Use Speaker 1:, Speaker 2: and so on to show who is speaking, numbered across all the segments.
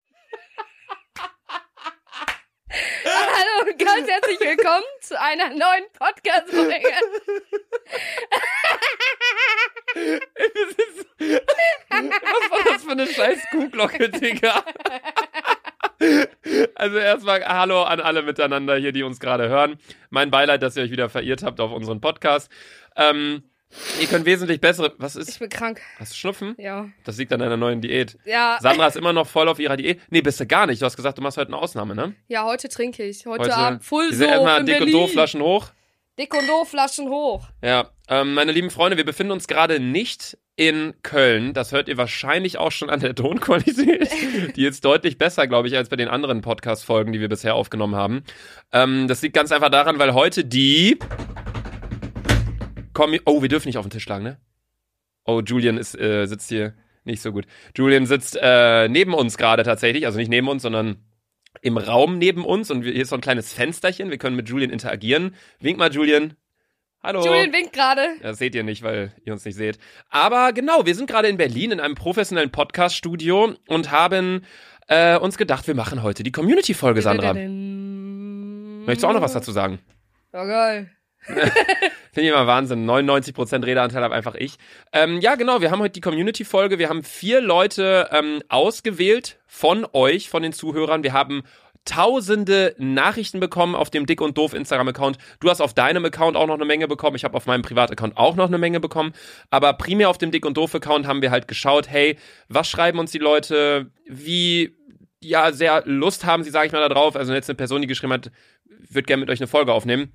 Speaker 1: und herzlich willkommen zu einer neuen Podcast-Folge.
Speaker 2: Was war das für eine scheiß Kuhglocke, Digga? Also erstmal Hallo an alle miteinander hier, die uns gerade hören. Mein Beileid, dass ihr euch wieder verirrt habt auf unseren Podcast. Ähm, ihr könnt wesentlich bessere. Was
Speaker 1: Ich
Speaker 2: ist?
Speaker 1: bin krank.
Speaker 2: Hast du Schnupfen?
Speaker 1: Ja.
Speaker 2: Das liegt an deiner neuen Diät.
Speaker 1: Ja,
Speaker 2: Sandra ist immer noch voll auf ihrer Diät. Nee, bist du gar nicht. Du hast gesagt, du machst heute eine Ausnahme, ne?
Speaker 1: ja, heute trinke ich. Heute, Abend Full
Speaker 2: diese
Speaker 1: Soap
Speaker 2: erstmal
Speaker 1: in
Speaker 2: dick und
Speaker 1: Berlin.
Speaker 2: doof Flaschen hoch.
Speaker 1: Dick und doof Flaschen hoch.
Speaker 2: Ja, ähm, meine lieben Freunde, wir befinden uns gerade nicht in Köln. Das hört ihr wahrscheinlich auch schon an der Tonqualität. Die ist deutlich besser, glaube ich, als bei den anderen Podcast-Folgen, die wir bisher aufgenommen haben. Ähm, das liegt ganz einfach daran, weil heute die. Kommi oh, wir dürfen nicht auf den Tisch schlagen, ne? Oh, Julian ist, äh, sitzt hier nicht so gut. Julian sitzt äh, neben uns gerade tatsächlich, also nicht neben uns, sondern im Raum neben uns. Und wir, hier ist so ein kleines Fensterchen. Wir können mit Julian interagieren. Wink mal, Julian. Hallo.
Speaker 1: Julian winkt gerade.
Speaker 2: Das Äh, seht ihr nicht, weil ihr uns nicht seht. Aber genau, wir sind gerade in Berlin in einem professionellen Podcast-Studio und haben äh, uns gedacht, wir machen heute die Community-Folge, Sandra. Möchtest
Speaker 1: Möchtest
Speaker 2: du auch noch was dazu sagen?
Speaker 1: Ja, geil.
Speaker 2: Finde ich immer Wahnsinn. 99% Redeanteil habe einfach ich. Ähm, ja, genau, wir haben heute die Community-Folge. Wir haben vier Leute ähm, ausgewählt von euch, von den Zuhörern. Wir haben tausende Nachrichten bekommen auf dem Dick und Doof Instagram-Account. Du hast auf deinem Account auch noch eine Menge bekommen. Ich habe auf meinem Privataccount auch noch eine Menge bekommen. Aber primär auf dem Dick und Doof-Account haben wir halt geschaut, hey, was schreiben uns die Leute? Wie ja, sehr Lust haben sie, sage ich mal, da drauf. Also jetzt eine Person, die geschrieben hat, wird gerne mit euch eine Folge aufnehmen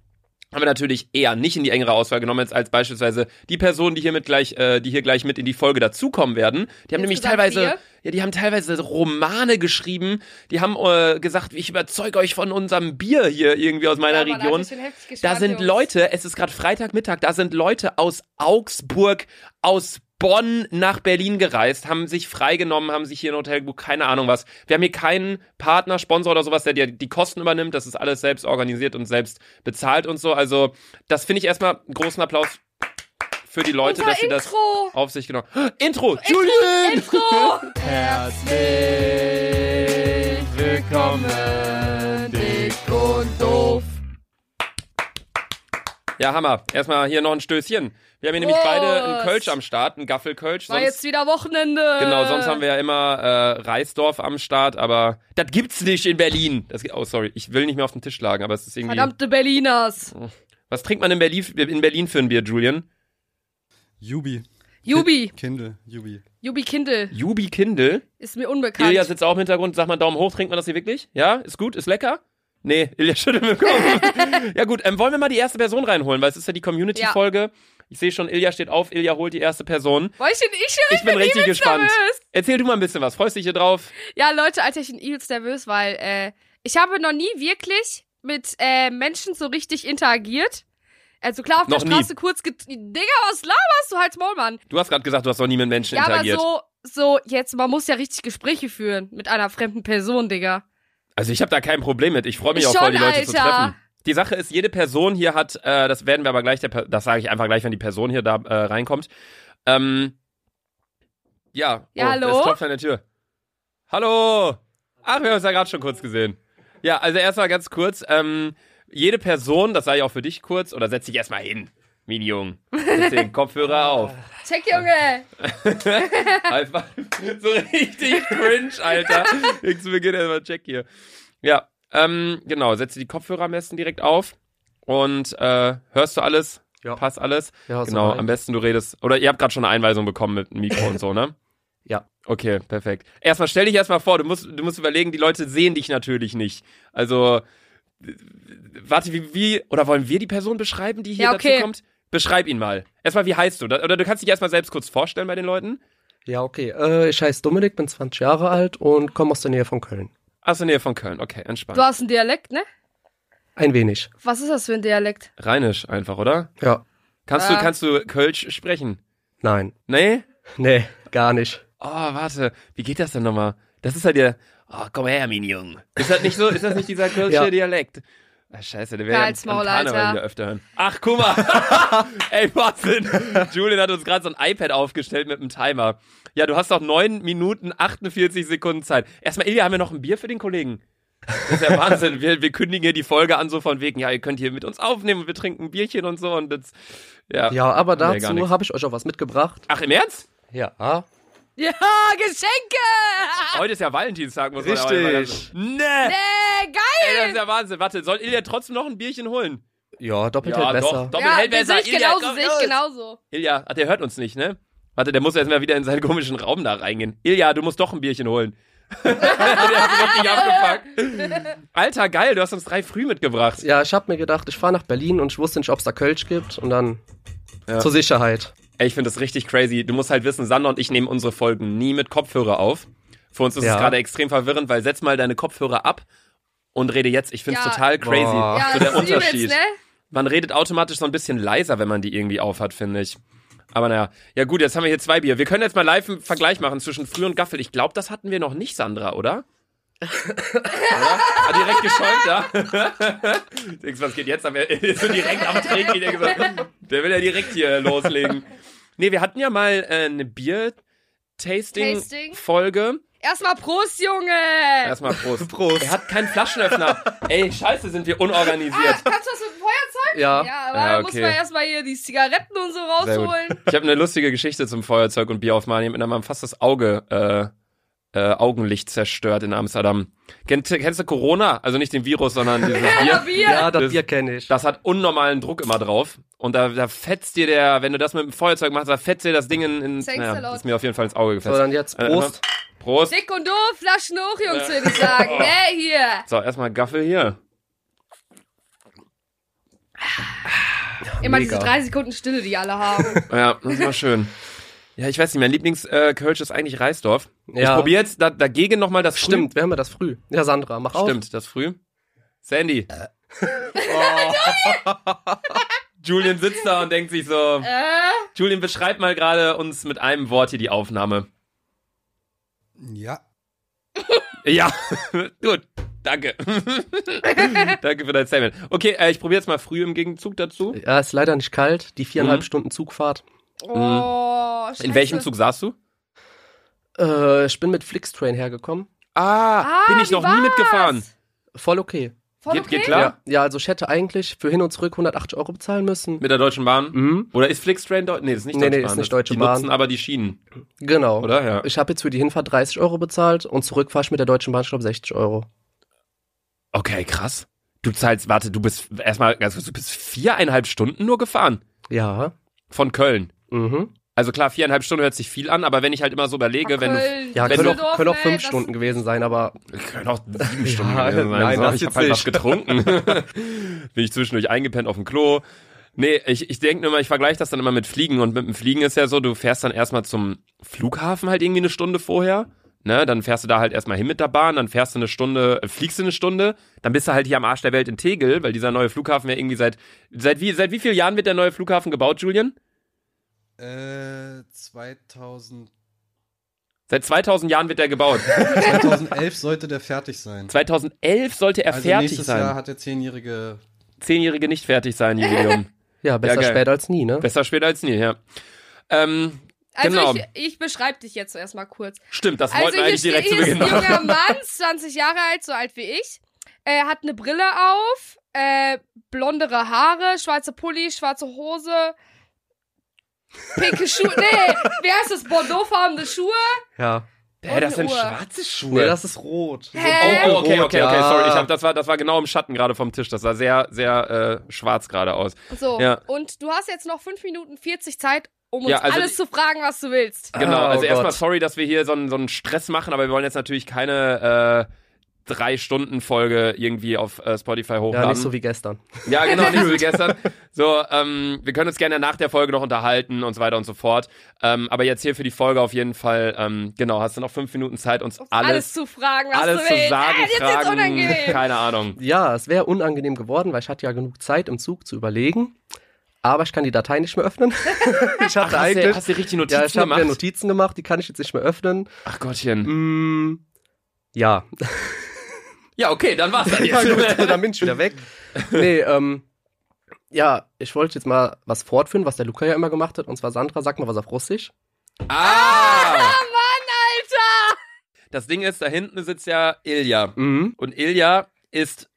Speaker 2: haben wir natürlich eher nicht in die engere Auswahl genommen jetzt als beispielsweise die Personen, die hier mit gleich, äh, die hier gleich mit in die Folge dazukommen werden. Die haben nämlich
Speaker 1: Insgesamt
Speaker 2: teilweise,
Speaker 1: vier?
Speaker 2: ja, die haben teilweise Romane geschrieben. Die haben äh, gesagt, ich überzeuge euch von unserem Bier hier irgendwie aus meiner
Speaker 1: Ja, Mann,
Speaker 2: Region.
Speaker 1: Alter, ich bin heftig
Speaker 2: Da
Speaker 1: gespannt,
Speaker 2: sind
Speaker 1: Jungs.
Speaker 2: Leute, es ist gerade Freitagmittag, da sind Leute aus Augsburg, aus Bonn nach Berlin gereist, haben sich freigenommen, haben sich hier ein Hotel gebucht, keine Ahnung was. Wir haben hier keinen Partner, Sponsor oder sowas, der dir die Kosten übernimmt. Das ist alles selbst organisiert und selbst bezahlt und so. Also, das finde ich erstmal einen großen Applaus für die Leute,
Speaker 1: Unser
Speaker 2: dass sie das
Speaker 1: Intro.
Speaker 2: auf sich genommen Intro! Julian!
Speaker 1: Intro.
Speaker 2: Herzlich willkommen, dick und doof. Ja, Hammer. Erstmal hier noch ein Stößchen. Wir haben hier nämlich
Speaker 1: Prost.
Speaker 2: beide einen Kölsch am Start, einen Gaffelkölsch.
Speaker 1: War jetzt
Speaker 2: Sonst,
Speaker 1: wieder Wochenende.
Speaker 2: genau, sonst haben wir ja immer äh, Reisdorf am Start, aber das gibt's nicht in Berlin. Das, oh, sorry, ich will nicht mehr auf den Tisch schlagen, aber es ist irgendwie...
Speaker 1: Verdammte Berliners.
Speaker 2: Was trinkt man in Berlin, in Berlin für ein Bier, Julian?
Speaker 3: Jubi.
Speaker 1: Jubi.
Speaker 3: Kindle, Jubi.
Speaker 1: Jubi Kindle.
Speaker 2: Jubi Kindle?
Speaker 1: Ist mir unbekannt.
Speaker 2: Ilja sitzt auch im Hintergrund, sag mal Daumen hoch, trinkt man das hier wirklich? Ja, ist gut, ist lecker? Nee, Ilja schüttelt mit dem Kopf. ja gut, ähm, wollen wir mal die erste Person reinholen, weil es ist ja die Community-Folge. Ich sehe schon, Ilja steht auf, Ilja holt die erste Person.
Speaker 1: Boah, ich bin, ich,
Speaker 2: Ich bin richtig
Speaker 1: übelst
Speaker 2: gespannt.
Speaker 1: nervös.
Speaker 2: Erzähl du mal ein bisschen was, freust dich hier drauf?
Speaker 1: Ja, Leute, Alter, ich bin übelst nervös, weil äh, ich habe noch nie wirklich mit äh, Menschen so richtig interagiert. Also klar, auf
Speaker 2: Noch
Speaker 1: der
Speaker 2: nie.
Speaker 1: Straße kurz get Digga, was laberst du halt Maul, Mann?
Speaker 2: Du hast gerade gesagt, du hast noch nie mit Menschen
Speaker 1: Ja, aber
Speaker 2: interagiert.
Speaker 1: so, so, jetzt, man muss ja richtig Gespräche führen mit einer fremden Person, Digga.
Speaker 2: Also ich habe da kein Problem mit. Ich freue mich auch
Speaker 1: Schon,
Speaker 2: voll, die Leute zu
Speaker 1: Alter.
Speaker 2: treffen. Die Sache ist, jede Person hier hat, äh, das werden wir aber gleich, der, Per- das sage ich einfach gleich, wenn die Person hier da äh, reinkommt. Ähm, ja,
Speaker 1: Ja,
Speaker 2: oh,
Speaker 1: hallo?
Speaker 2: es klopft an der Tür. Hallo! Ach, wir haben uns ja gerade schon kurz gesehen. Ja, also erstmal ganz kurz, ähm, jede Person, das sage ich auch für dich kurz, oder setz dich erstmal hin, mini Jung. Setz den Kopfhörer auf.
Speaker 1: Check, Junge!
Speaker 2: Einfach so richtig cringe, Alter. Ich zu Beginn erstmal check hier. Ja, ähm, genau, setze die Kopfhörer am besten direkt auf und äh, hörst du alles?
Speaker 3: Ja.
Speaker 2: Passt alles?
Speaker 3: Ja, hast du
Speaker 2: genau,
Speaker 3: rein.
Speaker 2: am besten du redest. Oder ihr habt gerade schon eine Einweisung bekommen mit dem Mikro und so, ne?
Speaker 3: Ja.
Speaker 2: Okay, perfekt. Erstmal stell dich erstmal vor, du musst, du musst überlegen, die Leute sehen dich natürlich nicht. Also, äh, warte, wie, wie, oder wollen wir die Person beschreiben, die hier
Speaker 1: Ja, okay.
Speaker 2: dazu kommt? Beschreib ihn mal. Erstmal, wie heißt du? Oder du kannst dich erstmal selbst kurz vorstellen bei den Leuten.
Speaker 3: Ja, okay. Äh, ich heiße Dominik, bin 20 Jahre alt und komme aus der Nähe von Köln.
Speaker 2: Aus der Nähe von Köln, okay, entspannt.
Speaker 1: Du hast einen Dialekt, ne?
Speaker 3: Ein wenig.
Speaker 1: Was ist das für ein Dialekt?
Speaker 2: Rheinisch einfach, oder?
Speaker 3: Ja.
Speaker 2: Kannst
Speaker 1: Ah.
Speaker 2: du kannst du Kölsch sprechen?
Speaker 3: Nein.
Speaker 2: Nee?
Speaker 3: Nee, gar nicht.
Speaker 2: Oh, warte, wie geht das denn nochmal? Das ist halt der Oh, komm her, mein Junge. Ist das nicht so, ist das nicht dieser Kölsche
Speaker 3: Ja.
Speaker 2: Dialekt? Ah, scheiße, der wäre ja am
Speaker 1: Halsmaul,
Speaker 2: Karneval
Speaker 1: Alter.
Speaker 2: wieder öfter hören. Ach, guck mal. Ey, Wahnsinn. Julian hat uns gerade so ein iPad aufgestellt mit einem Timer. Ja, du hast noch 9 Minuten 48 Sekunden Zeit. Erstmal, Ilja, haben wir noch ein Bier für den Kollegen? Das ist ja Wahnsinn. Wir, wir kündigen hier die Folge an, so von wegen, ja, ihr könnt hier mit uns aufnehmen und wir trinken ein Bierchen und so und das, ja.
Speaker 3: Ja, aber
Speaker 2: Nee, gar nichts.
Speaker 3: dazu habe ich euch auch was mitgebracht.
Speaker 2: Ach, im Ernst?
Speaker 3: Ja.
Speaker 1: Ja, Geschenke!
Speaker 2: Heute ist ja Valentinstag, muss man ja auch immer
Speaker 3: Richtig.
Speaker 2: sagen. Nee.
Speaker 1: Äh, geil!
Speaker 2: Ey, das ist ja Wahnsinn. Warte, soll Ilja trotzdem noch ein Bierchen holen?
Speaker 3: Ja, doppelt
Speaker 2: Ja,
Speaker 3: hält
Speaker 2: doch,
Speaker 3: besser.
Speaker 2: doch. Doppel
Speaker 1: ja,
Speaker 2: hält besser.
Speaker 1: Sehe ich
Speaker 2: Ilja,
Speaker 1: genauso,
Speaker 2: komm,
Speaker 1: sehe
Speaker 2: los.
Speaker 1: ich genauso.
Speaker 2: Ilja, ah, der hört uns nicht, ne? Warte, der muss erst mal wieder in seinen komischen Raum da reingehen. Ilja, du musst doch ein Bierchen holen. der hat richtig abgefuckt. Alter, geil, du hast uns drei früh mitgebracht.
Speaker 3: Ja, ich habe mir gedacht, ich fahre nach Berlin und ich wusste nicht, ob es da Kölsch gibt und dann
Speaker 2: Ja.
Speaker 3: zur Sicherheit.
Speaker 2: Ey, ich finde das richtig crazy. Du musst halt wissen, Sander und ich nehmen unsere Folgen nie mit Kopfhörer auf. Für uns ist
Speaker 3: Ja.
Speaker 2: es gerade extrem verwirrend, weil setz mal deine Kopfhörer ab und rede jetzt. Ich finde es
Speaker 1: Ja.
Speaker 2: total crazy.
Speaker 3: Boah.
Speaker 1: Ja,
Speaker 2: so
Speaker 1: das
Speaker 2: der
Speaker 1: ist übelst,
Speaker 2: Unterschied.
Speaker 1: ne?
Speaker 2: Man redet automatisch so ein bisschen leiser, wenn man die irgendwie aufhat, finde ich. Aber naja, ja gut, jetzt haben wir hier zwei Bier. Wir können jetzt mal live einen Vergleich machen zwischen Früh und Gaffel. Ich glaube, das hatten wir noch nicht, Sandra, oder? oder? Hat direkt geschäumt, ja? Denkst was geht jetzt? Haben wir ist so direkt am Trinken. Der, gesagt, der will ja direkt hier loslegen. Nee, wir hatten ja mal äh, eine
Speaker 1: Tasting?
Speaker 2: Bier-Tasting-Folge.
Speaker 1: Erstmal Prost, Junge!
Speaker 2: Erstmal Prost.
Speaker 3: Prost.
Speaker 2: Er hat keinen Flaschenöffner. Ey, scheiße, sind wir unorganisiert.
Speaker 1: Kannst du was mit dem Feuerzeug?
Speaker 3: Ja.
Speaker 1: Ja, aber
Speaker 2: Ja,
Speaker 1: da muss
Speaker 2: okay.
Speaker 1: man erstmal hier die Zigaretten und so
Speaker 2: Sehr gut.
Speaker 1: rausholen.
Speaker 2: Ich habe eine lustige Geschichte zum Feuerzeug und Bier aufmachen. Ich habe mir fast das Auge, äh, äh, Augenlicht zerstört in Amsterdam. Kennst, du- kennst du Corona? Also nicht den Virus, sondern dieses
Speaker 1: Ja,
Speaker 2: Bier.
Speaker 1: Bier.
Speaker 3: Ja,
Speaker 2: Das-
Speaker 3: das Bier kenne ich.
Speaker 2: Das hat unnormalen Druck immer drauf. Und da, da fetzt dir der, wenn du das mit dem Feuerzeug machst, da fetzt dir das Ding in, in
Speaker 1: Thanks a
Speaker 2: naja,
Speaker 1: lot.
Speaker 2: ist mir auf jeden Fall ins Auge
Speaker 3: So,
Speaker 2: gefetzt.
Speaker 3: dann jetzt
Speaker 2: Äh,
Speaker 3: Prost.
Speaker 2: Prost.
Speaker 1: Dick und doof, Flaschen hoch, Jungs, würde ich sagen. Ne, hier.
Speaker 2: So, erstmal Gaffel hier.
Speaker 1: Immer
Speaker 3: mega.
Speaker 1: diese drei Sekunden Stille, die alle haben.
Speaker 2: Ja, das ist mal schön. Ja, ich weiß nicht, mein Lieblingskölsch ist eigentlich Reisdorf. Ich
Speaker 3: Ja.
Speaker 2: probiere jetzt da, dagegen nochmal das Früh.
Speaker 3: Stimmt, wir haben ja das früh. Ja, Sandra, mach auf.
Speaker 2: Stimmt, das früh. Sandy.
Speaker 3: Äh.
Speaker 2: Oh. Julian sitzt da und denkt sich so,
Speaker 1: äh,
Speaker 2: Julian, beschreib mal gerade uns mit einem Wort hier die Aufnahme.
Speaker 4: Ja.
Speaker 2: Ja, gut, danke. danke für dein Statement. Okay, äh, ich probiere jetzt mal früh im Gegenzug dazu.
Speaker 3: Ja, ist leider nicht kalt. Die viereinhalb
Speaker 2: Mhm.
Speaker 3: Stunden Zugfahrt.
Speaker 1: oh,
Speaker 2: In welchem
Speaker 1: Scheiße.
Speaker 2: Zug saßt du?
Speaker 3: Äh, ich bin mit Flixtrain hergekommen.
Speaker 2: Ah, bin ich
Speaker 1: wie
Speaker 2: noch nie mitgefahren.
Speaker 1: war's?
Speaker 3: Voll okay.
Speaker 1: Voll
Speaker 2: Geht-
Speaker 1: okay.
Speaker 2: geht klar.
Speaker 3: Ja, ja, also ich hätte eigentlich für hin und zurück 180 Euro bezahlen müssen.
Speaker 2: Mit der Deutschen Bahn?
Speaker 3: Mhm,
Speaker 2: Oder ist Flixtrain Deutsch? Nee, das ist nicht
Speaker 3: Nee,
Speaker 2: Deutsche
Speaker 3: nee,
Speaker 2: Bahn.
Speaker 3: ist nicht
Speaker 2: Das-
Speaker 3: Deutsche
Speaker 2: die
Speaker 3: Bahn.
Speaker 2: nutzen aber die Schienen,
Speaker 3: genau.
Speaker 2: oder? Ja.
Speaker 3: Ich habe jetzt für die Hinfahrt 30 Euro bezahlt und zurück fahre ich mit der Deutschen Bahn, ich glaube, 60 Euro.
Speaker 2: Okay, krass. Du zahlst, warte, du bist erstmal, also du bist viereinhalb Stunden nur gefahren.
Speaker 3: Ja.
Speaker 2: Von Köln.
Speaker 3: Mhm.
Speaker 2: Also klar, viereinhalb Stunden hört sich viel an, aber wenn ich halt immer so überlege, wenn du.
Speaker 1: Köln,
Speaker 3: Ja,
Speaker 2: Wenn
Speaker 3: können
Speaker 2: du-
Speaker 1: Düsseldorf,
Speaker 3: auch, können auch
Speaker 1: ey,
Speaker 3: fünf
Speaker 1: ne? das-
Speaker 3: Stunden gewesen sein, aber
Speaker 2: Können auch sieben Stunden
Speaker 3: Ja,
Speaker 2: gewesen sein.
Speaker 3: nein,
Speaker 2: so,
Speaker 3: das
Speaker 2: ich
Speaker 3: jetzt
Speaker 2: habe halt was
Speaker 3: nicht.
Speaker 2: getrunken. Bin ich zwischendurch eingepennt auf dem Klo. Nee, ich, ich denke immer, ich vergleiche das dann immer mit Fliegen. Und mit dem Fliegen ist ja so, du fährst dann erstmal zum Flughafen halt irgendwie eine Stunde vorher. Ne, dann fährst du da halt erstmal hin mit der Bahn, dann fährst du eine Stunde, äh, fliegst du eine Stunde, dann bist du halt hier am Arsch der Welt in Tegel, weil dieser neue Flughafen ja irgendwie seit seit wie seit wie vielen Jahren wird der neue Flughafen gebaut, Julian?
Speaker 4: Äh, 2000,
Speaker 2: Seit 2000 Jahren wird der gebaut.
Speaker 4: 2011 sollte der fertig sein.
Speaker 2: 2011 sollte er
Speaker 4: also
Speaker 2: fertig
Speaker 4: nächstes
Speaker 2: sein.
Speaker 4: Jahr hat der zehnjährige.
Speaker 2: Zehnjährige nicht fertig sein, Jubiläum.
Speaker 3: ja, besser
Speaker 2: geil.
Speaker 3: spät als nie, ne?
Speaker 2: Besser später als nie, ja. Ähm,
Speaker 1: Also
Speaker 2: Genau.
Speaker 1: ich, ich beschreibe dich jetzt erst mal kurz.
Speaker 2: stimmt, das
Speaker 1: Also
Speaker 2: wollten wir
Speaker 1: hier,
Speaker 2: eigentlich
Speaker 1: steht,
Speaker 2: direkt zu
Speaker 1: hier ist
Speaker 2: Beginn
Speaker 1: ein
Speaker 2: machen.
Speaker 1: junger Mann, 20 Jahre alt, so alt wie ich. Er hat eine Brille auf, äh, blondere Haare, schwarze Pulli, schwarze Hose, pinke Schuhe. Nee, wie heißt das? Bordeauxfarbene Schuhe?
Speaker 3: Ja.
Speaker 2: Hä, das sind
Speaker 1: Uhr.
Speaker 2: schwarze Schuhe.
Speaker 3: Nee, das ist rot.
Speaker 1: Hä?
Speaker 2: oh, oh, okay, okay, okay,
Speaker 3: Äh, Ja.
Speaker 2: sorry. Ich hab, das, war, das war genau im Schatten gerade vom Tisch. Das sah sehr, sehr äh, schwarz gerade aus.
Speaker 1: So,
Speaker 2: Ja.
Speaker 1: und du hast jetzt noch 5 Minuten 40 Zeit, um uns
Speaker 2: Ja, also
Speaker 1: alles zu fragen, was du willst.
Speaker 2: Genau,
Speaker 3: Ah, oh
Speaker 2: also erstmal
Speaker 3: Gott.
Speaker 2: sorry, dass wir hier so einen, so einen Stress machen, aber wir wollen jetzt natürlich keine äh, Drei-Stunden-Folge irgendwie auf äh, Spotify hochladen.
Speaker 3: Ja, nicht so wie gestern.
Speaker 2: Ja, genau, nicht so wie gestern. So, ähm, wir können uns gerne nach der Folge noch unterhalten und so weiter und so fort. Ähm, aber jetzt hier für die Folge auf jeden Fall, ähm, genau, hast du noch fünf Minuten Zeit, uns
Speaker 1: alles
Speaker 2: alles,
Speaker 1: zu fragen, was
Speaker 2: alles,
Speaker 1: du
Speaker 2: zu
Speaker 1: willst.
Speaker 2: sagen,
Speaker 1: Ah, jetzt ist
Speaker 2: fragen,
Speaker 1: unangenehm.
Speaker 2: keine Ahnung.
Speaker 3: Ja, es wäre unangenehm geworden, weil ich hatte ja genug Zeit im Zug zu überlegen. Aber ich kann die Datei nicht mehr öffnen. ich hatte
Speaker 2: Hast
Speaker 3: eigentlich.
Speaker 2: du, hast du richtig Notizen
Speaker 3: ja, ich habe mir
Speaker 2: gemacht?
Speaker 3: Notizen gemacht, die kann ich jetzt nicht mehr öffnen.
Speaker 2: Ach Gottchen.
Speaker 3: Mm, ja,
Speaker 2: Ja, okay, dann war's dann
Speaker 3: ja
Speaker 2: jetzt.
Speaker 3: gut, dann bin ich wieder weg. Nee, ähm, ja, ich wollte jetzt mal was fortführen, was der Luca ja immer gemacht hat. Und zwar Sandra, sag mal was auf Russisch.
Speaker 2: ah!
Speaker 1: Alter!
Speaker 2: Das Ding ist, da hinten sitzt ja Ilja.
Speaker 3: Mhm.
Speaker 2: Und Ilja ist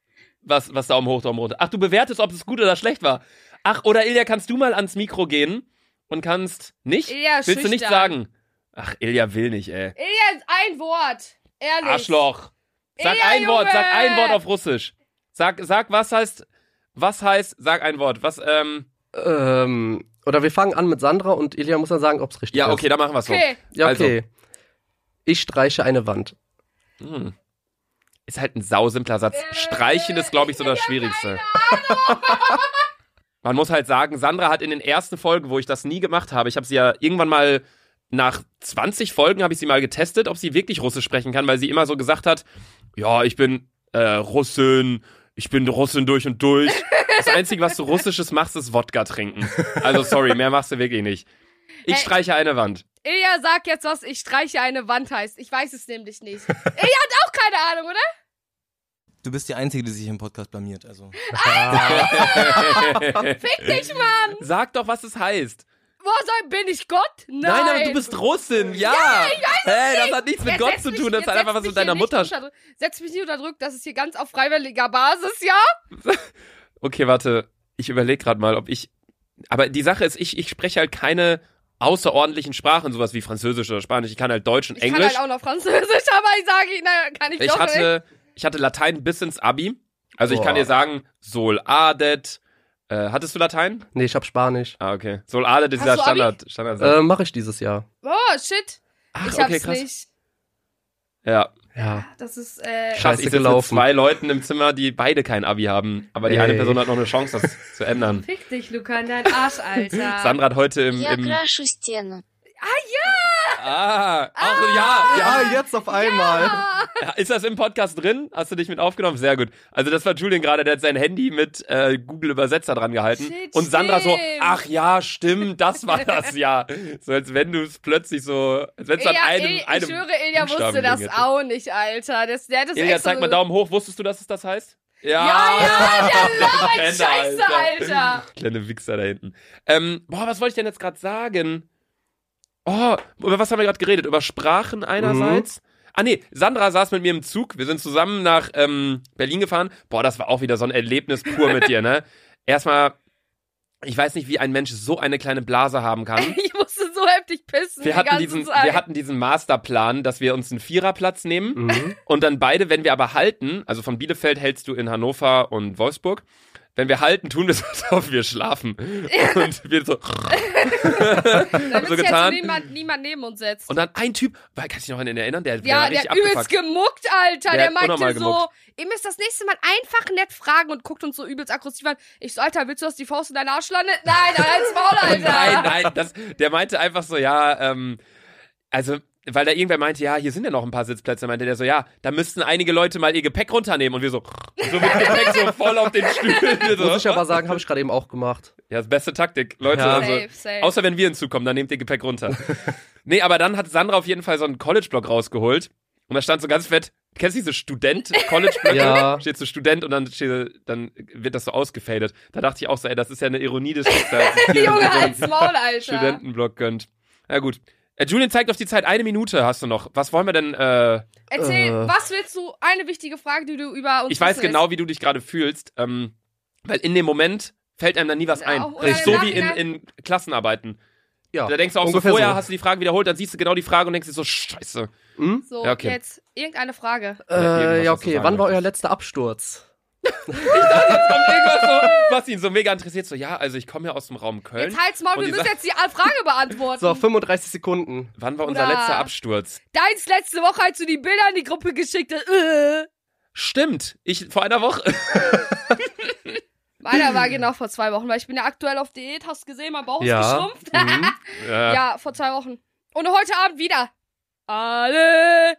Speaker 2: was, was Daumen hoch, Daumen runter. Ach, du bewertest, ob es gut oder schlecht war. Ach, oder Ilja, kannst du mal ans Mikro gehen und kannst nicht?
Speaker 1: Ilja ist
Speaker 2: Willst du nicht
Speaker 1: schüchtern.
Speaker 2: sagen? Ach, Ilja will nicht, ey.
Speaker 1: Ilja ist ein Wort. Ehrlich.
Speaker 2: Arschloch. Sag
Speaker 1: Ilja,
Speaker 2: ein Wort,
Speaker 1: Junge!
Speaker 2: sag ein Wort auf Russisch. Sag, sag, was heißt, was heißt, sag ein Wort. Was, ähm,
Speaker 3: Ähm, oder wir fangen an mit Sandra und Ilja muss dann sagen, ob es richtig
Speaker 2: ja,
Speaker 3: ist.
Speaker 2: okay, dann machen wir so.
Speaker 1: Okay.
Speaker 3: Ja,
Speaker 2: Also.
Speaker 3: okay. Ich streiche eine Wand.
Speaker 2: Hm. Ist halt ein sausimpler Satz.
Speaker 1: Äh,
Speaker 2: Streichen ist, glaube ich, so
Speaker 1: ich bin
Speaker 2: das Schwierigste. Man muss halt sagen, Sandra hat in den ersten Folgen, wo ich das nie gemacht habe, ich habe sie ja irgendwann mal nach 20 Folgen habe ich sie mal getestet, ob sie wirklich Russisch sprechen kann, weil sie immer so gesagt hat, ja, ich bin äh, Russin, ich bin Russin durch und durch. Das Einzige, was du Russisches machst, ist Wodka trinken. Also sorry, mehr machst du wirklich nicht. Ich
Speaker 1: Hey.
Speaker 2: streiche eine Wand.
Speaker 1: Ilja sagt jetzt, was ich streiche eine Wand heißt. Ich weiß es nämlich nicht. Ilja hat auch keine Ahnung, oder?
Speaker 5: Du bist die Einzige, die sich im Podcast blamiert. Also.
Speaker 1: Fick dich, Mann!
Speaker 2: Sag doch, was es heißt.
Speaker 1: Wo soll, bin ich Gott? Nein.
Speaker 2: Nein, aber du bist Russin, ja. hey, das hat nichts mit
Speaker 1: Jetzt
Speaker 2: Gott
Speaker 1: setz
Speaker 2: zu
Speaker 1: mich-
Speaker 2: tun, das
Speaker 1: jetzt
Speaker 2: hat einfach
Speaker 1: setz
Speaker 2: was
Speaker 1: mich
Speaker 2: mit deiner
Speaker 1: hier nicht
Speaker 2: Mutter.
Speaker 1: unter Druck. Setz mich nicht unter Druck, das ist hier ganz auf freiwilliger Basis, ja?
Speaker 2: Okay, warte, ich überlege gerade mal, ob ich. Aber die Sache ist, ich, ich spreche halt keine außerordentlichen Sprachen, sowas wie Französisch oder Spanisch. Ich kann halt Deutsch und
Speaker 1: Ich
Speaker 2: Englisch.
Speaker 1: kann halt auch noch Französisch, aber ich sage, naja, kann ich,
Speaker 2: ich
Speaker 1: doch nicht.
Speaker 2: hatte, ich hatte Latein bis ins Abi. Also ich kann
Speaker 3: Boah.
Speaker 2: dir sagen, Sol Adet. Äh, hattest du Latein?
Speaker 3: Nee, ich hab Spanisch.
Speaker 2: Ah, okay. Sol Adet ist
Speaker 1: Hast
Speaker 2: ja
Speaker 1: du Abi?
Speaker 2: Standard. Standard
Speaker 3: Äh, Mache ich dieses Jahr.
Speaker 1: Oh, shit.
Speaker 2: Ach,
Speaker 1: Ich
Speaker 2: okay,
Speaker 1: hab's
Speaker 2: krass.
Speaker 1: nicht.
Speaker 2: Ja.
Speaker 3: Ja.
Speaker 1: Das ist, äh,
Speaker 3: Scheiße
Speaker 2: Krass, ich sitze mit
Speaker 3: gelaufen.
Speaker 2: zwei Leuten im Zimmer, die beide kein Abi haben. Aber die eine
Speaker 3: Ey.
Speaker 2: Person hat noch eine Chance, das zu ändern.
Speaker 1: fick dich, Luca, in dein Arsch, Alter.
Speaker 2: Sandra hat heute im,
Speaker 6: Я
Speaker 2: im
Speaker 6: крашу стену.
Speaker 2: Ah, auch, ja, ja.
Speaker 3: Ja, jetzt auf einmal.
Speaker 2: Ist das im Podcast drin? Hast du dich mit aufgenommen? Sehr gut. Also das war Julian gerade, der hat sein Handy mit äh, Google Übersetzer dran gehalten.
Speaker 1: Shit,
Speaker 2: und Sandra so,
Speaker 1: stimmt.
Speaker 2: ach ja, stimmt, das war das ja. So als wenn du es plötzlich so, als wenn es an
Speaker 1: Ilja,
Speaker 2: einem,
Speaker 1: Il-
Speaker 2: einem
Speaker 1: ich schwöre, Ilja
Speaker 2: Buchstaben
Speaker 1: wusste das
Speaker 2: hing hätte.
Speaker 1: auch nicht, Alter. Das, der hat das
Speaker 2: Ilja,
Speaker 1: echt so
Speaker 2: zeig mal Daumen hoch. Wusstest du, dass es das heißt? Ja,
Speaker 1: Ja, ja, der labert
Speaker 2: Penner,
Speaker 1: Scheiße,
Speaker 2: Alter.
Speaker 1: Alter.
Speaker 2: Kleine Wichser da hinten. Ähm, boah, was wollte ich denn jetzt gerade sagen? Oh, über was haben wir gerade geredet? Über Sprachen einerseits? Ah nee, Sandra saß mit mir im Zug. Wir sind zusammen nach ähm, Berlin gefahren. Boah, das war auch wieder so ein Erlebnis pur mit dir, ne? Erstmal, ich weiß nicht, wie ein Mensch so eine kleine Blase haben kann.
Speaker 1: Ich musste so heftig pissen
Speaker 2: Wir
Speaker 1: die
Speaker 2: hatten,
Speaker 1: ganze
Speaker 2: diesen,
Speaker 1: Zeit.
Speaker 2: wir hatten diesen Masterplan, dass wir uns einen Viererplatz nehmen.
Speaker 3: Mhm.
Speaker 2: Und dann beide, wenn wir aber halten, also von Bielefeld hältst du in Hannover und Wolfsburg. Wenn wir halten, tun wir so, als ob wir schlafen. Und wir so.
Speaker 1: Damit
Speaker 2: so
Speaker 1: sich
Speaker 2: also getan.
Speaker 1: Jetzt niemand, niemand neben uns setzt.
Speaker 2: Und dann ein Typ, weil kannst du dich noch an den erinnern, der, der war
Speaker 1: ja, der
Speaker 2: richtig
Speaker 1: hat übelst
Speaker 2: abgefuckt.
Speaker 1: gemuckt, Alter. Der,
Speaker 2: Der hat unnormal
Speaker 1: meinte so,
Speaker 2: gemuckt.
Speaker 1: ihr müsst das nächste Mal einfach nett fragen und guckt uns so übelst aggressiv an. Ich so, Alter, willst du, dass die Faust in deinen Arsch landet? Nein, dann halt's Maul, Alter.
Speaker 2: Oh Nein, nein, das, der meinte einfach so, ja, ähm, also, weil da irgendwer meinte, ja, hier sind ja noch ein paar Sitzplätze, meinte der so, ja, da müssten einige Leute mal ihr Gepäck runternehmen und wir so, so mit Gepäck so voll auf den Stühlen. Wir
Speaker 3: Muss ich
Speaker 2: So.
Speaker 3: aber sagen, habe ich gerade eben auch gemacht.
Speaker 2: Ja, das beste Taktik, Leute,
Speaker 3: Ja.
Speaker 2: also,
Speaker 1: safe, safe.
Speaker 2: Außer wenn wir hinzukommen, dann nehmt ihr Gepäck runter. nee, aber dann hat Sandra auf jeden Fall so einen College-Block rausgeholt. Und da stand so ganz fett, kennst du diese Student-College-Blöcke?
Speaker 3: Ja.
Speaker 2: Steht so Student und dann, steht, dann wird das so ausgefadet. Da dachte ich auch so, ey, das ist ja eine Ironie des Schicksals. dass ihr
Speaker 1: Junge,
Speaker 2: so einen
Speaker 1: halt's Maul, Alter.
Speaker 2: Studentenblock gönnt. Ja, gut. Äh, Julian zeigt auf die Zeit, eine Minute hast du noch. Was wollen wir denn? Äh,
Speaker 1: Erzähl,
Speaker 3: Äh.
Speaker 1: was willst du? Eine wichtige Frage, die du über uns
Speaker 2: ich weiß
Speaker 1: wissen
Speaker 2: genau, wie du dich gerade fühlst, ähm, weil in dem Moment fällt einem dann nie was ein.
Speaker 1: Ja, oder
Speaker 2: Das ist so
Speaker 1: im
Speaker 2: wie in,
Speaker 1: Nachhinein.
Speaker 2: in Klassenarbeiten.
Speaker 3: Ja,
Speaker 2: Da denkst du auch so,
Speaker 3: ungefähr
Speaker 2: vorher
Speaker 3: so.
Speaker 2: hast du die Frage wiederholt, dann siehst du genau die Frage und denkst dir so, scheiße.
Speaker 3: Hm?
Speaker 1: willst. So,
Speaker 2: Ja, okay.
Speaker 1: jetzt irgendeine Frage.
Speaker 2: Ja, irgendwas,
Speaker 3: Äh, ja,
Speaker 2: was du
Speaker 3: okay.
Speaker 2: sagen
Speaker 3: Wann war euer
Speaker 2: möchtest.
Speaker 3: letzter Absturz?
Speaker 2: kommt irgendwas so, was ihn so mega interessiert, so, ja, also ich komme ja aus dem Raum Köln.
Speaker 1: Jetzt halt's Maul,
Speaker 2: Und
Speaker 1: wir
Speaker 2: die
Speaker 1: müssen
Speaker 2: Sa-
Speaker 1: jetzt die Frage beantworten.
Speaker 3: So, 35 Sekunden.
Speaker 2: Wann war unser
Speaker 1: Oder-
Speaker 2: letzter Absturz?
Speaker 1: Deins letzte Woche, als du die Bilder in die Gruppe geschickt hast. Äh.
Speaker 2: Stimmt, ich vor einer Woche.
Speaker 1: Meiner war genau vor zwei Wochen, weil ich bin ja aktuell auf Diät. Hast gesehen, mein Bauch ist
Speaker 3: Ja.
Speaker 1: geschrumpft.
Speaker 3: Mhm.
Speaker 2: Ja, ja.
Speaker 1: ja, vor zwei Wochen. Und heute Abend wieder. Alle.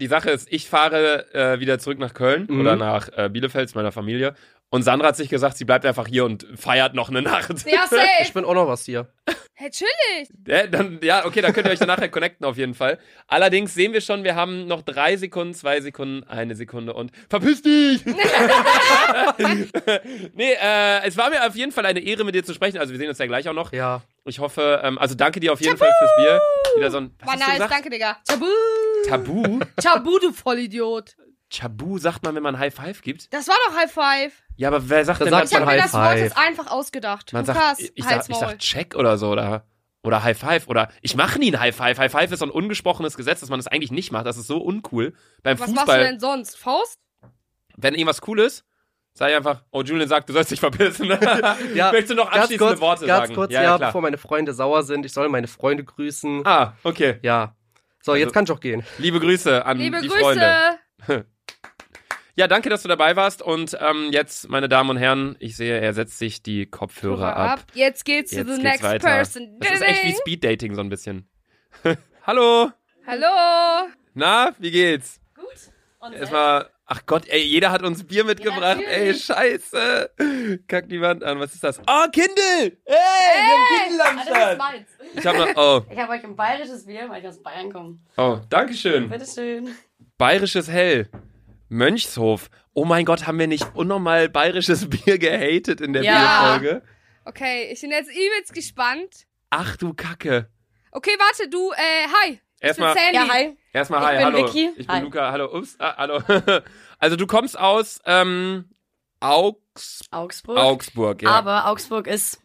Speaker 2: die Sache ist, ich fahre äh, wieder zurück nach Köln
Speaker 3: Mhm.
Speaker 2: oder nach äh, Bielefeld zu meiner Familie. Und Sandra hat sich gesagt, sie bleibt einfach hier und feiert noch eine Nacht.
Speaker 1: Ja,
Speaker 3: Ich
Speaker 1: safe.
Speaker 3: bin auch noch was hier.
Speaker 1: Hey, chillig.
Speaker 2: Ja, dann, ja, okay, dann könnt ihr euch dann nachher connecten auf jeden Fall. Allerdings sehen wir schon, wir haben noch drei Sekunden, zwei Sekunden, eine Sekunde und verpiss dich! nee, äh, es war mir auf jeden Fall eine Ehre, mit dir zu sprechen. Also wir sehen uns ja gleich auch noch.
Speaker 3: Ja.
Speaker 2: Ich hoffe, ähm, also danke dir auf jeden Fall fürs Bier. Wieder so ein was
Speaker 1: War
Speaker 2: hast du
Speaker 1: nice,
Speaker 2: gesagt?
Speaker 1: danke, Digga. Tabu.
Speaker 2: Tabu?
Speaker 1: Tabu, du Vollidiot.
Speaker 2: Tabu sagt man, wenn man High Five gibt?
Speaker 1: Das war doch High Five.
Speaker 2: Ja, aber wer sagt
Speaker 3: Das
Speaker 2: denn
Speaker 3: sagt
Speaker 2: was
Speaker 1: Ich habe
Speaker 2: von
Speaker 3: man
Speaker 1: mir
Speaker 2: High
Speaker 1: das Wort
Speaker 3: Five.
Speaker 1: jetzt einfach ausgedacht.
Speaker 2: Man sagt,
Speaker 1: Lukas,
Speaker 2: ich, ich,
Speaker 1: halt's
Speaker 2: sag, ich
Speaker 1: Maul.
Speaker 2: sag Check oder so oder, oder High Five oder ich mache nie ein High Five. High Five ist so ein ungesprochenes Gesetz, dass man das eigentlich nicht macht. Das ist so uncool. Beim
Speaker 1: Was machst du
Speaker 2: Fußball,
Speaker 1: denn sonst? Faust?
Speaker 2: wenn irgendwas cool ist, sag ich einfach, oh Julian sagt, du sollst dich verpissen. ja, Möchtest du noch abschließende
Speaker 3: kurz,
Speaker 2: Worte
Speaker 3: ganz
Speaker 2: sagen?
Speaker 3: kurz, ja,
Speaker 2: ja, ja, klar.
Speaker 3: bevor meine Freunde sauer sind. Ich soll meine Freunde grüßen.
Speaker 2: Ah, okay.
Speaker 3: Ja. So,
Speaker 2: Also
Speaker 3: jetzt kann ich auch gehen.
Speaker 2: Liebe Grüße an
Speaker 1: Liebe
Speaker 2: Hm, die
Speaker 1: Grüße.
Speaker 2: Freunde. Ja, danke, dass du dabei warst. Und ähm, jetzt, meine Damen und Herren, ich sehe, er setzt sich die Kopfhörer ab.
Speaker 1: Jetzt geht's
Speaker 2: Jetzt
Speaker 1: to the
Speaker 2: geht's
Speaker 1: next
Speaker 2: weiter.
Speaker 1: person.
Speaker 2: Das ist echt wie Speeddating so ein bisschen. Hallo.
Speaker 1: Hallo.
Speaker 2: Na, wie geht's?
Speaker 1: Gut.
Speaker 2: Erstmal, ach Gott, ey, jeder hat uns Bier mitgebracht. ey,
Speaker 1: natürlich.
Speaker 2: scheiße. Kackt niemand an. Was ist das? Oh, Kindle! Ey, wir haben Kindle am Start.
Speaker 6: Ah, meins.
Speaker 2: Ich hab noch,
Speaker 6: Ich habe euch ein bayerisches Bier, weil ich aus Bayern komme.
Speaker 2: oh, oh, Dankeschön.
Speaker 6: Bitteschön.
Speaker 2: Bayerisches Hell. Mönchshof. Oh mein Gott, haben wir nicht unnormal bayerisches Bier gehatet in der
Speaker 1: Ja.
Speaker 2: Bierfolge?
Speaker 1: Okay, ich bin jetzt übelst gespannt.
Speaker 2: Ach du Kacke.
Speaker 1: Okay, warte, du, äh, hi. ich
Speaker 2: Erstmal,
Speaker 1: bin Sandy.
Speaker 6: Ja, hi.
Speaker 2: erstmal
Speaker 6: Ich
Speaker 2: hi,
Speaker 6: bin
Speaker 2: hallo.
Speaker 6: Vicky.
Speaker 2: Ich bin
Speaker 6: Hi.
Speaker 2: Luca, hallo. Ups, ah, hallo. Also du kommst aus ähm, Augs
Speaker 6: Augsburg.
Speaker 2: Augsburg, ja.
Speaker 6: Aber Augsburg ist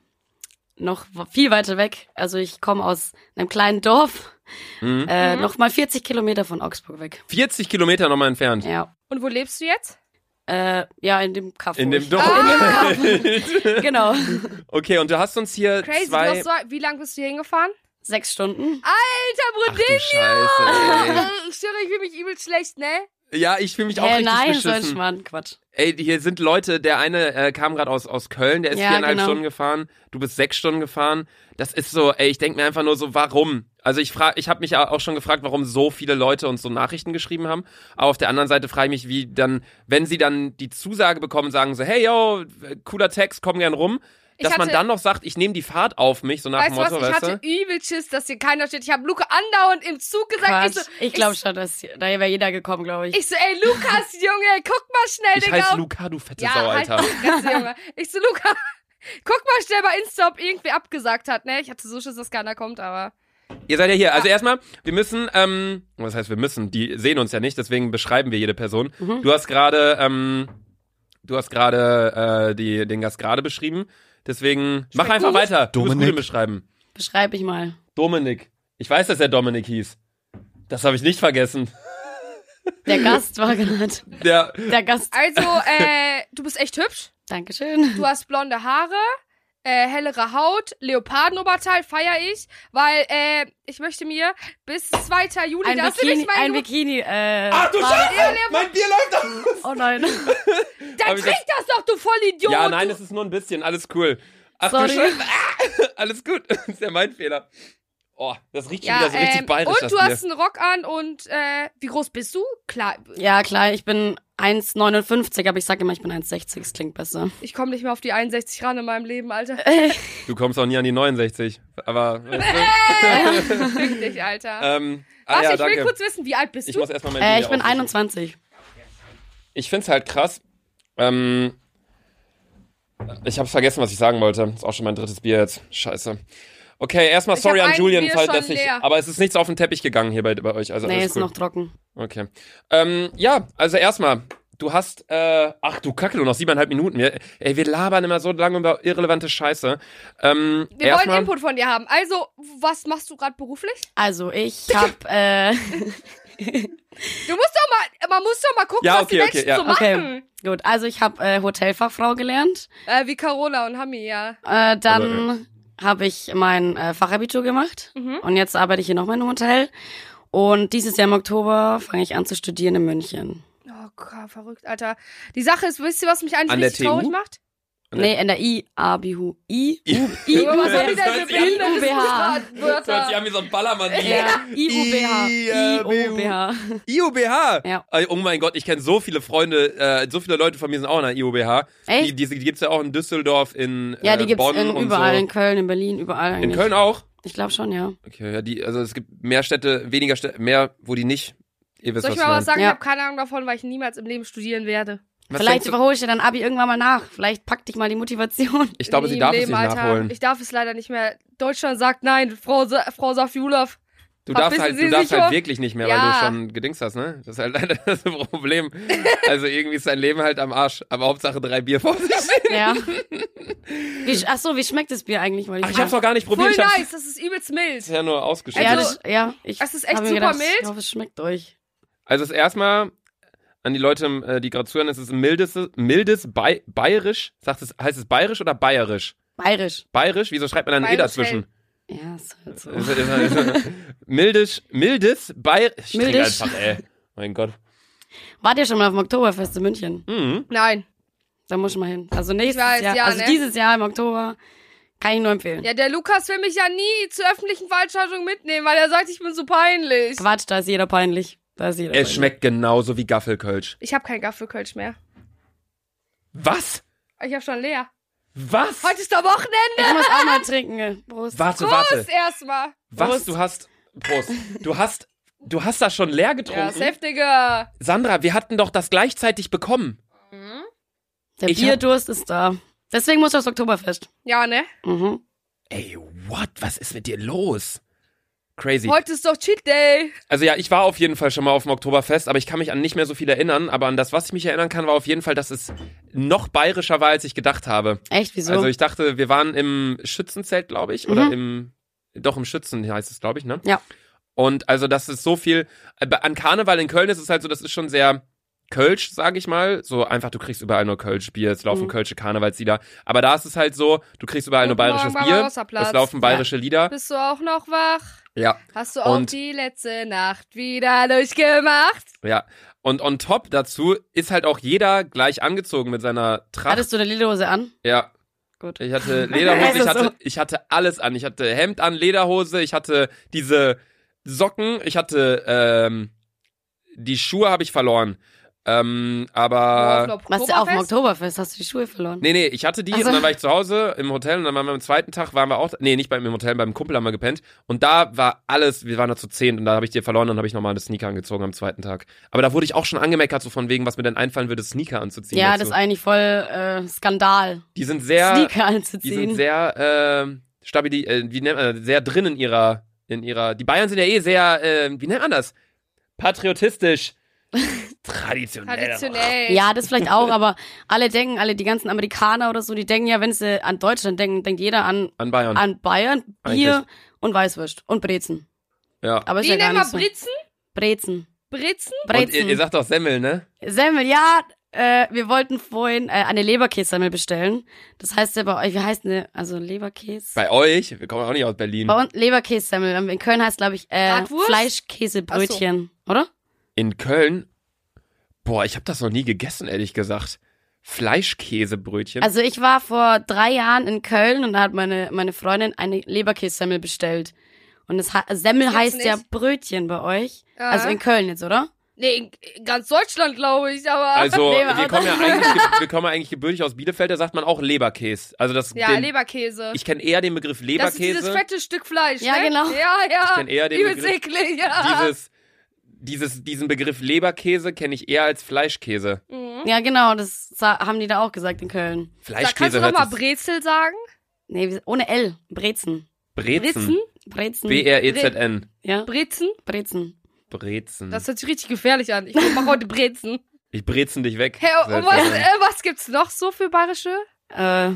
Speaker 6: noch w- viel weiter weg. Also ich komme aus einem kleinen Dorf,
Speaker 2: Mhm.
Speaker 6: äh,
Speaker 1: Mhm.
Speaker 6: nochmal 40 Kilometer von Augsburg weg.
Speaker 2: 40 Kilometer nochmal entfernt.
Speaker 6: Ja.
Speaker 1: Und wo lebst du jetzt?
Speaker 6: Äh, ja, in dem Kaffee.
Speaker 2: In dem Dorf.
Speaker 1: Ah,
Speaker 6: Genau.
Speaker 2: okay, und du hast uns hier
Speaker 1: crazy. Du
Speaker 2: Äh, zwei.
Speaker 1: hast so, wie lang bist du hier hingefahren?
Speaker 6: Sechs Stunden.
Speaker 1: Alter,
Speaker 2: Ach du
Speaker 1: Brudin.
Speaker 2: Scheiße.
Speaker 1: Äh, Ich schwöre, ich fühle mich übel schlecht, ne?
Speaker 2: Ey. Ja, ich fühle mich auch
Speaker 6: Hä,
Speaker 2: richtig
Speaker 6: Äh, nein, solch
Speaker 2: beschissen.
Speaker 6: Mann. Quatsch.
Speaker 2: Ey, hier sind Leute, der eine äh, kam gerade aus, aus Köln, der ist
Speaker 6: Ja,
Speaker 2: viereinhalb
Speaker 6: genau.
Speaker 2: Stunden gefahren, du bist sechs Stunden gefahren. Das ist so, ey, ich denk mir einfach nur so, warum? Also ich frage, ich habe mich ja auch schon gefragt, warum so viele Leute uns so Nachrichten geschrieben haben. Aber auf der anderen Seite frage ich mich, wie dann, wenn sie dann die Zusage bekommen, sagen so, hey yo, cooler Text, komm gern rum,
Speaker 1: Ich
Speaker 2: dass man
Speaker 1: hatte-
Speaker 2: dann noch sagt, ich nehme die Fahrt auf mich, so nach
Speaker 1: weißt
Speaker 2: dem
Speaker 1: du was?
Speaker 2: Motto,
Speaker 1: Ich
Speaker 2: weißt
Speaker 1: hatte
Speaker 2: du?
Speaker 1: übel Schiss, dass hier keiner steht. Ich habe Luca andauernd im Zug gesagt. Ich
Speaker 6: Quatsch.
Speaker 1: so,
Speaker 6: Ich glaube schon, dass da wäre jeder gekommen, glaube ich.
Speaker 1: Ich so, ey, Lukas, Junge, guck mal schnell,
Speaker 2: Ich
Speaker 1: Digga.
Speaker 2: heiße
Speaker 1: ob-
Speaker 2: Luca, du fette
Speaker 1: ja,
Speaker 2: Sau,
Speaker 1: halt
Speaker 2: Alter.
Speaker 1: die Fresse, Junge. Ich so, Luca, guck mal schnell bei Insta, ob irgendwer abgesagt hat, ne? Ich hatte so Schiss, dass keiner kommt, aber.
Speaker 2: Ihr seid ja hier. Also erstmal, wir müssen, ähm, was heißt wir müssen? Die sehen uns ja nicht, deswegen beschreiben wir jede Person. Du hast gerade, ähm, du hast gerade äh, die, den Gast gerade beschrieben. Deswegen mach einfach weiter. Du musst
Speaker 4: Dominik.
Speaker 2: gut beschreiben.
Speaker 6: Beschreibe ich mal.
Speaker 2: Dominik. Ich weiß, dass er Dominik hieß. Das habe ich nicht vergessen.
Speaker 6: Der Gast war genannt.
Speaker 2: Der,
Speaker 6: Der Gast.
Speaker 1: Also, äh, du bist echt hübsch.
Speaker 6: Dankeschön.
Speaker 1: Du hast blonde Haare, äh, hellere Haut, Leopardenoberteil feier ich, weil, äh, ich möchte mir bis 2. Juli,
Speaker 6: Ein
Speaker 1: da hast du
Speaker 6: Bikini,
Speaker 1: nicht Ah, mein
Speaker 6: ein
Speaker 1: Lu-
Speaker 6: Bikini, äh,
Speaker 2: Ach du
Speaker 6: war-
Speaker 2: Scheiße! Mein Bier läuft aus!
Speaker 6: Oh nein.
Speaker 1: Dann
Speaker 2: Aber ich-
Speaker 1: trink das doch, du Vollidiot!
Speaker 2: Ja, nein,
Speaker 1: du-
Speaker 2: es ist nur ein bisschen. Alles cool. Ach du
Speaker 6: Sorry.
Speaker 2: Scheiße. Ah, alles gut. Das ist ja mein Fehler. Oh, das riecht schon
Speaker 1: ja,
Speaker 2: wieder so richtig
Speaker 1: ähm,
Speaker 2: bayerisch. das
Speaker 1: Und du
Speaker 2: Bier.
Speaker 1: hast einen Rock an und, äh, wie groß bist du? Klar,
Speaker 6: Ja, klar, ich bin 1,59, aber ich sage immer, ich bin 1,60, das klingt besser.
Speaker 1: ich komme nicht mehr auf die 61 ran in meinem Leben, Alter.
Speaker 2: Du kommst auch nie an die 69. Aber. Weißt du?
Speaker 1: Fick dich, Alter.
Speaker 2: ähm, ah,
Speaker 1: Warte,
Speaker 2: ja,
Speaker 1: ich
Speaker 2: danke.
Speaker 1: will kurz wissen, wie alt bist
Speaker 2: ich
Speaker 1: du?
Speaker 2: muss erstmal mein
Speaker 6: Äh,
Speaker 2: Bier
Speaker 6: ich bin
Speaker 2: aufmachen.
Speaker 6: 21.
Speaker 2: Ich find's halt krass. Ähm, ich hab's vergessen, was ich sagen wollte. Ist auch schon mein drittes Bier jetzt. Scheiße. Okay, erstmal
Speaker 1: Ich
Speaker 2: sorry
Speaker 1: hab
Speaker 2: an
Speaker 1: ein
Speaker 2: Julian,
Speaker 1: Bier
Speaker 2: falls
Speaker 1: schon
Speaker 2: das nicht.
Speaker 1: leer.
Speaker 2: Aber es ist nichts auf den Teppich gegangen hier bei, bei euch. Also
Speaker 6: nee,
Speaker 2: alles
Speaker 6: ist
Speaker 2: cool.
Speaker 6: noch trocken.
Speaker 2: Okay. Ähm, ja, also erstmal, du hast, äh, ach du Kacke, du noch siebeneinhalb Minuten. Wir, ey, wir labern immer so lange über irrelevante Scheiße. Ähm,
Speaker 1: Wir wollen
Speaker 2: erstmal,
Speaker 1: Input von dir haben. Also, was machst du gerade beruflich?
Speaker 6: Also, ich hab, äh,
Speaker 1: Du musst doch mal, man muss doch mal gucken,
Speaker 2: Ja,
Speaker 1: was die
Speaker 2: okay,
Speaker 1: Menschen
Speaker 2: okay, ja.
Speaker 1: so
Speaker 6: Okay.
Speaker 1: machen.
Speaker 6: gut, also ich hab äh, Hotelfachfrau gelernt.
Speaker 1: Äh, wie Carola und Hami, ja.
Speaker 6: Äh,
Speaker 2: Aber,
Speaker 6: dann habe ich mein äh, Fachabitur gemacht
Speaker 1: Mhm.
Speaker 6: und jetzt arbeite ich hier nochmal in einem Hotel. Und dieses Jahr im Oktober fange ich an zu studieren in München.
Speaker 1: Oh Gott, verrückt, Alter. Die Sache ist, wisst ihr, was mich eigentlich
Speaker 2: An der
Speaker 1: richtig traurig
Speaker 2: TU?
Speaker 1: macht?
Speaker 6: Nee, in der I-A-B-H. I,
Speaker 2: I-
Speaker 6: U, I, U,
Speaker 1: Was haben die denn
Speaker 2: das hört
Speaker 1: für
Speaker 2: sich an-
Speaker 1: behindertes
Speaker 2: Das hört sich
Speaker 1: Wörter?
Speaker 2: an wie so ein Ballermann.
Speaker 6: Ja, I-U-B-H. I-O-B-H.
Speaker 2: IOBH.
Speaker 6: Ja.
Speaker 2: Äh, Oh mein Gott, ich kenne so viele Freunde, äh, so viele Leute von mir sind auch in der IOBH.
Speaker 6: Echt?
Speaker 2: Die, die, die gibt's ja auch in Düsseldorf, in
Speaker 6: Ja, die
Speaker 2: äh,
Speaker 6: gibt's
Speaker 2: Bonn
Speaker 6: in,
Speaker 2: und
Speaker 6: überall,
Speaker 2: so.
Speaker 6: in Köln, in Berlin, überall
Speaker 2: in
Speaker 6: eigentlich.
Speaker 2: Köln auch?
Speaker 6: Ich glaube schon, ja.
Speaker 2: Okay, ja, die, also es gibt mehr Städte, weniger Städte, mehr, wo die nicht. Ihr wisst,
Speaker 1: Soll ich
Speaker 2: was
Speaker 1: mal was
Speaker 2: ich meine.
Speaker 1: sagen?
Speaker 6: Ja.
Speaker 1: Ich habe keine Ahnung davon, weil ich niemals im Leben studieren werde.
Speaker 2: Was
Speaker 6: Vielleicht
Speaker 2: denkst du-
Speaker 6: überhole ich dir dann Abi irgendwann mal nach. Vielleicht packt dich mal die Motivation.
Speaker 2: ich glaube,
Speaker 1: Nie
Speaker 2: sie
Speaker 1: im
Speaker 2: darf es
Speaker 1: Leben,
Speaker 2: nicht
Speaker 1: Alter.
Speaker 2: nachholen.
Speaker 1: Ich darf es leider nicht mehr. Deutschland sagt nein, Frau, Sa Frau Safiulov.
Speaker 2: Du darfst
Speaker 1: Verpissen
Speaker 2: halt,
Speaker 1: Sie
Speaker 2: du darfst
Speaker 1: sich
Speaker 2: halt
Speaker 1: auf-
Speaker 2: wirklich nicht mehr,
Speaker 1: Ja.
Speaker 2: weil du schon gedingst hast, ne? Das ist halt leider das Problem. Also irgendwie ist dein Leben halt am Arsch. Aber Hauptsache drei Bier vor sich.
Speaker 6: ja. Wie, sch- ach so, wie schmeckt das Bier eigentlich? Wollte
Speaker 2: Ach,
Speaker 6: ich
Speaker 2: ich hab's
Speaker 6: fragen.
Speaker 2: noch gar nicht
Speaker 1: Voll
Speaker 2: probiert. Ich hab's
Speaker 1: nice, das ist übelst mild.
Speaker 2: bisher nur ausgeschüttet.
Speaker 6: ja,
Speaker 1: Also-
Speaker 6: das, ja, ich
Speaker 1: Es ist echt
Speaker 6: hab mir
Speaker 1: super
Speaker 6: gedacht, Ich
Speaker 1: mild.
Speaker 6: hoffe, es schmeckt euch.
Speaker 2: Also es ist erstmal an die Leute, äh, die gerade zuhören, es ist ein mildes, mildes Bay bayerisch. Sagt es, heißt es bayerisch oder bayerisch?
Speaker 6: Bayerisch.
Speaker 2: Bayerisch? Wieso schreibt man dann ein E
Speaker 1: Bayerisch
Speaker 2: dazwischen?
Speaker 6: Ja, ist halt so.
Speaker 2: Ist- ist- ist- Mildisch, mildes, bayerisch. Ich trinke
Speaker 6: Mildisch.
Speaker 2: einfach, ey. Mein Gott.
Speaker 6: Wart ihr schon mal auf dem Oktoberfest in München?
Speaker 2: Mhm.
Speaker 1: Nein.
Speaker 6: Da muss ich mal hin. Also nächstes
Speaker 1: weiß,
Speaker 6: Jahr,
Speaker 1: ja,
Speaker 6: also
Speaker 1: ne?
Speaker 6: dieses Jahr im Oktober, kann ich nur empfehlen.
Speaker 1: Ja, der Lukas will mich ja nie zu öffentlichen Veranstaltungen mitnehmen, weil er sagt, ich bin so peinlich.
Speaker 6: Quatsch, da ist jeder peinlich. Da ist jeder
Speaker 2: Es
Speaker 6: peinlich.
Speaker 2: schmeckt genauso wie Gaffelkölsch.
Speaker 1: Ich habe keinen Gaffelkölsch mehr.
Speaker 2: Was?
Speaker 1: Ich habe schon leer.
Speaker 2: Was?
Speaker 1: Heute ist der Wochenende
Speaker 6: Ich muss auch mal trinken. gell. Prost.
Speaker 2: Warte, warte.
Speaker 1: erstmal.
Speaker 2: Was?
Speaker 6: Prost.
Speaker 2: Du hast. Prost. Du hast. Du hast das schon leer
Speaker 1: Ja,
Speaker 2: getrunken.
Speaker 1: safe, Digga.
Speaker 2: Sandra, wir hatten doch das gleichzeitig bekommen.
Speaker 6: Der
Speaker 2: Ich hab-
Speaker 6: Bierdurst ist da. Deswegen muss ich aufs Oktoberfest.
Speaker 1: Ja, ne?
Speaker 6: Mhm.
Speaker 2: Ey, what? Was ist mit dir los? Crazy.
Speaker 1: Heute ist doch Cheat Day.
Speaker 2: Also ja, ich war auf jeden Fall schon mal auf dem Oktoberfest, aber ich kann mich an nicht mehr so viel erinnern. Aber an das, was ich mich erinnern kann, war auf jeden Fall, dass es noch bayerischer war, als ich gedacht habe.
Speaker 6: Echt, wieso? Mhm.
Speaker 2: Also ich dachte, wir waren im Schützenzelt, glaube ich, oder im, doch im Schützen heißt es, glaube ich, ne?
Speaker 6: Ja.
Speaker 2: Und also das ist so viel, aber an Karneval in Köln ist es halt so, das ist schon sehr Kölsch, sage ich mal. So einfach, du kriegst überall nur Kölsch-Bier, es laufen
Speaker 6: Mhm.
Speaker 2: Kölsche Karnevalslieder. Aber da ist es halt so, du kriegst überall nur
Speaker 1: Guten Morgen
Speaker 2: bayerisches
Speaker 1: beim
Speaker 2: Bier,
Speaker 1: Außerplatz.
Speaker 2: es laufen bayerische Lieder.
Speaker 1: Bist du auch noch wach?
Speaker 2: Ja.
Speaker 1: Hast du auch
Speaker 2: Und-
Speaker 1: die letzte Nacht wieder durchgemacht?
Speaker 2: Ja. Und on top dazu ist halt auch jeder gleich angezogen mit seiner Tracht.
Speaker 6: Hattest du eine Lederhose an?
Speaker 2: ja.
Speaker 6: Gut.
Speaker 2: Ich hatte Lederhose, ich
Speaker 6: Also so.
Speaker 2: hatte, ich hatte alles an. Ich hatte Hemd an, Lederhose, ich hatte diese Socken, ich hatte ähm, die Schuhe habe ich verloren. Ähm,
Speaker 1: Auf
Speaker 2: aber.
Speaker 1: dem
Speaker 6: Warst du auf dem
Speaker 1: Oktoberfest?
Speaker 6: Oktoberfest? Hast du die Schuhe verloren?
Speaker 2: Nee, nee, ich hatte die
Speaker 6: Also-
Speaker 2: und dann war ich zu Hause im Hotel und dann waren wir am zweiten Tag, waren wir auch, nee, nicht beim im Hotel, beim Kumpel haben wir gepennt und da war alles, wir waren da zu zehn und da habe ich dir verloren und habe ich nochmal eine Sneaker angezogen am zweiten Tag. Aber da wurde ich auch schon angemeckert, so von wegen, was mir denn einfallen würde, Sneaker anzuziehen.
Speaker 6: Ja, das
Speaker 2: dazu.
Speaker 6: ist eigentlich voll äh, Skandal,
Speaker 2: die sind sehr,
Speaker 6: Sneaker
Speaker 2: Die sind
Speaker 6: anzuziehen.
Speaker 2: sehr ähm, stabil, äh, wie nennt man das? sehr drin in ihrer, in ihrer. Die Bayern sind ja eh sehr, ähm, wie nennt man das? Patriotistisch. Traditionell.
Speaker 1: Traditionell.
Speaker 6: ja, das vielleicht auch, aber alle denken, alle die ganzen Amerikaner oder so, die denken ja, wenn sie an Deutschland denken, denkt jeder an,
Speaker 2: An Bayern.
Speaker 6: an Bayern,
Speaker 2: Eigentlich.
Speaker 6: Bier und Weißwurst und Brezen.
Speaker 2: ja.
Speaker 6: Aber ist
Speaker 1: Die
Speaker 6: ja gar
Speaker 1: nennen mal
Speaker 6: nicht so.
Speaker 1: Britzen.
Speaker 6: Brezen.
Speaker 1: Britzen?
Speaker 2: Und ihr,
Speaker 6: Brezen.
Speaker 2: ihr sagt doch Semmel, ne?
Speaker 6: Semmel, ja, äh, wir wollten vorhin äh, eine Leberkässemmel bestellen. Das heißt ja bei euch, wie heißt eine, also Leberkäse?
Speaker 2: Bei euch. Wir kommen auch nicht aus Berlin.
Speaker 6: Bei uns Leberkässemmel. In Köln heißt, glaube ich, äh,
Speaker 1: Bratwurst?
Speaker 6: Fleischkäsebrötchen, oder?
Speaker 2: In Köln. Boah, ich habe das noch nie gegessen, ehrlich gesagt. Fleischkäsebrötchen.
Speaker 6: Also ich war vor drei Jahren in Köln und da hat meine, meine Freundin eine Leberkässemmel bestellt. Und das ha Semmel
Speaker 1: Jetzt
Speaker 6: heißt ja
Speaker 1: nicht. Ah.
Speaker 6: Brötchen bei euch.
Speaker 1: Ja.
Speaker 6: Also in Köln jetzt, oder?
Speaker 1: Nee, in- in ganz Deutschland, glaube ich, aber.
Speaker 2: Also,
Speaker 6: Nee,
Speaker 2: wir
Speaker 6: aber-
Speaker 2: kommen ja eigentlich, ge- wir kommen ja eigentlich gebürtig aus Bielefeld, da sagt man auch Leberkäse. Also das,
Speaker 1: ja,
Speaker 2: den,
Speaker 1: Leberkäse.
Speaker 2: ich kenne eher den Begriff
Speaker 1: das ist
Speaker 2: Leberkäse.
Speaker 1: dieses fette Stück Fleisch.
Speaker 6: Ja,
Speaker 1: ne?
Speaker 6: genau.
Speaker 1: Ja, ja.
Speaker 2: Ich kenn eher den
Speaker 1: Übelst
Speaker 2: Begriff-
Speaker 1: eklig, ja.
Speaker 2: dieses, dieses, diesen Begriff Leberkäse kenne ich eher als Fleischkäse.
Speaker 1: mhm.
Speaker 6: Ja, genau, das sa- haben die da auch gesagt in
Speaker 1: Da
Speaker 6: Köln.
Speaker 1: kannst
Speaker 2: Fleischkäse
Speaker 1: du noch mal
Speaker 2: hört sich-
Speaker 1: Brezel sagen?
Speaker 6: Nee, wie- ohne L. Brezen.
Speaker 1: Britzen?
Speaker 2: Brezen.
Speaker 1: Hm,
Speaker 6: Brezen.
Speaker 2: E B-R-E-Z-N.
Speaker 6: ja,
Speaker 1: Brezen?
Speaker 6: Brezen.
Speaker 2: Brezen.
Speaker 1: Das hört sich richtig gefährlich an. Ich mach heute Brezen.
Speaker 2: Ich brezen dich weg.
Speaker 1: Hey, und was,
Speaker 2: Selbstverständlich.
Speaker 1: äh, was gibt's noch so für bayerische?
Speaker 6: Äh,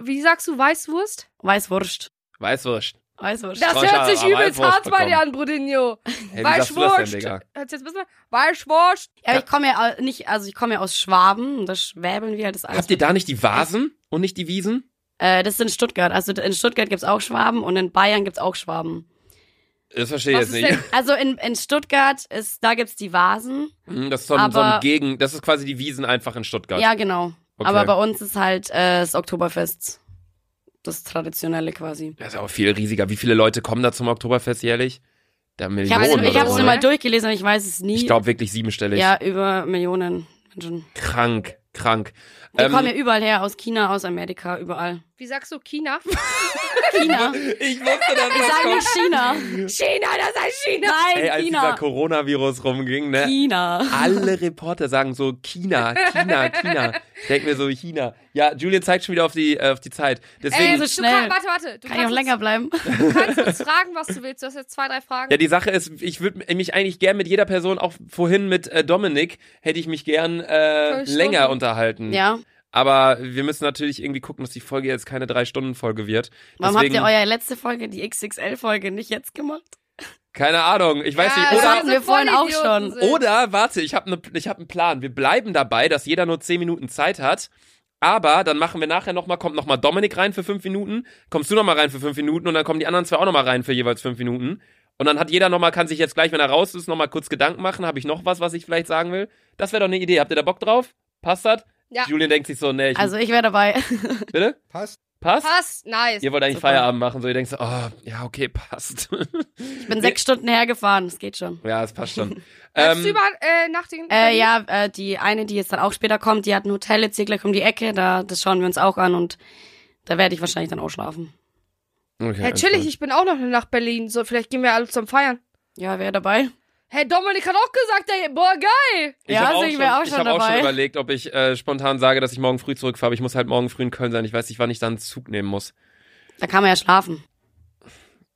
Speaker 1: Wie sagst du, Weißwurst?
Speaker 6: Weißwurst.
Speaker 2: Weißwurst.
Speaker 6: Weißwurst.
Speaker 1: Das
Speaker 2: Soll ich
Speaker 1: hört sich
Speaker 2: aber
Speaker 1: übelst
Speaker 2: Weißwurst
Speaker 1: hart bei dir
Speaker 2: bekommen?
Speaker 1: an, Brudinho.
Speaker 2: Hey, wie sagst du das
Speaker 1: Weißwurst.
Speaker 2: denn, Digga?
Speaker 1: Hört's jetzt besser? Weißwurst.
Speaker 6: ja, aber ich komme ja au- nicht, also ich komme ja aus Schwaben und da schwäbeln wir halt das alles.
Speaker 2: Habt ihr da nicht die Vasen und nicht die Wiesen?
Speaker 6: Äh, das ist in Stuttgart. Also in Stuttgart gibt's auch Schwaben und in Bayern gibt's auch Schwaben.
Speaker 2: Das verstehe ich
Speaker 1: Was ist
Speaker 2: jetzt nicht.
Speaker 6: Also in, in Stuttgart ist, da gibt's die Vasen.
Speaker 2: Hm, Das ist so ein, so ein
Speaker 6: Aber-
Speaker 2: Gegen, das ist quasi die Wiesen einfach in Stuttgart.
Speaker 6: Ja, genau.
Speaker 2: Okay.
Speaker 6: Aber bei uns ist halt äh, das Oktoberfest. Das Traditionelle quasi.
Speaker 2: das ist aber viel riesiger. Wie viele Leute kommen da zum Oktoberfest jährlich? Da
Speaker 6: Ich habe
Speaker 2: Millionen
Speaker 1: hab's-
Speaker 2: oder
Speaker 6: es
Speaker 1: hab's
Speaker 2: so,
Speaker 6: nur
Speaker 2: ne?
Speaker 6: mal durchgelesen, aber ich weiß es nie.
Speaker 2: Ich glaube wirklich siebenstellig.
Speaker 6: ja, über Millionen Menschen.
Speaker 2: Krank, krank.
Speaker 6: Die
Speaker 2: Ähm,
Speaker 6: kommen ja überall her, aus China, aus Amerika, überall.
Speaker 1: Wie sagst du China?
Speaker 6: China.
Speaker 2: ich wusste, dass
Speaker 6: Ich
Speaker 2: das
Speaker 6: sage
Speaker 2: kommt.
Speaker 6: nicht China.
Speaker 1: China, das heißt China.
Speaker 6: Nein,
Speaker 2: Ey, als dieser
Speaker 6: China.
Speaker 2: Coronavirus rumging, ne?
Speaker 6: China.
Speaker 2: Alle Reporter sagen so China, China, China. Ich denk mir so China. Ja, Julian zeigt schon wieder auf die, äh, auf die Zeit. Deswegen,
Speaker 1: Ey,
Speaker 6: so
Speaker 1: du
Speaker 6: schnell.
Speaker 1: Kann, warte, warte. Du
Speaker 6: Kann ich
Speaker 1: kannst
Speaker 6: auch länger
Speaker 1: uns,
Speaker 6: bleiben?
Speaker 1: Du kannst uns fragen, was du willst. Du hast jetzt zwei, drei Fragen.
Speaker 2: ja, die Sache ist, ich würde mich eigentlich gern mit jeder Person, auch vorhin mit äh, Dominik, hätte ich mich gern äh,
Speaker 1: Fünf Stunden.
Speaker 2: länger unterhalten.
Speaker 6: Ja.
Speaker 2: Aber wir müssen natürlich irgendwie gucken, dass die Folge jetzt keine Drei-Stunden-Folge wird.
Speaker 6: Warum
Speaker 2: Deswegen,
Speaker 6: habt ihr eure letzte Folge, die XXL-Folge, nicht jetzt gemacht?
Speaker 2: keine Ahnung, ich weiß
Speaker 1: Ja,
Speaker 2: nicht.
Speaker 1: das
Speaker 2: Oder,
Speaker 6: hatten wir vorhin auch schon.
Speaker 1: Vollidioten sind.
Speaker 2: Oder warte, ich habe ne, ich hab einen Plan. Wir bleiben dabei, dass jeder nur 10 Minuten Zeit hat. Aber dann machen wir nachher nochmal, kommt nochmal Dominik rein für 5 Minuten, kommst du nochmal rein für 5 Minuten und dann kommen die anderen zwei auch nochmal rein für jeweils 5 Minuten. Und dann hat jeder nochmal, kann sich jetzt gleich, wenn er raus ist, nochmal kurz Gedanken machen. Habe ich noch was, was ich vielleicht sagen will? Das wäre doch eine Idee. Habt ihr da Bock drauf? Passt das?
Speaker 1: Ja.
Speaker 2: Julian denkt sich so, nee, ich,
Speaker 6: Also ich wäre dabei.
Speaker 2: bitte?
Speaker 4: Passt.
Speaker 2: Passt?
Speaker 1: Passt, nice.
Speaker 2: Ihr wollt eigentlich
Speaker 6: Super.
Speaker 2: Feierabend machen, so ihr denkt so, oh, ja, okay, passt.
Speaker 6: Ich bin sechs Stunden hergefahren, das geht schon.
Speaker 2: ja, es passt schon.
Speaker 1: Bleibst du
Speaker 2: ähm,
Speaker 1: über äh, nach den
Speaker 6: Äh, ja, äh, die eine, die jetzt dann auch später kommt, die hat ein Hotel jetzt hier gleich um die Ecke, da, das schauen wir uns auch an und da werde ich wahrscheinlich dann auch schlafen.
Speaker 2: okay,
Speaker 1: Natürlich, ich bin auch noch nach Berlin. So, vielleicht gehen wir alle zum Feiern.
Speaker 6: Ja, wer dabei?
Speaker 1: Hey, Dominik hat auch gesagt, ey, boah, geil.
Speaker 2: Ich
Speaker 6: Ja,
Speaker 2: hab
Speaker 6: also
Speaker 2: auch
Speaker 6: ich
Speaker 2: schon-
Speaker 6: wär auch
Speaker 2: ich
Speaker 6: schon
Speaker 2: hab auch schon
Speaker 6: dabei.
Speaker 2: überlegt, ob ich äh, spontan sage, dass ich morgen früh zurückfahre. aber Ich muss halt morgen früh in Köln sein. Ich weiß nicht, wann ich dann einen Zug nehmen muss.
Speaker 6: Da kann man ja schlafen.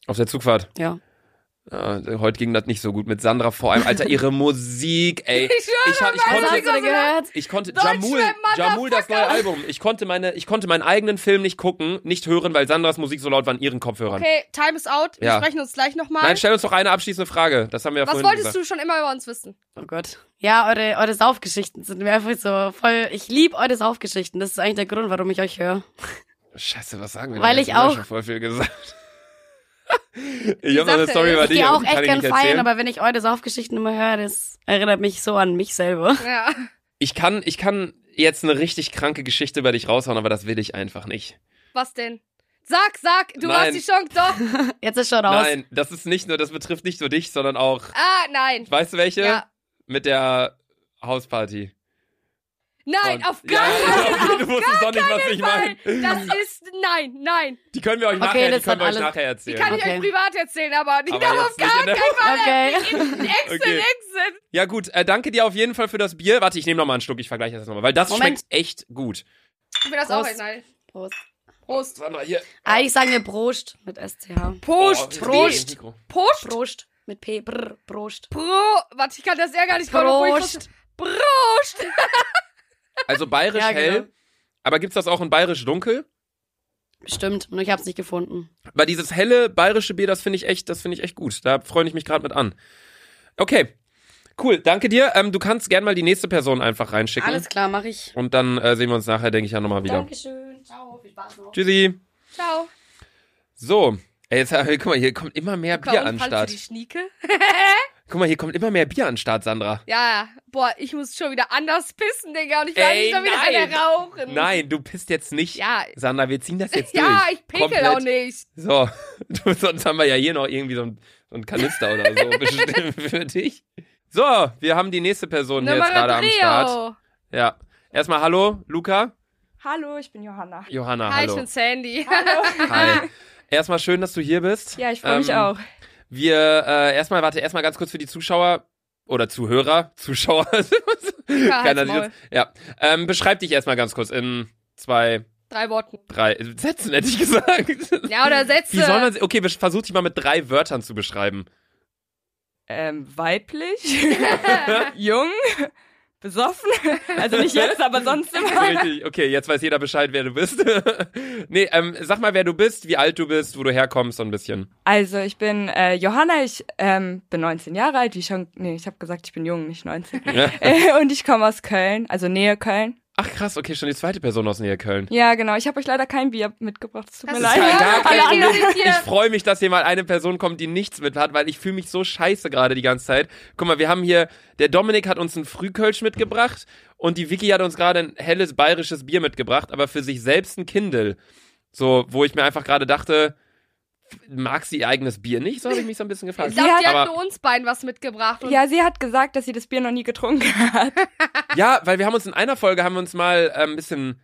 Speaker 2: Auf der Zugfahrt.
Speaker 6: Ja.
Speaker 2: Äh, heute ging das nicht so gut mit Sandra vor allem. Alter, ihre Musik, ey.
Speaker 1: Ich schwöre,
Speaker 2: ich, hab- ich
Speaker 1: Mann,
Speaker 6: Also hast du
Speaker 2: konnte,
Speaker 6: denn gehört?
Speaker 2: ich konnte
Speaker 1: Deutschrap,
Speaker 2: Jamul, Jamul das neue Album. Ich konnte meine, ich konnte meinen eigenen Film nicht gucken, nicht hören, weil Sandras Musik so laut war in ihren Kopfhörern.
Speaker 1: Okay, time is out. Wir
Speaker 2: Ja.
Speaker 1: sprechen uns gleich nochmal.
Speaker 2: Nein, stell uns doch eine abschließende Frage. Das haben wir ja
Speaker 1: Was
Speaker 2: vorhin
Speaker 1: wolltest du
Speaker 2: gesagt.
Speaker 1: schon immer über uns wissen?
Speaker 6: Oh Gott. Ja, eure, eure Saufgeschichten sind mir einfach so voll. Ich liebe eure Saufgeschichten. Das ist eigentlich der Grund, warum ich euch höre.
Speaker 2: Scheiße, was sagen wir
Speaker 6: Weil
Speaker 2: denn?
Speaker 6: ich
Speaker 2: Jetzt haben wir
Speaker 6: auch-
Speaker 2: schon voll viel gesagt. ich habe
Speaker 1: sagte,
Speaker 2: eine Story
Speaker 1: ich
Speaker 2: über
Speaker 6: Ich
Speaker 2: dich.
Speaker 6: gehe auch
Speaker 2: kann
Speaker 6: echt
Speaker 2: ich
Speaker 6: gern
Speaker 2: nicht
Speaker 6: feiern,
Speaker 2: erzählen.
Speaker 6: aber wenn ich eure Saufgeschichten immer höre, das erinnert mich so an mich selber.
Speaker 1: Ja.
Speaker 2: Ich kann, ich kann jetzt eine richtig kranke Geschichte über dich raushauen, aber das will ich einfach nicht.
Speaker 1: Was denn? Sag, sag, du hast
Speaker 2: Nein.
Speaker 1: die Chance, doch.
Speaker 6: Jetzt ist schon raus.
Speaker 2: Nein, das ist nicht nur, das betrifft nicht nur dich, sondern auch,
Speaker 1: Ah, nein.
Speaker 2: weißt du welche?
Speaker 1: Ja.
Speaker 2: Mit der Hausparty.
Speaker 1: Nein,
Speaker 2: Und-
Speaker 1: auf
Speaker 2: ja,
Speaker 1: gar keinen
Speaker 2: Fall. Du wusstest doch nicht, was ich meine.
Speaker 1: Fall. Das ist, nein, nein.
Speaker 2: Die können wir euch
Speaker 6: Okay,
Speaker 2: nachher, die
Speaker 6: das
Speaker 2: können wir
Speaker 6: hat
Speaker 2: euch
Speaker 6: alles-
Speaker 2: nachher
Speaker 1: Die
Speaker 2: erzählen.
Speaker 1: kann ich
Speaker 6: Okay.
Speaker 1: euch privat erzählen, aber die
Speaker 2: Aber
Speaker 1: darf
Speaker 2: jetzt
Speaker 1: auf gar
Speaker 2: nicht in der-
Speaker 1: keinen Fall.
Speaker 6: Okay.
Speaker 1: Exit,
Speaker 2: Okay.
Speaker 1: exit.
Speaker 2: Ja gut, äh, danke dir auf jeden Fall für das Bier. Warte, ich nehme nochmal einen Schluck, ich vergleiche das nochmal, weil das
Speaker 6: Moment.
Speaker 2: schmeckt echt gut.
Speaker 1: Ich will das
Speaker 6: Prost.
Speaker 1: auch ein, nein.
Speaker 6: Prost. Ah,
Speaker 1: Prost.
Speaker 2: Sandra, hier. Oh,
Speaker 6: Eigentlich sagen wir Prost mit SCH.
Speaker 1: Prost, Prost.
Speaker 2: Mikro.
Speaker 1: Prost.
Speaker 6: Prost mit P. Brr, Prost.
Speaker 1: Pro. Warte, ich kann das ja gar nicht gerade ruhig
Speaker 6: Prost.
Speaker 1: Prost.
Speaker 2: Also bayerisch
Speaker 6: Ja, genau.
Speaker 2: hell, aber gibt's das auch in bayerisch dunkel?
Speaker 6: Stimmt, nur ich hab's nicht gefunden.
Speaker 2: Aber dieses helle bayerische Bier, das finde ich echt, das finde ich echt gut. Da freue ich mich gerade mit an. Okay. Cool, danke dir. Ähm, du kannst gern mal die nächste Person einfach reinschicken.
Speaker 6: Alles klar, mache ich.
Speaker 2: Und dann äh, sehen wir uns nachher, denke ich, ja nochmal wieder.
Speaker 6: Dankeschön. Ciao, viel Spaß noch.
Speaker 2: Tschüssi.
Speaker 1: Ciao.
Speaker 2: So. Ey, jetzt, äh, guck mal, hier kommt immer mehr Bier an den
Speaker 1: Fandst
Speaker 2: Start.
Speaker 1: du die Schnieke?
Speaker 2: Guck mal, hier kommt immer mehr Bier an den Start, Sandra.
Speaker 1: Ja, boah, ich muss schon wieder anders pissen, Digga. Und ich werde
Speaker 2: Ey,
Speaker 1: nicht schon wieder
Speaker 2: nein.
Speaker 1: eine
Speaker 6: Ähm.
Speaker 1: rauchen.
Speaker 2: Nein, du pisst jetzt nicht.
Speaker 1: Ja.
Speaker 2: Sandra, wir ziehen das jetzt durch.
Speaker 1: Ja, ich pinkel
Speaker 2: Komplett.
Speaker 1: auch nicht.
Speaker 2: So, du, sonst haben wir ja hier noch irgendwie so ein, so ein Kanister oder so bestimmt für dich. So, wir haben die nächste Person hier jetzt gerade am Start. Ja. Erstmal hallo, Luca.
Speaker 7: Hallo, ich bin Johanna.
Speaker 2: Johanna,
Speaker 1: Hi, ich
Speaker 2: hallo.
Speaker 1: bin Sandy.
Speaker 2: Hi. Erstmal schön, dass du hier bist.
Speaker 7: Ja, ich freue mich
Speaker 2: Ähm,
Speaker 7: auch.
Speaker 2: Wir, äh, erstmal, warte, erstmal ganz kurz für die Zuschauer oder Zuhörer, Zuschauer. Keiner
Speaker 1: halt's
Speaker 2: sieht uns. Ja. Ähm, beschreib dich erstmal ganz kurz in zwei,
Speaker 1: Drei Worten.
Speaker 2: drei Sätzen, hätte ich gesagt.
Speaker 1: Ja, oder Sätze.
Speaker 2: Wie soll man, okay, besch- versuch dich mal mit drei Wörtern zu beschreiben.
Speaker 7: Ähm, weiblich, jung, besoffen. Also nicht jetzt, aber sonst
Speaker 2: So
Speaker 7: immer.
Speaker 2: Richtig, okay, jetzt weiß jeder Bescheid, wer du bist. nee, ähm, sag mal, wer du bist, wie alt du bist, wo du herkommst, so ein bisschen.
Speaker 7: Also ich bin äh, Johanna, ich ähm, bin 19 Jahre alt. Wie schon, nee, ich habe gesagt, ich bin jung, nicht 19.
Speaker 2: Ja.
Speaker 7: Äh, Und ich komme aus Köln, also Nähe Köln.
Speaker 2: Ach krass, okay, schon die zweite Person aus Niederköln.
Speaker 7: Ja, genau. Ich habe euch leider kein Bier mitgebracht. Es tut
Speaker 1: Hast
Speaker 7: mir
Speaker 1: du's gehört?
Speaker 7: leid.
Speaker 2: Gar kein
Speaker 1: Alle
Speaker 2: Problem.
Speaker 1: anderen sind
Speaker 2: Ich
Speaker 1: hier.
Speaker 2: freue mich, dass hier mal eine Person kommt, die nichts mit hat, weil ich fühle mich so scheiße gerade die ganze Zeit. Guck mal, wir haben hier, der Dominik hat uns einen Frühkölsch mitgebracht und die Vicky hat uns gerade ein helles bayerisches Bier mitgebracht, aber für sich selbst ein Kindle. So, wo ich mir einfach gerade dachte, mag sie ihr eigenes Bier nicht? So habe ich mich so ein bisschen gefragt.
Speaker 1: Ich glaube, die
Speaker 2: Aber-
Speaker 1: hat nur uns beiden was mitgebracht. Und
Speaker 7: Ja, sie hat gesagt, dass sie das Bier noch nie getrunken hat.
Speaker 2: Ja, weil wir haben uns in einer Folge haben wir uns mal äh, ein bisschen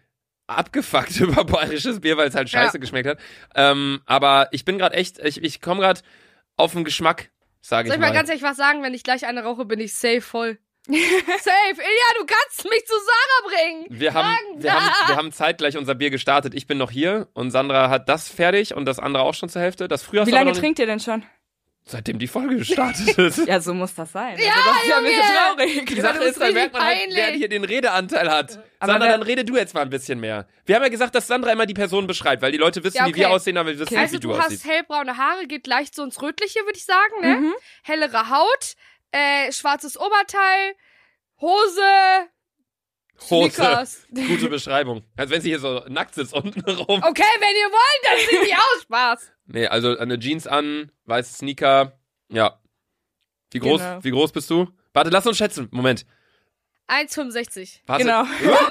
Speaker 2: abgefuckt über bayerisches Bier, weil es halt scheiße
Speaker 1: Ja.
Speaker 2: geschmeckt hat. Ähm, aber ich bin gerade echt, ich, ich komme gerade auf den Geschmack, sage ich,
Speaker 1: Soll ich mal ganz ehrlich was sagen? Wenn ich gleich eine rauche, bin ich safe voll. safe. Ilja, du kannst mich zu Sarah bringen.
Speaker 2: wir haben,
Speaker 1: Fragen
Speaker 2: wir,
Speaker 1: da.
Speaker 2: haben, wir haben zeitgleich unser Bier gestartet. Ich bin noch hier und Sandra hat das fertig und das andere auch schon zur Hälfte. Das früher hast
Speaker 7: Wie
Speaker 2: du aber
Speaker 7: lange
Speaker 2: noch-
Speaker 7: trinkt ihr denn schon?
Speaker 2: Seitdem die Folge gestartet ist.
Speaker 7: Ja, so muss das sein. Ja, also, das ist ja ein bisschen
Speaker 2: Die
Speaker 7: traurig.
Speaker 2: Sache
Speaker 1: das
Speaker 2: ist,
Speaker 1: ist
Speaker 2: dann
Speaker 1: richtig
Speaker 2: merkt man halt, wer
Speaker 1: peinlich.
Speaker 2: hier den Redeanteil hat.
Speaker 7: Aber
Speaker 2: Sandra,
Speaker 7: wer-
Speaker 2: dann rede du jetzt mal ein bisschen mehr. Wir haben ja gesagt, dass Sandra immer die Person beschreibt, weil die Leute wissen,
Speaker 1: Ja,
Speaker 2: wie wir
Speaker 1: okay.
Speaker 2: aussehen, aber wir wissen
Speaker 1: Also
Speaker 2: nicht, wie du,
Speaker 1: du
Speaker 2: aussiehst.
Speaker 1: hast hellbraune Haare, geht leicht so ins Rötliche, würde ich sagen. Ne?
Speaker 7: Mhm.
Speaker 1: Hellere Haut, äh, schwarzes Oberteil, Hose,
Speaker 2: Hose.
Speaker 1: Sneakers.
Speaker 2: Gute Beschreibung. Als wenn sie hier so nackt sitzt unten rum.
Speaker 1: Okay, wenn ihr wollt, dann sehe ich aus. Spaß.
Speaker 2: Nee, also eine Jeans an, weiße Sneaker. Ja. Wie groß,
Speaker 7: Genau.
Speaker 2: wie groß bist du? Warte, lass uns schätzen. Moment.
Speaker 1: 1,65.
Speaker 2: Warte.
Speaker 7: Genau.
Speaker 2: Oh mein Gott, Digga!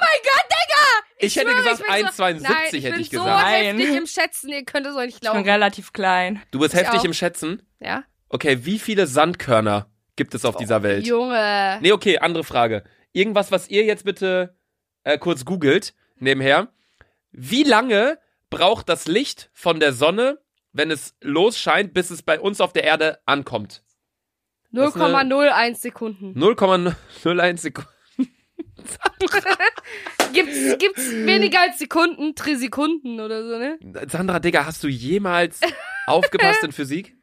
Speaker 2: Ich, hätte
Speaker 1: schwöre,
Speaker 2: gesagt
Speaker 1: bin so-
Speaker 2: 1,72
Speaker 1: Nein,
Speaker 2: hätte ich,
Speaker 1: bin so
Speaker 2: gesagt.
Speaker 7: Nein.
Speaker 1: heftig im Schätzen, ihr könnt es euch nicht
Speaker 7: Ich bin
Speaker 1: glauben.
Speaker 7: relativ klein.
Speaker 2: Du bist
Speaker 1: Ich
Speaker 2: heftig
Speaker 1: auch.
Speaker 2: im Schätzen.
Speaker 1: Ja? Oh,
Speaker 2: Okay, wie viele Sandkörner gibt es auf dieser Welt?
Speaker 1: Junge.
Speaker 2: Nee, okay, andere Frage. Irgendwas, was ihr jetzt bitte äh, kurz googelt, nebenher. Wie lange braucht das Licht von der Sonne, wenn es losscheint, bis es bei uns auf der Erde ankommt? das ist eine-
Speaker 1: 0,01 Sekunden.
Speaker 2: 0,01 Sekunden.
Speaker 1: Gibt's, gibt's weniger als Sekunden, Trisekunden oder so, ne?
Speaker 2: Sandra, Digga, hast du jemals aufgepasst in Physik?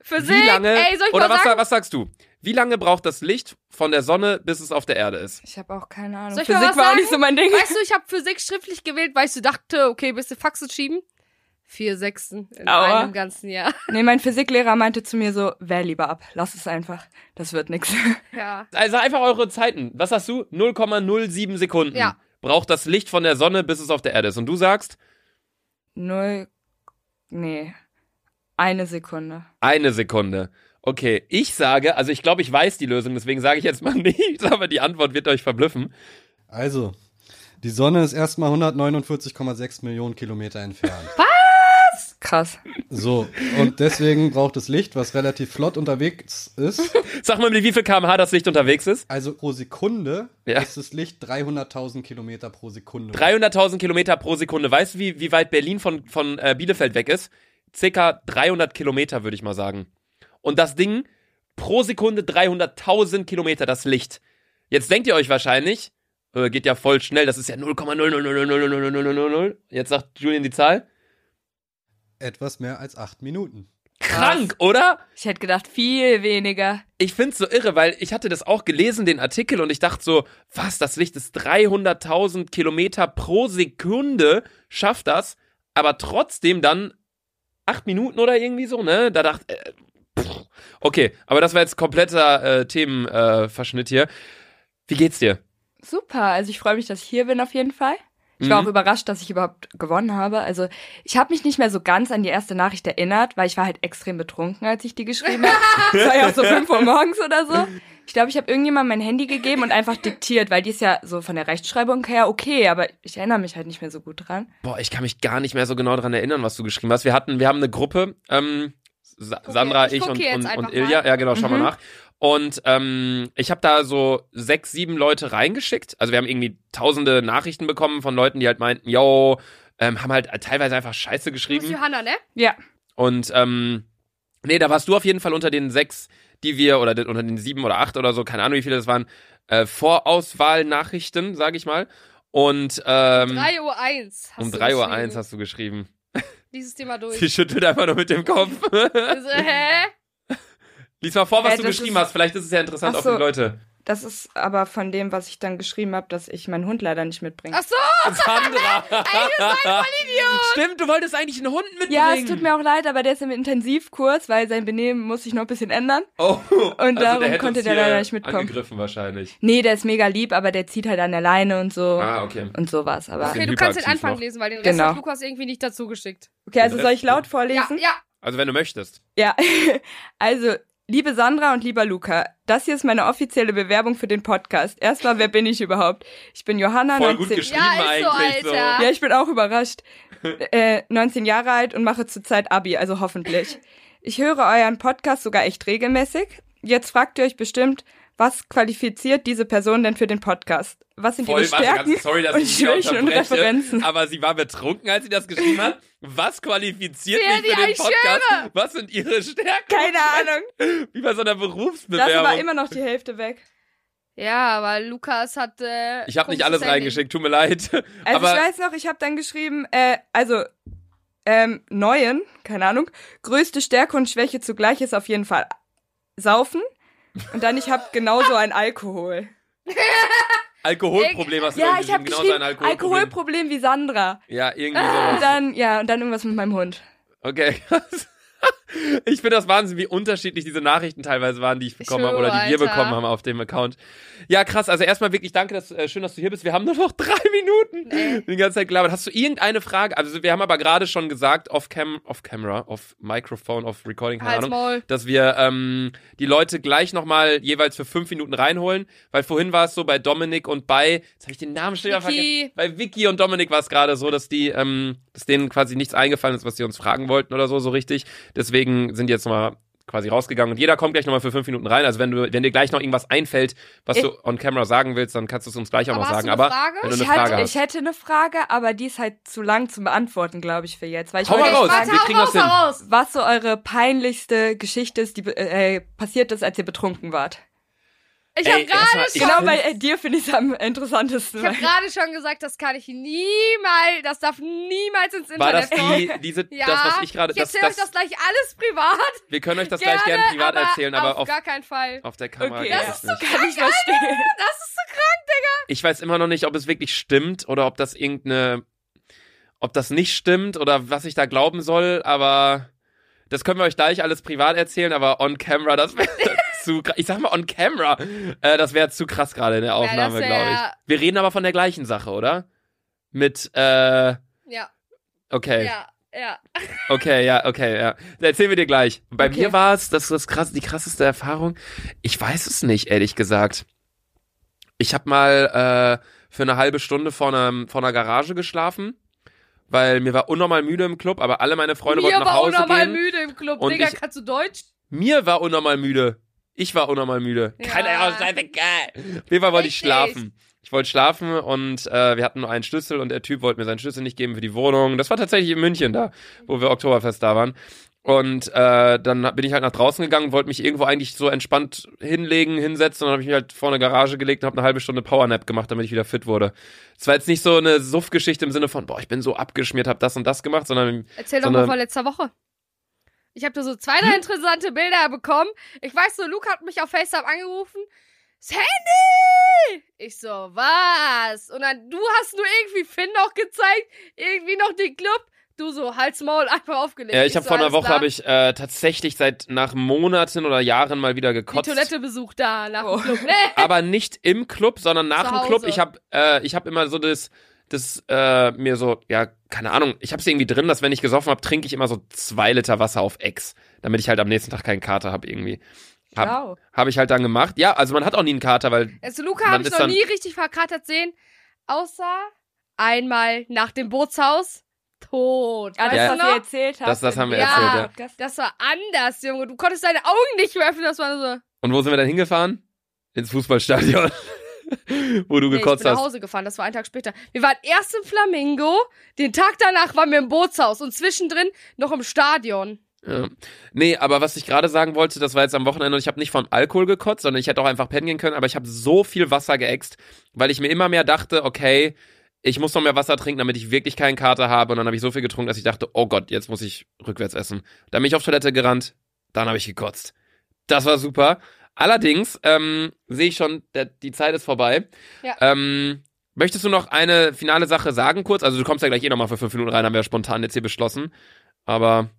Speaker 1: Physik,
Speaker 2: Wie lange?
Speaker 1: ey, soll ich
Speaker 2: oder
Speaker 1: mal
Speaker 2: was,
Speaker 1: sagen?
Speaker 2: was sagst du? Wie lange braucht das Licht von der Sonne, bis es auf der Erde ist?
Speaker 7: Ich habe auch keine Ahnung.
Speaker 1: Soll ich mal
Speaker 7: Physik
Speaker 1: was
Speaker 7: war auch
Speaker 1: sagen?
Speaker 7: nicht so mein Ding.
Speaker 1: Weißt du, ich habe Physik schriftlich gewählt, weil ich so dachte, okay, bist du Faxen schieben? Vier Sechsten in
Speaker 7: Aua.
Speaker 1: einem ganzen Jahr.
Speaker 7: Nee, mein Physiklehrer meinte zu mir so, wähl lieber ab. Lass es einfach. Das wird nix.
Speaker 1: Ja.
Speaker 2: Also einfach eure Zeiten. Was hast du? 0,07 Sekunden.
Speaker 1: Ja.
Speaker 2: Braucht das Licht von der Sonne, bis es auf der Erde ist. Und du sagst,
Speaker 7: Null. Nee. Eine Sekunde.
Speaker 2: eine Sekunde. Okay, ich sage, also ich glaube, ich weiß die Lösung, deswegen sage ich jetzt mal nichts, aber die Antwort wird euch verblüffen.
Speaker 4: Also, die Sonne ist erstmal 149,6 Millionen Kilometer entfernt.
Speaker 7: Krass.
Speaker 4: So, und deswegen braucht es Licht, was relativ flott unterwegs ist.
Speaker 2: Sag mal, mit wie viel kmh das Licht unterwegs ist?
Speaker 4: Also pro Sekunde
Speaker 2: Ja.
Speaker 4: ist das Licht 300.000 Kilometer pro Sekunde.
Speaker 2: 300.000 Kilometer pro Sekunde. Weißt du, wie, wie weit Berlin von, von äh, Bielefeld weg ist? Circa 300 Kilometer, würde ich mal sagen. Und das Ding, pro Sekunde 300.000 Kilometer, das Licht. Jetzt denkt ihr euch wahrscheinlich, äh, geht ja voll schnell, das ist ja 0,0000000. Jetzt sagt Julian die Zahl.
Speaker 4: Etwas mehr als acht Minuten.
Speaker 2: Krank, oder?
Speaker 7: Ich hätte gedacht, viel weniger.
Speaker 2: Ich find's so irre, weil ich hatte das auch gelesen, den Artikel, und ich dachte so, was, das Licht ist 300.000 Kilometer pro Sekunde, schafft das, aber trotzdem dann acht Minuten oder irgendwie so, ne? Da dachte, äh, pff. okay, aber das war jetzt kompletter äh, Themenverschnitt äh, Verschnitt hier. Wie geht's dir?
Speaker 7: Super. Also ich freue mich, dass ich hier bin auf jeden Fall. Ich war
Speaker 2: Mhm.
Speaker 7: auch überrascht, dass ich überhaupt gewonnen habe. Also ich habe mich nicht mehr so ganz an die erste Nachricht erinnert, weil ich war halt extrem betrunken, als ich die geschrieben habe. Es war ja auch so 5 Uhr morgens oder so. Ich glaube, ich habe irgendjemandem mein Handy gegeben und einfach diktiert, weil die ist ja so von der Rechtschreibung her okay, aber ich erinnere mich halt nicht mehr so gut dran.
Speaker 2: Boah, ich kann mich gar nicht mehr so genau dran erinnern, was du geschrieben hast. Wir hatten, wir haben eine Gruppe, ähm, Sa
Speaker 1: Guck
Speaker 2: Sandra,
Speaker 1: hier, ich
Speaker 2: ich,
Speaker 1: guck
Speaker 2: und,
Speaker 1: hier jetzt
Speaker 2: und,
Speaker 1: einfach
Speaker 2: und Ilja.
Speaker 1: mal.
Speaker 2: Ja, genau, schau mal
Speaker 7: Mhm.
Speaker 2: nach. Und ähm, ich habe da so sechs, sieben Leute reingeschickt. Also wir haben irgendwie tausende Nachrichten bekommen von Leuten, die halt meinten, yo, ähm, haben halt teilweise einfach Scheiße
Speaker 1: Du bist
Speaker 2: geschrieben.
Speaker 1: Johanna, ne?
Speaker 7: Ja.
Speaker 2: Und ähm, nee, da warst du auf jeden Fall unter den sechs, die wir, oder den- unter den sieben oder acht oder so, keine Ahnung, wie viele das waren, äh, Vorauswahlnachrichten, sage ich mal. Und ähm,
Speaker 1: 3.01 Uhr. eins hast
Speaker 2: um
Speaker 1: du
Speaker 2: 3 Uhr
Speaker 1: geschrieben.
Speaker 2: eins hast du geschrieben.
Speaker 1: Dieses Thema durch.
Speaker 2: Sie schüttelt einfach nur mit dem Kopf.
Speaker 1: Also, hä?
Speaker 2: Lies mal vor, was
Speaker 7: Hä,
Speaker 2: du
Speaker 7: das
Speaker 2: geschrieben
Speaker 7: ist-
Speaker 2: hast. Vielleicht ist es ja interessant
Speaker 7: Ach
Speaker 2: auch für
Speaker 7: so.
Speaker 2: die Leute.
Speaker 7: Das ist aber von dem, was ich dann geschrieben habe, dass ich meinen Hund leider nicht mitbringe.
Speaker 1: Ach so,
Speaker 2: Sandra!
Speaker 1: ey, du bist ein Vollidiot.
Speaker 2: Stimmt, du wolltest eigentlich einen Hund mitbringen.
Speaker 7: ja, es tut mir auch leid, aber der ist im Intensivkurs, weil sein Benehmen muss sich noch ein bisschen ändern.
Speaker 2: Oh, und
Speaker 7: darum konnte der leider nicht mitkommen.
Speaker 2: Angegriffen wahrscheinlich.
Speaker 7: Nee, der ist mega lieb, aber der zieht halt an der Leine und so
Speaker 2: Ah, okay.
Speaker 7: und sowas. Aber
Speaker 2: Okay.
Speaker 1: Okay,
Speaker 2: bin
Speaker 1: du kannst den
Speaker 2: hyperaktiv
Speaker 1: Anfang
Speaker 2: noch.
Speaker 1: lesen, weil den Rest
Speaker 7: Genau.
Speaker 1: hat Lukas irgendwie nicht dazu geschickt.
Speaker 7: okay, also
Speaker 2: Den
Speaker 7: soll
Speaker 2: Rest-
Speaker 7: ich laut
Speaker 1: Ja,
Speaker 7: vorlesen?
Speaker 1: ja.
Speaker 2: Also wenn du möchtest.
Speaker 7: Ja, also, liebe Sandra und lieber Luca, das hier ist meine offizielle Bewerbung für den Podcast. Erstmal, wer bin ich überhaupt? Ich bin Johanna,
Speaker 2: Voll gut
Speaker 7: 19
Speaker 2: geschrieben
Speaker 1: Ja, ist so,
Speaker 2: eigentlich.
Speaker 1: Alter.
Speaker 7: Ja, ich bin auch überrascht. Äh, 19 Jahre alt und mache zurzeit Abi, also hoffentlich. Ich höre euren Podcast sogar echt regelmäßig. Jetzt fragt ihr euch bestimmt, was qualifiziert diese Person denn für den Podcast? Was sind
Speaker 2: Voll,
Speaker 7: ihre
Speaker 2: warte,
Speaker 7: Stärken
Speaker 2: ganz sorry, dass
Speaker 7: und
Speaker 2: ich dich da
Speaker 7: Schwächen und
Speaker 2: unterbreche,
Speaker 7: Referenzen?
Speaker 2: Aber sie war betrunken, als sie das geschrieben hat. Was qualifiziert
Speaker 1: Wer
Speaker 2: mich für
Speaker 1: die
Speaker 2: den
Speaker 1: ich
Speaker 2: Podcast? Was sind ihre Stärken?
Speaker 7: Keine Ahnung.
Speaker 2: Wie bei so einer
Speaker 7: Das
Speaker 2: Berufsbewerbung.
Speaker 7: war immer noch die Hälfte weg.
Speaker 1: Ja, aber Lukas hat. Äh,
Speaker 2: ich habe nicht
Speaker 1: komisches
Speaker 2: alles
Speaker 1: Handling.
Speaker 2: reingeschickt, tut mir leid.
Speaker 7: Also
Speaker 2: aber
Speaker 7: ich weiß noch, ich habe dann geschrieben, äh, also ähm, neuen, keine Ahnung, größte Stärke und Schwäche zugleich ist auf jeden Fall Saufen. Und dann, ich habe genauso ein Alkohol.
Speaker 2: Alkoholproblem hast du
Speaker 7: Ja,
Speaker 2: irgendwie
Speaker 7: ich habe
Speaker 2: genauso
Speaker 7: geschrieben,
Speaker 2: ein genau Alkoholproblem.
Speaker 7: Alkoholproblem Ah, wie Sandra.
Speaker 2: Ja, irgendwie
Speaker 7: Und
Speaker 2: sowas.
Speaker 7: dann, ja, und dann irgendwas mit meinem Hund.
Speaker 2: Okay, krass. Ich finde das Wahnsinn, wie unterschiedlich diese Nachrichten teilweise waren, die ich bekommen habe oder die
Speaker 1: schwöre,
Speaker 2: wir
Speaker 1: Alter.
Speaker 2: bekommen haben auf dem Account. Ja, krass. Also erstmal wirklich danke, dass, äh, schön, dass du hier bist. Wir haben nur noch drei Minuten. Die ganze Zeit gelabert. Hast du irgendeine Frage? Also wir haben aber gerade schon gesagt, off, cam off camera, off Microphone, off Recording, keine
Speaker 1: Halt's
Speaker 2: Ahnung
Speaker 1: Maul.
Speaker 2: dass wir ähm, die Leute gleich nochmal jeweils für fünf Minuten reinholen, weil vorhin war es so bei Dominik und bei, jetzt habe ich den Namen schon wieder
Speaker 1: Vicky.
Speaker 2: vergessen, bei Vicky und Dominik war es gerade so, dass die, ähm, dass denen quasi nichts eingefallen ist, was sie uns fragen wollten oder so, so richtig. Deswegen sind die jetzt nochmal quasi rausgegangen und jeder kommt gleich nochmal für fünf Minuten rein. Also wenn du, wenn dir gleich noch irgendwas einfällt, was
Speaker 7: Ich-
Speaker 2: du on camera sagen willst, dann kannst du es uns gleich auch
Speaker 1: Aber
Speaker 2: noch
Speaker 1: hast
Speaker 2: sagen.
Speaker 1: du eine
Speaker 2: Aber
Speaker 1: Frage?
Speaker 2: wenn du eine
Speaker 7: Ich,
Speaker 2: Frage
Speaker 7: hatte,
Speaker 2: hast.
Speaker 7: ich hätte eine Frage, aber die ist halt zu lang zu beantworten, glaube ich, für jetzt. Weil ich
Speaker 2: Hau mal
Speaker 7: wollte euch
Speaker 2: raus,
Speaker 7: fragen,
Speaker 1: Warte,
Speaker 2: wir
Speaker 1: hau
Speaker 2: kriegen das
Speaker 1: raus,
Speaker 2: hin.
Speaker 1: hau raus.
Speaker 7: Was so eure peinlichste Geschichte ist, die be- äh, passiert ist, als ihr betrunken wart.
Speaker 1: Ich habe
Speaker 2: Ey, erstmal,
Speaker 1: gerade
Speaker 2: ich
Speaker 1: schon.
Speaker 7: Genau, bei äh, dir finde ich es am interessantesten.
Speaker 1: Ich habe
Speaker 7: weil-
Speaker 1: gerade schon gesagt, das kann ich niemals, das darf niemals ins
Speaker 2: War das
Speaker 1: Internet kommen.
Speaker 2: die, diese, das, was ich gerade, das,
Speaker 1: erzähle euch das
Speaker 2: das,
Speaker 1: gleich alles privat.
Speaker 2: wir können euch das
Speaker 1: gerne,
Speaker 2: gleich gerne privat
Speaker 1: aber
Speaker 2: erzählen, aber
Speaker 1: auf,
Speaker 2: auf, Oh.
Speaker 1: gar keinen Fall.
Speaker 2: auf der Kamera
Speaker 7: Okay.
Speaker 2: geht
Speaker 7: Das
Speaker 2: das
Speaker 7: ist
Speaker 2: nicht. ne?
Speaker 7: kann ich verstehen.
Speaker 1: Das ist so krass.
Speaker 2: Ich weiß immer noch nicht, ob es wirklich stimmt oder ob das irgendeine, ob das nicht stimmt oder was ich da glauben soll, aber das können wir euch gleich alles privat erzählen, aber on camera, das wäre zu krass. Ich sag mal on camera, äh, das wäre zu krass gerade in der
Speaker 1: das
Speaker 2: Aufnahme,
Speaker 1: wär-
Speaker 2: glaube ich. Wir reden aber von der gleichen Sache, oder? Mit, äh,
Speaker 1: Ja,
Speaker 2: okay.
Speaker 1: ja, ja.
Speaker 2: Okay, ja, okay, ja. Erzählen wir dir gleich. Bei
Speaker 7: Okay.
Speaker 2: mir war es, das ist das krass, die krasseste Erfahrung. Ich weiß es nicht, ehrlich gesagt. Ich habe mal äh, für eine halbe Stunde vor einer, vor einer Garage geschlafen, weil mir war unnormal müde im Club, aber alle meine Freunde
Speaker 1: Mir
Speaker 2: wollten nach
Speaker 1: war
Speaker 2: Hause
Speaker 1: unnormal
Speaker 2: gehen.
Speaker 1: müde im Club.
Speaker 2: Und
Speaker 1: Digga,
Speaker 2: ich-
Speaker 1: kannst du Deutsch?
Speaker 2: Mir war unnormal müde. Ich war unnormal müde.
Speaker 1: Ja.
Speaker 2: Keine Ahnung, seid ihr geil. Auf jeden Fall wollte ich
Speaker 1: Richtig.
Speaker 2: schlafen. Ich wollte schlafen und äh, wir hatten nur einen Schlüssel und der Typ wollte mir seinen Schlüssel nicht geben für die Wohnung. Das war tatsächlich in München da, wo wir Oktoberfest da waren. Und äh, dann bin ich halt nach draußen gegangen, wollte mich irgendwo eigentlich so entspannt hinlegen, hinsetzen. Und dann habe ich mich halt vor eine Garage gelegt und habe eine halbe Stunde Powernap gemacht, damit ich wieder fit wurde. Es war jetzt nicht so eine Suff-Geschichte im Sinne von, boah, ich bin so abgeschmiert, habe das und das gemacht, sondern
Speaker 1: Erzähl doch
Speaker 2: Sondern- Hm?
Speaker 1: mal von letzter Woche. Ich habe da so zwei, drei interessante Bilder bekommen. Ich weiß so, Luke hat mich auf FaceTime angerufen. Das Handy! Ich so, was? Und dann, du hast nur irgendwie Finn noch gezeigt, irgendwie noch den Club. Du so, Hals, Maul, einfach aufgelegt.
Speaker 2: Ja, ich habe
Speaker 1: so,
Speaker 2: vor einer
Speaker 1: alles
Speaker 2: Woche
Speaker 1: klar.
Speaker 2: habe ich äh, tatsächlich seit nach Monaten oder Jahren mal wieder
Speaker 1: die
Speaker 2: gekotzt.
Speaker 1: Toilette besucht da nach
Speaker 7: Oh.
Speaker 1: dem Club. ne? Nee.
Speaker 2: Aber nicht im Club, sondern nach
Speaker 1: Zu
Speaker 2: dem Club.
Speaker 1: Hause.
Speaker 2: Ich habe äh, ich habe immer so das das äh, mir so ja keine Ahnung. Ich habe es irgendwie drin, dass wenn ich gesoffen habe, trinke ich immer so zwei Liter Wasser auf Ex, damit ich halt am nächsten Tag keinen Kater habe irgendwie. Habe
Speaker 7: Wow.
Speaker 2: hab ich halt dann gemacht. Ja, also man hat auch nie einen Kater, weil
Speaker 1: Also Luca
Speaker 2: Man
Speaker 1: habe ich
Speaker 2: ist
Speaker 1: noch
Speaker 2: dann-
Speaker 1: nie richtig verkatert sehen, außer einmal nach dem Bootshaus tot.
Speaker 7: Ah, das,
Speaker 2: Ja.
Speaker 1: weißt
Speaker 7: was
Speaker 1: du noch?
Speaker 7: ihr erzählt habt.
Speaker 2: Das- das haben wir
Speaker 1: Ja. erzählt, ja.
Speaker 7: erzählt,
Speaker 1: Das war anders, Junge. Du konntest deine Augen nicht mehr öffnen. Das war nur so.
Speaker 2: und wo sind wir dann hingefahren? Ins Fußballstadion, wo du
Speaker 1: Nee, ich bin
Speaker 2: gekotzt
Speaker 1: nach
Speaker 2: hast.
Speaker 1: Hause gefahren. Das war einen Tag später. Wir waren erst im Flamingo. Den Tag danach waren wir im Bootshaus und zwischendrin noch im Stadion.
Speaker 2: Ja. Nee, aber was ich gerade sagen wollte, das war jetzt am Wochenende und ich habe nicht von Alkohol gekotzt, sondern ich hätte auch einfach pennen gehen können, aber ich habe so viel Wasser geäxt, weil ich mir immer mehr dachte, okay, ich muss noch mehr Wasser trinken, damit ich wirklich keinen Kater habe. Und dann habe ich so viel getrunken, dass ich dachte, oh Gott, jetzt muss ich rückwärts essen. Dann bin ich auf Toilette gerannt, dann habe ich gekotzt. Das war super. Allerdings ähm, sehe ich schon, der, die Zeit ist vorbei.
Speaker 1: Ja.
Speaker 2: Ähm, möchtest du noch eine finale Sache sagen kurz? Also du kommst ja gleich eh nochmal für fünf Minuten rein, haben wir ja spontan jetzt hier beschlossen. Aber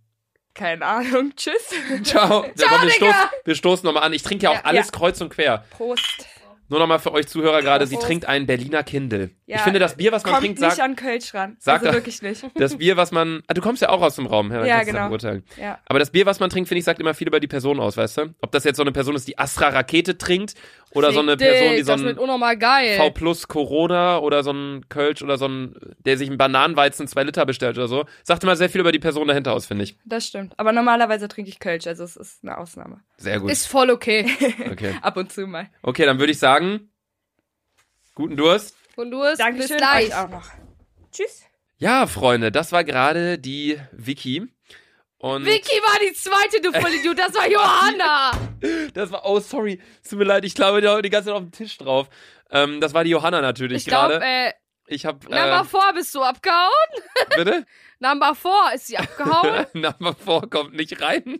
Speaker 7: Keine Ahnung, tschüss.
Speaker 2: ciao. Ja, komm, wir, stoßen, wir stoßen nochmal an. Ich trinke ja auch
Speaker 7: Ja,
Speaker 2: alles
Speaker 7: ja.
Speaker 2: kreuz und quer.
Speaker 7: Prost.
Speaker 2: Nur nochmal für euch Zuhörer gerade, sie
Speaker 7: Prost.
Speaker 2: trinkt einen Berliner Kindle.
Speaker 7: Ja,
Speaker 2: ich finde, das Bier, was man
Speaker 7: Kommt
Speaker 2: trinkt,
Speaker 7: nicht
Speaker 2: sagt,
Speaker 7: an Kölsch ran.
Speaker 2: Sagt er-
Speaker 7: also wirklich nicht.
Speaker 2: das Bier, was man. Ah, du kommst ja auch aus dem Raum, ja, dann
Speaker 7: Ja,
Speaker 2: kannst du das
Speaker 7: genau.
Speaker 2: beurteilen.
Speaker 7: Ja.
Speaker 2: Aber das Bier, was man trinkt, finde ich, sagt immer viel über die Person aus, weißt du? Ob das jetzt so eine Person ist, die Astra-Rakete trinkt oder so eine
Speaker 1: Fick
Speaker 2: Person, die
Speaker 1: dich,
Speaker 2: so
Speaker 1: Das wird
Speaker 2: ein
Speaker 1: unnormal geil.
Speaker 2: V plus Corona oder so ein Kölsch oder so ein, der sich einen Bananenweizen 2 Liter bestellt oder so, sagt immer sehr viel über die Person dahinter aus, finde ich.
Speaker 7: Das stimmt. Aber normalerweise trinke ich Kölsch, also es ist eine Ausnahme.
Speaker 2: Sehr gut.
Speaker 1: Ist voll okay.
Speaker 2: Okay,
Speaker 7: Ab und zu mal.
Speaker 2: okay dann würde ich sagen, guten Durst.
Speaker 1: Und du bist bis
Speaker 7: Dankeschön.
Speaker 1: gleich.
Speaker 7: Euch auch noch. Tschüss.
Speaker 2: Ja, Freunde, das war gerade die Vicky. Und
Speaker 1: Vicky war die zweite, du Vollidiot. Das war Johanna.
Speaker 2: Das war, oh, sorry, es tut mir leid, ich glaube, die, die ganze Zeit auf dem Tisch drauf. Ähm, das war die Johanna natürlich
Speaker 1: Ich glaube,
Speaker 2: gerade.
Speaker 1: äh,
Speaker 2: ich habe,
Speaker 1: Number
Speaker 2: äh,
Speaker 1: 4 bist du abgehauen.
Speaker 2: bitte?
Speaker 1: Number 4 ist sie abgehauen.
Speaker 2: Number 4 kommt nicht rein.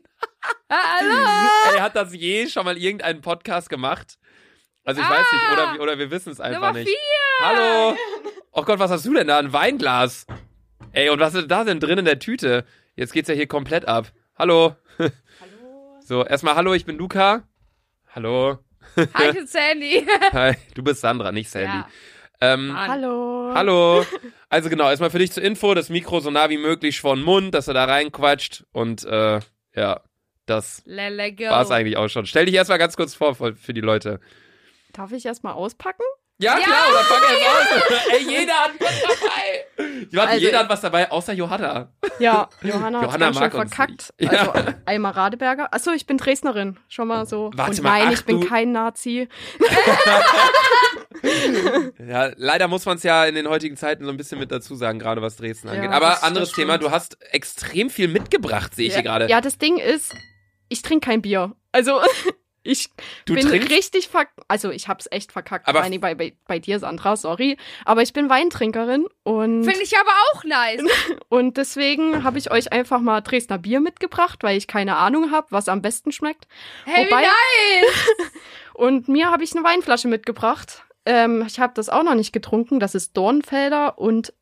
Speaker 1: Ah, Hallo.
Speaker 2: Ey, hat das je schon mal irgendeinen Podcast gemacht? Also ich
Speaker 1: Ah.
Speaker 2: weiß nicht, oder, wir- oder wir wissen es einfach
Speaker 1: Nummer
Speaker 2: nicht.
Speaker 1: 4.
Speaker 2: Hallo! Oh Gott, was hast du denn da? Ein Weinglas. Ey, und was ist da denn drin in der Tüte? Jetzt geht's ja hier komplett ab. Hallo. Hallo. So, erstmal hallo, ich bin Luca. Hallo.
Speaker 1: Hi, ich bin Sandy.
Speaker 2: Hi, du bist Sandra, nicht Sandy.
Speaker 1: Ja,
Speaker 2: Ähm,
Speaker 1: Mann.
Speaker 7: Hallo.
Speaker 2: Hallo. Also genau, erstmal für dich zur Info, das Mikro so nah wie möglich vor den Mund, dass er da reinquatscht und äh, ja, das
Speaker 1: Lele go.
Speaker 2: war's eigentlich auch schon. Stell dich erstmal ganz kurz vor für für die Leute.
Speaker 8: Darf ich erstmal auspacken?
Speaker 2: Ja,
Speaker 1: Ja,
Speaker 2: klar, dann fang erst an. Ey, jeder hat was dabei. Ich warte,
Speaker 8: Also-
Speaker 2: jeder hat was dabei, außer Johanna.
Speaker 8: Ja, Johanna hat
Speaker 2: Johanna
Speaker 8: ganz schön
Speaker 2: mag uns
Speaker 8: verkackt.
Speaker 2: nicht. Ja.
Speaker 8: Also einmal Radeberger. Achso, ich bin Dresdnerin. Schon mal so.
Speaker 2: Warte
Speaker 8: Und
Speaker 2: mal,
Speaker 8: nein,
Speaker 2: ach,
Speaker 8: ich bin
Speaker 2: du-
Speaker 8: kein Nazi.
Speaker 2: Ja, leider muss man es ja in den heutigen Zeiten so ein bisschen mit dazu sagen, gerade was Dresden
Speaker 8: Ja,
Speaker 2: angeht.
Speaker 8: das-
Speaker 2: Aber
Speaker 8: das
Speaker 2: anderes
Speaker 8: stimmt.
Speaker 2: Thema, du hast extrem viel mitgebracht, sehe ich hier gerade.
Speaker 8: Ja, das Ding ist, ich trinke kein Bier. Also ich
Speaker 2: du
Speaker 8: bin
Speaker 2: trinkst
Speaker 8: richtig verk Also ich hab's echt verkackt.
Speaker 2: Aber-
Speaker 8: vor allen Dingen bei, bei, bei dir, Sandra, sorry. Aber ich bin Weintrinkerin und,
Speaker 1: Finde ich aber auch nice.
Speaker 8: und deswegen habe ich euch einfach mal Dresdner Bier mitgebracht, weil ich keine Ahnung habe, was am besten schmeckt.
Speaker 1: Hey,
Speaker 8: Wobei-
Speaker 1: wie nice.
Speaker 8: Und mir habe ich eine Weinflasche mitgebracht. Ähm, ich habe das auch noch nicht getrunken. Das ist Dornfelder und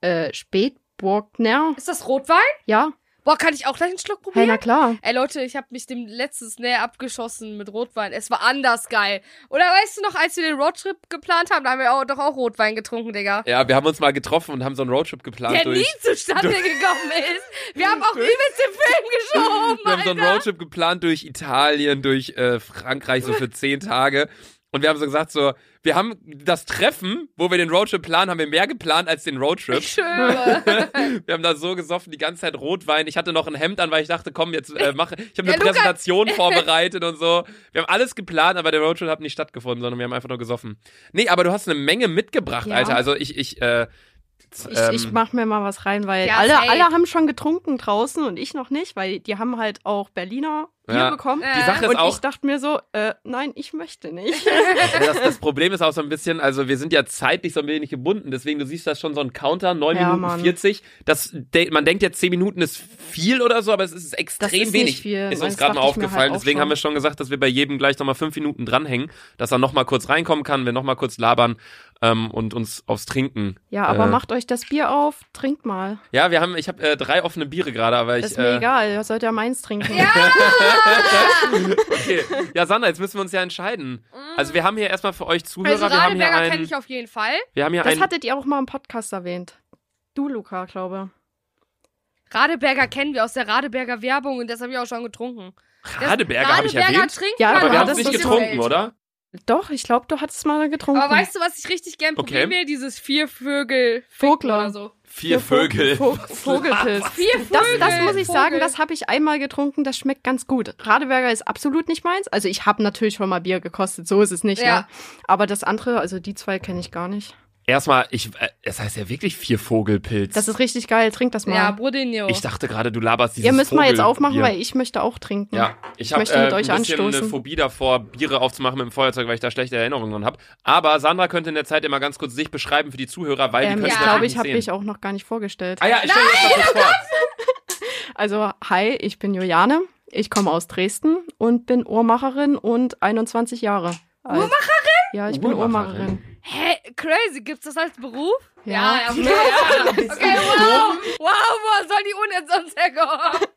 Speaker 8: äh, Spätburgner.
Speaker 1: Ist das Rotwein?
Speaker 8: Ja,
Speaker 1: Boah, kann ich auch gleich einen Schluck
Speaker 8: hey,
Speaker 1: probieren?
Speaker 8: na klar.
Speaker 1: Ey Leute, ich habe mich dem letztes näher abgeschossen mit Rotwein. Es war anders geil. Oder weißt du noch, als wir den Roadtrip geplant haben, da haben wir auch, doch auch Rotwein getrunken, Digga.
Speaker 2: Ja, wir haben uns mal getroffen und haben so einen Roadtrip geplant
Speaker 1: Der
Speaker 2: durch.
Speaker 1: nie zustande gekommen ist. Wir haben auch übelst den
Speaker 8: oh
Speaker 1: Film geschoben,
Speaker 2: wir haben so
Speaker 1: Alter.
Speaker 2: einen Roadtrip geplant durch Italien, durch äh, Frankreich, so für zehn Tage. Und wir haben so gesagt, so, wir haben das Treffen, wo wir den Roadtrip planen, haben wir mehr geplant als den Roadtrip.
Speaker 1: Ich schwöre.
Speaker 2: Wir haben da so gesoffen, die ganze Zeit Rotwein. Ich hatte noch ein Hemd an, weil ich dachte, komm, jetzt äh, mache. Ich habe eine
Speaker 1: Ja, Luca-
Speaker 2: Präsentation vorbereitet und so. Wir haben alles geplant, aber der Roadtrip hat nicht stattgefunden, sondern wir haben einfach nur gesoffen. Nee, aber du hast eine Menge mitgebracht,
Speaker 8: Ja.
Speaker 2: Alter. Also ich, ich, äh, z-
Speaker 8: Ich, ich
Speaker 2: ähm,
Speaker 8: mach mir mal was rein, weil
Speaker 1: Ja,
Speaker 8: alle,
Speaker 1: safe.
Speaker 8: alle haben schon getrunken draußen und ich noch nicht, weil die haben halt auch Berliner Bier
Speaker 2: Ja.
Speaker 8: bekommen.
Speaker 1: Äh.
Speaker 2: die Sache ist
Speaker 8: Und
Speaker 2: auch,
Speaker 8: ich dachte mir so, äh, nein, ich möchte nicht.
Speaker 2: Ja, Also das, das Problem ist auch so ein bisschen, also wir sind ja zeitlich so ein wenig gebunden, deswegen, du siehst das schon so ein Counter, 9
Speaker 8: Ja,
Speaker 2: Minuten
Speaker 8: Mann.
Speaker 2: 40. Das, de, man denkt ja 10 Minuten ist viel oder so, aber es ist extrem
Speaker 8: Das ist nicht
Speaker 2: wenig.
Speaker 8: viel.
Speaker 2: Ist
Speaker 8: Das
Speaker 2: uns gerade mal
Speaker 8: dachte ich mir
Speaker 2: aufgefallen,
Speaker 8: halt auch
Speaker 2: deswegen
Speaker 8: schon.
Speaker 2: haben wir schon gesagt, dass wir bei jedem gleich nochmal 5 Minuten dranhängen, dass er nochmal kurz reinkommen kann, wir nochmal kurz labern ähm, und uns aufs Trinken.
Speaker 8: Ja, aber
Speaker 2: äh,
Speaker 8: macht euch das Bier auf, trinkt mal.
Speaker 2: Ja, wir haben, ich habe äh, drei offene Biere gerade, aber ich.
Speaker 8: ist mir
Speaker 2: äh,
Speaker 8: egal, ihr sollt ja meins trinken.
Speaker 2: okay. Ja, Sandra, jetzt müssen wir uns ja entscheiden. Also wir haben hier erstmal für euch Zuhörer,
Speaker 1: Also
Speaker 2: wir haben hier
Speaker 1: Radeberger kenne
Speaker 2: einen.
Speaker 1: ich auf jeden Fall.
Speaker 2: Wir haben hier
Speaker 8: Das
Speaker 2: einen.
Speaker 8: hattet ihr auch mal im Podcast erwähnt. Du, Luca, glaube.
Speaker 1: Radeberger kennen wir aus der Radeberger Werbung und das habe ich auch schon getrunken. Das-
Speaker 2: Radeberger habe ich
Speaker 1: Radeberger
Speaker 2: erwähnt.
Speaker 1: trinkt
Speaker 8: Ja,
Speaker 1: man
Speaker 2: Aber wir
Speaker 8: Ah, Ja,
Speaker 2: haben
Speaker 1: auch
Speaker 2: es
Speaker 8: das
Speaker 2: nicht
Speaker 8: ist
Speaker 1: im
Speaker 2: getrunken,
Speaker 1: Feld.
Speaker 2: oder?
Speaker 8: Doch, ich glaube, du hattest mal getrunken.
Speaker 1: Aber weißt du, was ich richtig gern probieren
Speaker 2: Okay.
Speaker 1: will? Dieses vier Vögel
Speaker 8: Vogler.
Speaker 1: oder so.
Speaker 2: Vier Vögel.
Speaker 8: Vog- Vogelpilz.
Speaker 1: Vier
Speaker 8: Das,
Speaker 1: Vögel.
Speaker 8: das muss ich
Speaker 1: Vogel.
Speaker 8: sagen, das habe ich einmal getrunken, das schmeckt ganz gut. Radeberger ist absolut nicht meins. Also ich habe natürlich schon mal Bier gekostet, so ist es nicht.
Speaker 1: Ja.
Speaker 8: Ne? Aber das andere, also die zwei kenne ich gar nicht.
Speaker 2: Erstmal, ich, äh, es heißt ja wirklich vier Vogelpilz.
Speaker 8: Das ist richtig geil, trink das mal.
Speaker 1: Ja, Brudinho.
Speaker 2: ich dachte gerade, du laberst dieses
Speaker 8: Ihr müsst mal jetzt
Speaker 2: Vogelbier.
Speaker 8: aufmachen, weil ich möchte auch trinken.
Speaker 2: ja, ich,
Speaker 8: ich
Speaker 2: hab,
Speaker 8: möchte
Speaker 2: äh,
Speaker 8: mit euch
Speaker 2: ein bisschen eine
Speaker 8: anstoßen.
Speaker 2: Phobie davor, Biere aufzumachen mit dem Feuerzeug, weil ich da schlechte Erinnerungen dran habe. Aber Sandra könnte in der Zeit immer ganz kurz sich beschreiben für die Zuhörer, weil die
Speaker 8: Ähm,
Speaker 2: können
Speaker 8: ich
Speaker 2: es
Speaker 1: ja.
Speaker 8: glaube,
Speaker 2: natürlich
Speaker 8: ich habe
Speaker 2: nicht
Speaker 8: mich
Speaker 2: sehen.
Speaker 8: auch oh noch gar nicht vorgestellt.
Speaker 2: Ah ja, ich stelle jetzt mal kurz vor.
Speaker 8: Also, hi, ich bin Juliane. Ich komme aus Dresden und bin Uhrmacherin und 21 Jahre. alt.
Speaker 1: Uhrmacherin?
Speaker 8: Ja, ich bin Uhrmacherin.
Speaker 1: Hä, crazy. Gibt's das als Beruf?
Speaker 8: Ja.
Speaker 1: ja. Okay, ja. okay wow. Wow, wo soll die Uni sonst herkommen?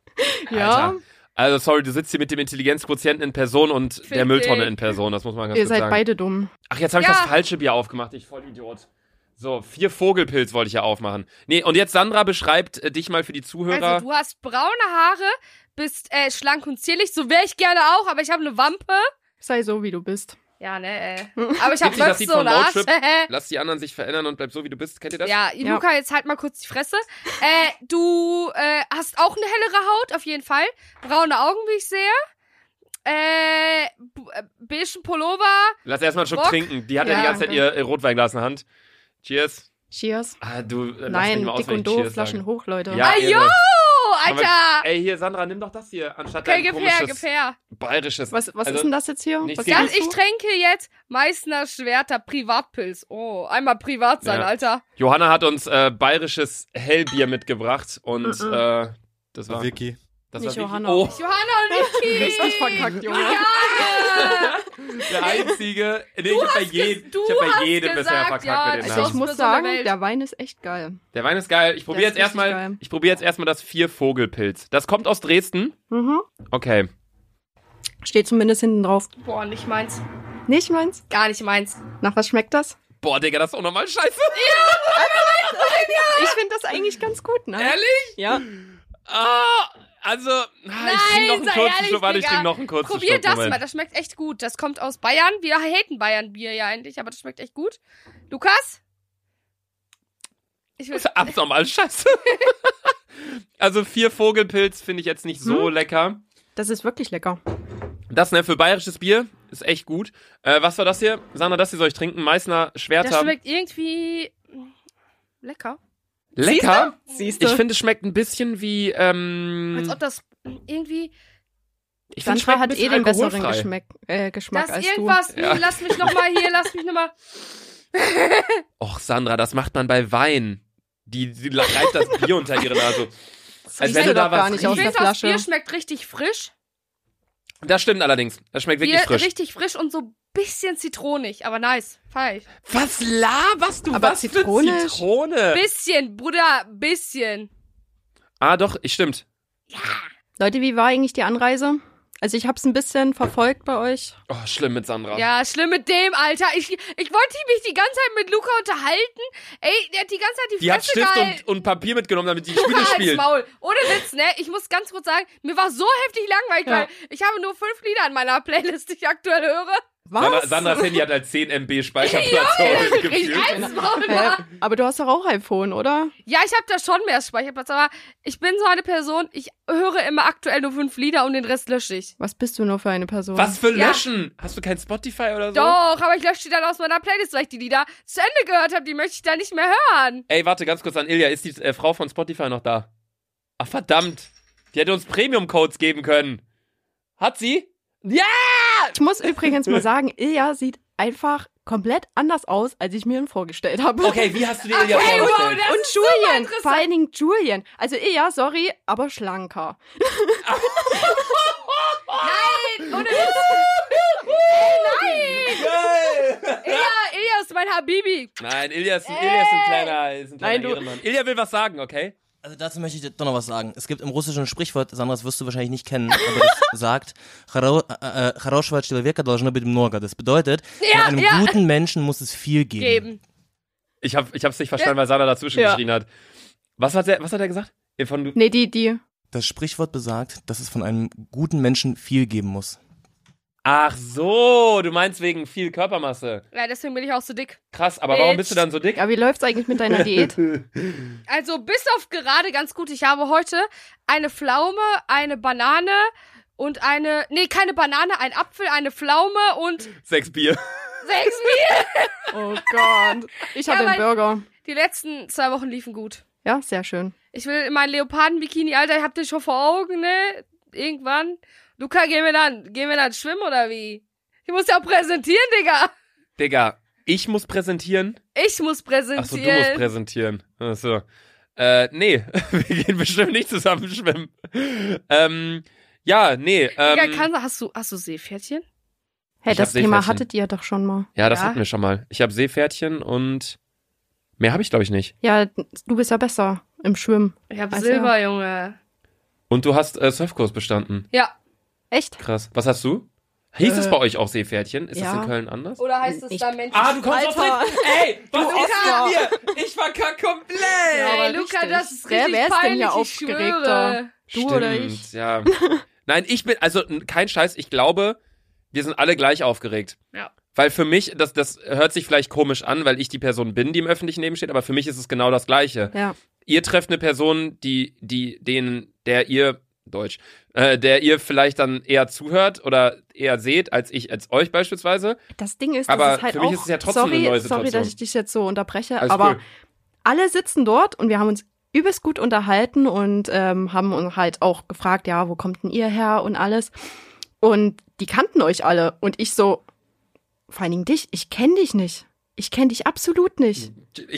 Speaker 8: Ja,
Speaker 2: Alter. Also sorry, du sitzt hier mit dem Intelligenzquotienten in Person und der
Speaker 1: Fick
Speaker 2: Mülltonne
Speaker 1: dich.
Speaker 2: in Person, das muss man ganz
Speaker 8: ihr
Speaker 2: kurz
Speaker 8: seid
Speaker 2: sagen.
Speaker 8: beide dumm.
Speaker 2: Ach, jetzt habe ich
Speaker 1: Ja.
Speaker 2: das falsche Bier aufgemacht, ich Vollidiot. So, vier Vogelpilz wollte ich ja aufmachen. Nee, und jetzt Sandra beschreibt äh, dich mal für die Zuhörer.
Speaker 1: Also, du hast braune Haare, bist äh, schlank und zierlich. So wäre ich gerne auch, aber ich habe eine Wampe.
Speaker 8: Sei so, wie du bist.
Speaker 1: Ja, ne, ey. Aber ich habe
Speaker 2: Witzig, das
Speaker 1: Möpse
Speaker 2: Lied von
Speaker 1: und Arsch.
Speaker 2: Roadtrip. Lass die anderen sich verändern und bleib so, wie du bist. Kennt ihr das?
Speaker 1: Ja,
Speaker 8: Ja.
Speaker 1: Luca, jetzt halt mal kurz die Fresse. Äh, du äh, hast auch eine hellere Haut, auf jeden Fall. Braune Augen, wie ich sehe. Äh, b- äh, beigen Pullover.
Speaker 2: Lass erstmal einen Schluck
Speaker 1: Bock?
Speaker 2: trinken. Die hat ja,
Speaker 8: Ja,
Speaker 2: die ganze Zeit ihr, ihr Rotweinglas in der Hand. Cheers.
Speaker 8: Cheers.
Speaker 2: Ah, du, äh, lass mich
Speaker 8: Nein,
Speaker 2: mal aus,
Speaker 8: dick
Speaker 2: wenn ich
Speaker 8: und doof,
Speaker 2: Cheers sage.
Speaker 8: Flaschen hoch, Leute.
Speaker 2: Ja,
Speaker 1: Ah,
Speaker 2: ihr
Speaker 1: jo!
Speaker 2: seid-
Speaker 1: Oh,
Speaker 2: Aber-
Speaker 1: Alter!
Speaker 2: Ey, hier, Sandra, nimm doch das hier, anstatt
Speaker 1: Okay,
Speaker 2: dein
Speaker 1: gib her,
Speaker 2: komisches
Speaker 1: gib her.
Speaker 2: bayerisches.
Speaker 8: Was, was
Speaker 2: Also,
Speaker 8: ist denn das jetzt hier?
Speaker 2: nicht
Speaker 8: Was
Speaker 2: viel.
Speaker 1: Dann,
Speaker 8: trinkst
Speaker 1: ich
Speaker 8: du?
Speaker 1: tränke jetzt Meißner Schwerter Privatpilz. Oh, einmal privat sein,
Speaker 2: Ja.
Speaker 1: Alter.
Speaker 2: Johanna hat uns äh, bayerisches Hellbier mitgebracht und äh, das war.
Speaker 4: Vicky.
Speaker 2: Das
Speaker 8: Nicht
Speaker 2: war
Speaker 8: Johanna.
Speaker 2: Oh,
Speaker 1: Johanna und Vicky!
Speaker 8: Richtig verkackt, Junge. Also
Speaker 1: Ja!
Speaker 2: der einzige. Nee, ich hab bei jedem,
Speaker 1: du
Speaker 2: ich hab bei
Speaker 1: hast
Speaker 2: jedem bisher
Speaker 1: gesagt,
Speaker 2: verkackt
Speaker 1: ja,
Speaker 2: mit den
Speaker 1: das
Speaker 2: Namen.
Speaker 8: Also ich
Speaker 1: Namen.
Speaker 8: muss
Speaker 1: Besondere
Speaker 8: sagen,
Speaker 1: Welt.
Speaker 8: der Wein ist echt geil.
Speaker 2: Der Wein ist geil. Ich probiere jetzt
Speaker 8: Der ist richtig
Speaker 2: erstmal,
Speaker 8: geil.
Speaker 2: ich probiere jetzt erstmal das vier Vogelpilz. Das kommt aus Dresden.
Speaker 8: Mhm.
Speaker 2: Okay.
Speaker 8: Steht zumindest hinten drauf.
Speaker 1: Boah, nicht meins.
Speaker 8: Nicht meins?
Speaker 1: Gar nicht meins.
Speaker 8: Nach was schmeckt das?
Speaker 2: Boah, Digga, das ist auch nochmal scheiße.
Speaker 8: Ich finde das eigentlich ganz gut, ne?
Speaker 2: Ehrlich?
Speaker 8: Ja.
Speaker 2: Ah, also, ah, ich
Speaker 1: Nein,
Speaker 2: trinke noch einen
Speaker 1: sei
Speaker 2: kurzen
Speaker 1: ehrlich,
Speaker 2: Schluck. Warte, ich
Speaker 1: Digga.
Speaker 2: trinke noch einen kurzen
Speaker 1: Probier
Speaker 2: Schluck.
Speaker 1: das
Speaker 2: Moment.
Speaker 1: mal, das schmeckt echt gut. Das kommt aus Bayern. Wir haten Bayern-Bier ja eigentlich, aber das schmeckt echt gut. Lukas? Ich will,
Speaker 2: Das ist abnormal scheiße. also vier Vogelpilz finde ich jetzt nicht so
Speaker 1: Hm?
Speaker 2: lecker.
Speaker 8: Das ist wirklich lecker.
Speaker 2: Das ne, für bayerisches Bier ist echt gut. Äh, was war das hier? Sandra, das hier soll ich trinken. Meißner
Speaker 1: das
Speaker 2: Schwerter.
Speaker 1: schmeckt irgendwie mm, lecker.
Speaker 2: Lecker.
Speaker 8: Siehst
Speaker 2: Ich finde, es schmeckt ein bisschen wie. Ähm,
Speaker 1: Als ob das irgendwie,
Speaker 2: ich finde, es
Speaker 8: Sandra
Speaker 2: schmeckt ein
Speaker 8: hat eh
Speaker 2: bisschen
Speaker 8: den besseren
Speaker 2: alkoholfrei.
Speaker 8: Geschmack, äh, Geschmack
Speaker 1: das
Speaker 8: als
Speaker 1: irgendwas, nee,
Speaker 2: Ja.
Speaker 1: lass mich nochmal hier, lass mich nochmal.
Speaker 2: Och, Sandra, das macht man bei Wein. Die, die reibt das Bier unter ihre Nase.
Speaker 8: du. Das
Speaker 2: als
Speaker 8: riechst
Speaker 2: wenn
Speaker 8: du
Speaker 2: du da
Speaker 8: doch gar
Speaker 2: was
Speaker 8: nicht
Speaker 2: riechst.
Speaker 8: aus
Speaker 1: Ich
Speaker 8: der
Speaker 1: finde, das Bier
Speaker 8: Flasche.
Speaker 1: schmeckt richtig frisch.
Speaker 2: Das stimmt allerdings. Das schmeckt wirklich
Speaker 1: Bier,
Speaker 2: frisch.
Speaker 1: Richtig frisch und so ein bisschen zitronig, aber nice. Feig.
Speaker 2: Was laberst du?
Speaker 8: Aber
Speaker 2: was
Speaker 8: Zitrone
Speaker 2: für
Speaker 8: ist-
Speaker 2: Zitrone?
Speaker 1: Bisschen, Bruder, bisschen.
Speaker 2: Ah, doch, ich stimmt.
Speaker 8: Leute, wie war eigentlich die Anreise? Also ich habe es ein bisschen verfolgt bei euch.
Speaker 2: Oh, schlimm mit Sandra.
Speaker 1: Ja, schlimm mit dem, Alter. Ich, ich wollte mich die ganze Zeit mit Luca unterhalten. Ey, der hat die ganze Zeit die,
Speaker 2: Die hat
Speaker 1: Fresse
Speaker 2: Stift
Speaker 1: gehalten.
Speaker 2: und, und Papier mitgenommen, damit sie
Speaker 1: Luca
Speaker 2: Spiele
Speaker 1: halt's
Speaker 2: spielt.
Speaker 1: Maul. Ohne Witz, ne? Ich muss ganz kurz sagen, mir war so heftig langweilig,
Speaker 8: Ja.
Speaker 1: weil ich habe nur fünf Lieder in meiner Playlist, die ich aktuell höre.
Speaker 2: Sandra, Sandras Handy hat halt 10 MB Speicherplatz heute
Speaker 1: Ich
Speaker 2: gefühlt.
Speaker 1: halt's Maul,
Speaker 8: Äh,
Speaker 1: Mann.
Speaker 8: aber du hast doch auch iPhone, oder?
Speaker 1: Ja, ich habe da schon mehr Speicherplatz, aber ich bin so eine Person, ich höre immer aktuell nur fünf Lieder und den Rest lösche ich.
Speaker 8: Was bist du nur für eine Person?
Speaker 2: Was für
Speaker 1: Ja.
Speaker 2: Löschen? Hast du kein Spotify oder so?
Speaker 1: Doch, aber ich lösche die dann aus meiner Playlist, weil ich die Lieder zu Ende gehört habe. Die möchte ich dann nicht mehr hören.
Speaker 2: Ey, warte ganz kurz an Ilja. Ist die äh, Frau von Spotify noch da? Ach, verdammt. Die hätte uns Premium-Codes geben können. Hat sie? Ja!
Speaker 8: Ich muss übrigens mal sagen, Ilja sieht einfach komplett anders aus, als ich mir ihn vorgestellt habe.
Speaker 2: Okay, wie hast du dir Ilja
Speaker 1: Okay, wow,
Speaker 2: vorgestellt?
Speaker 1: das
Speaker 8: Und
Speaker 1: ist
Speaker 8: Julian,
Speaker 1: interessant.
Speaker 8: vor allen Dingen Julian. Also Ilja, sorry, aber schlanker.
Speaker 1: Nein, ohne Witz. Ilja, Ilja ist mein Habibi.
Speaker 2: Nein, Ilja ist, ein- Ilja ist ein kleiner, ist ein kleiner
Speaker 8: Äh. Nein, du-
Speaker 2: Ehrenmann. Ilja will was sagen, okay?
Speaker 5: Also dazu möchte ich doch noch was sagen. Es gibt im russischen Sprichwort, Sandra, das wirst du wahrscheinlich nicht kennen, aber das sagt, «Хоро- äh, äh, хорошего человека должно быть много. Das bedeutet,
Speaker 1: Ja,
Speaker 5: von einem
Speaker 1: ja.
Speaker 5: guten Menschen muss es viel geben.
Speaker 1: Geben.
Speaker 2: Ich, hab, ich hab's nicht verstanden, weil Sandra dazwischen
Speaker 8: Ja.
Speaker 2: geschrien hat. Was hat, er, was hat er gesagt? Von,
Speaker 8: Nee, die, die.
Speaker 5: Das Sprichwort besagt, dass es von einem guten Menschen viel geben muss.
Speaker 2: ach so, du meinst wegen viel Körpermasse.
Speaker 1: Ja, deswegen bin ich auch so dick.
Speaker 2: Krass, aber warum
Speaker 1: Bitch.
Speaker 2: bist du dann so dick?
Speaker 8: Ja, wie läuft's eigentlich mit deiner Diät?
Speaker 1: Also bis auf gerade ganz gut. Ich habe heute eine Pflaume, eine Banane und eine... Nee, keine Banane, ein Apfel, eine Pflaume und
Speaker 2: Sechs Bier.
Speaker 1: sechs Bier.
Speaker 8: Oh Gott. Ich habe
Speaker 1: Ja,
Speaker 8: einen Burger.
Speaker 1: Die letzten zwei Wochen liefen gut.
Speaker 8: Ja, sehr schön.
Speaker 1: Ich will in mein Leoparden-Bikini, Alter, ich hab den schon vor Augen, ne? Irgendwann. Luca, gehen wir dann, gehen wir dann schwimmen oder wie? Ich muss ja auch präsentieren, Digga.
Speaker 2: Digga, ich muss präsentieren.
Speaker 1: Ich muss präsentieren.
Speaker 2: Achso, du musst präsentieren. Achso. Äh, nee, wir gehen bestimmt nicht zusammen schwimmen. Ähm, Ja, nee.
Speaker 1: Digga,
Speaker 2: Ähm,
Speaker 1: kannst, du- hast, du, hast du Seepferdchen?
Speaker 8: Hey,
Speaker 2: Ich
Speaker 8: das
Speaker 2: hab
Speaker 8: Thema
Speaker 2: Seepferdchen.
Speaker 8: hattet ihr doch schon mal.
Speaker 2: ja, das
Speaker 1: Ja.
Speaker 2: hatten wir schon mal. Ich habe Seepferdchen und mehr habe ich, glaube ich, nicht.
Speaker 8: Ja, du bist ja besser im Schwimmen.
Speaker 1: Ich hab
Speaker 8: Also-
Speaker 1: Silber, Junge.
Speaker 2: Und du hast äh, Surfkurs bestanden.
Speaker 1: Ja.
Speaker 8: Echt?
Speaker 2: Krass. Was hast du? Hieß es
Speaker 8: Äh,
Speaker 2: bei euch auch Seepferdchen? Ist das
Speaker 8: ja.
Speaker 2: in Köln anders?
Speaker 1: Oder heißt es da Menschen?
Speaker 2: Ah, du kommst aus
Speaker 7: Alter.
Speaker 2: Dresden. Ey, was ist mit mir? Ich verkack komplett.
Speaker 1: Ey,
Speaker 8: aber
Speaker 1: Luca,
Speaker 8: richtig.
Speaker 1: das ist
Speaker 8: Wer-
Speaker 1: richtig
Speaker 8: wer ist denn
Speaker 1: peinlich,
Speaker 8: hier
Speaker 1: ich
Speaker 8: aufgeregter?
Speaker 1: schwöre.
Speaker 8: Du oder ich?
Speaker 2: ja. Nein, ich bin, also n- kein Scheiß, ich glaube, wir sind alle gleich aufgeregt.
Speaker 1: Ja.
Speaker 2: Weil für mich, das, das hört sich vielleicht komisch an, weil ich die Person bin, die im öffentlichen Leben steht, aber für mich ist es genau das Gleiche.
Speaker 8: Ja.
Speaker 2: Ihr trefft eine Person, die, die, den, der ihr, Deutsch, äh, der ihr vielleicht dann eher zuhört oder eher seht, als ich, als euch beispielsweise.
Speaker 8: Das Ding ist,
Speaker 2: Aber
Speaker 8: das ist halt
Speaker 2: für mich
Speaker 8: auch,
Speaker 2: ist es ja trotzdem
Speaker 8: sorry,
Speaker 2: eine neue
Speaker 8: Sorry,
Speaker 2: Situation.
Speaker 8: dass ich dich jetzt so unterbreche,
Speaker 2: Alles
Speaker 8: aber
Speaker 2: cool.
Speaker 8: alle sitzen dort und wir haben uns übelst gut unterhalten und ähm, haben uns halt auch gefragt, ja, wo kommt denn ihr her und alles. Und die kannten euch alle und ich so, vor allen Dingen dich, ich kenne dich nicht. Ich kenne dich absolut nicht.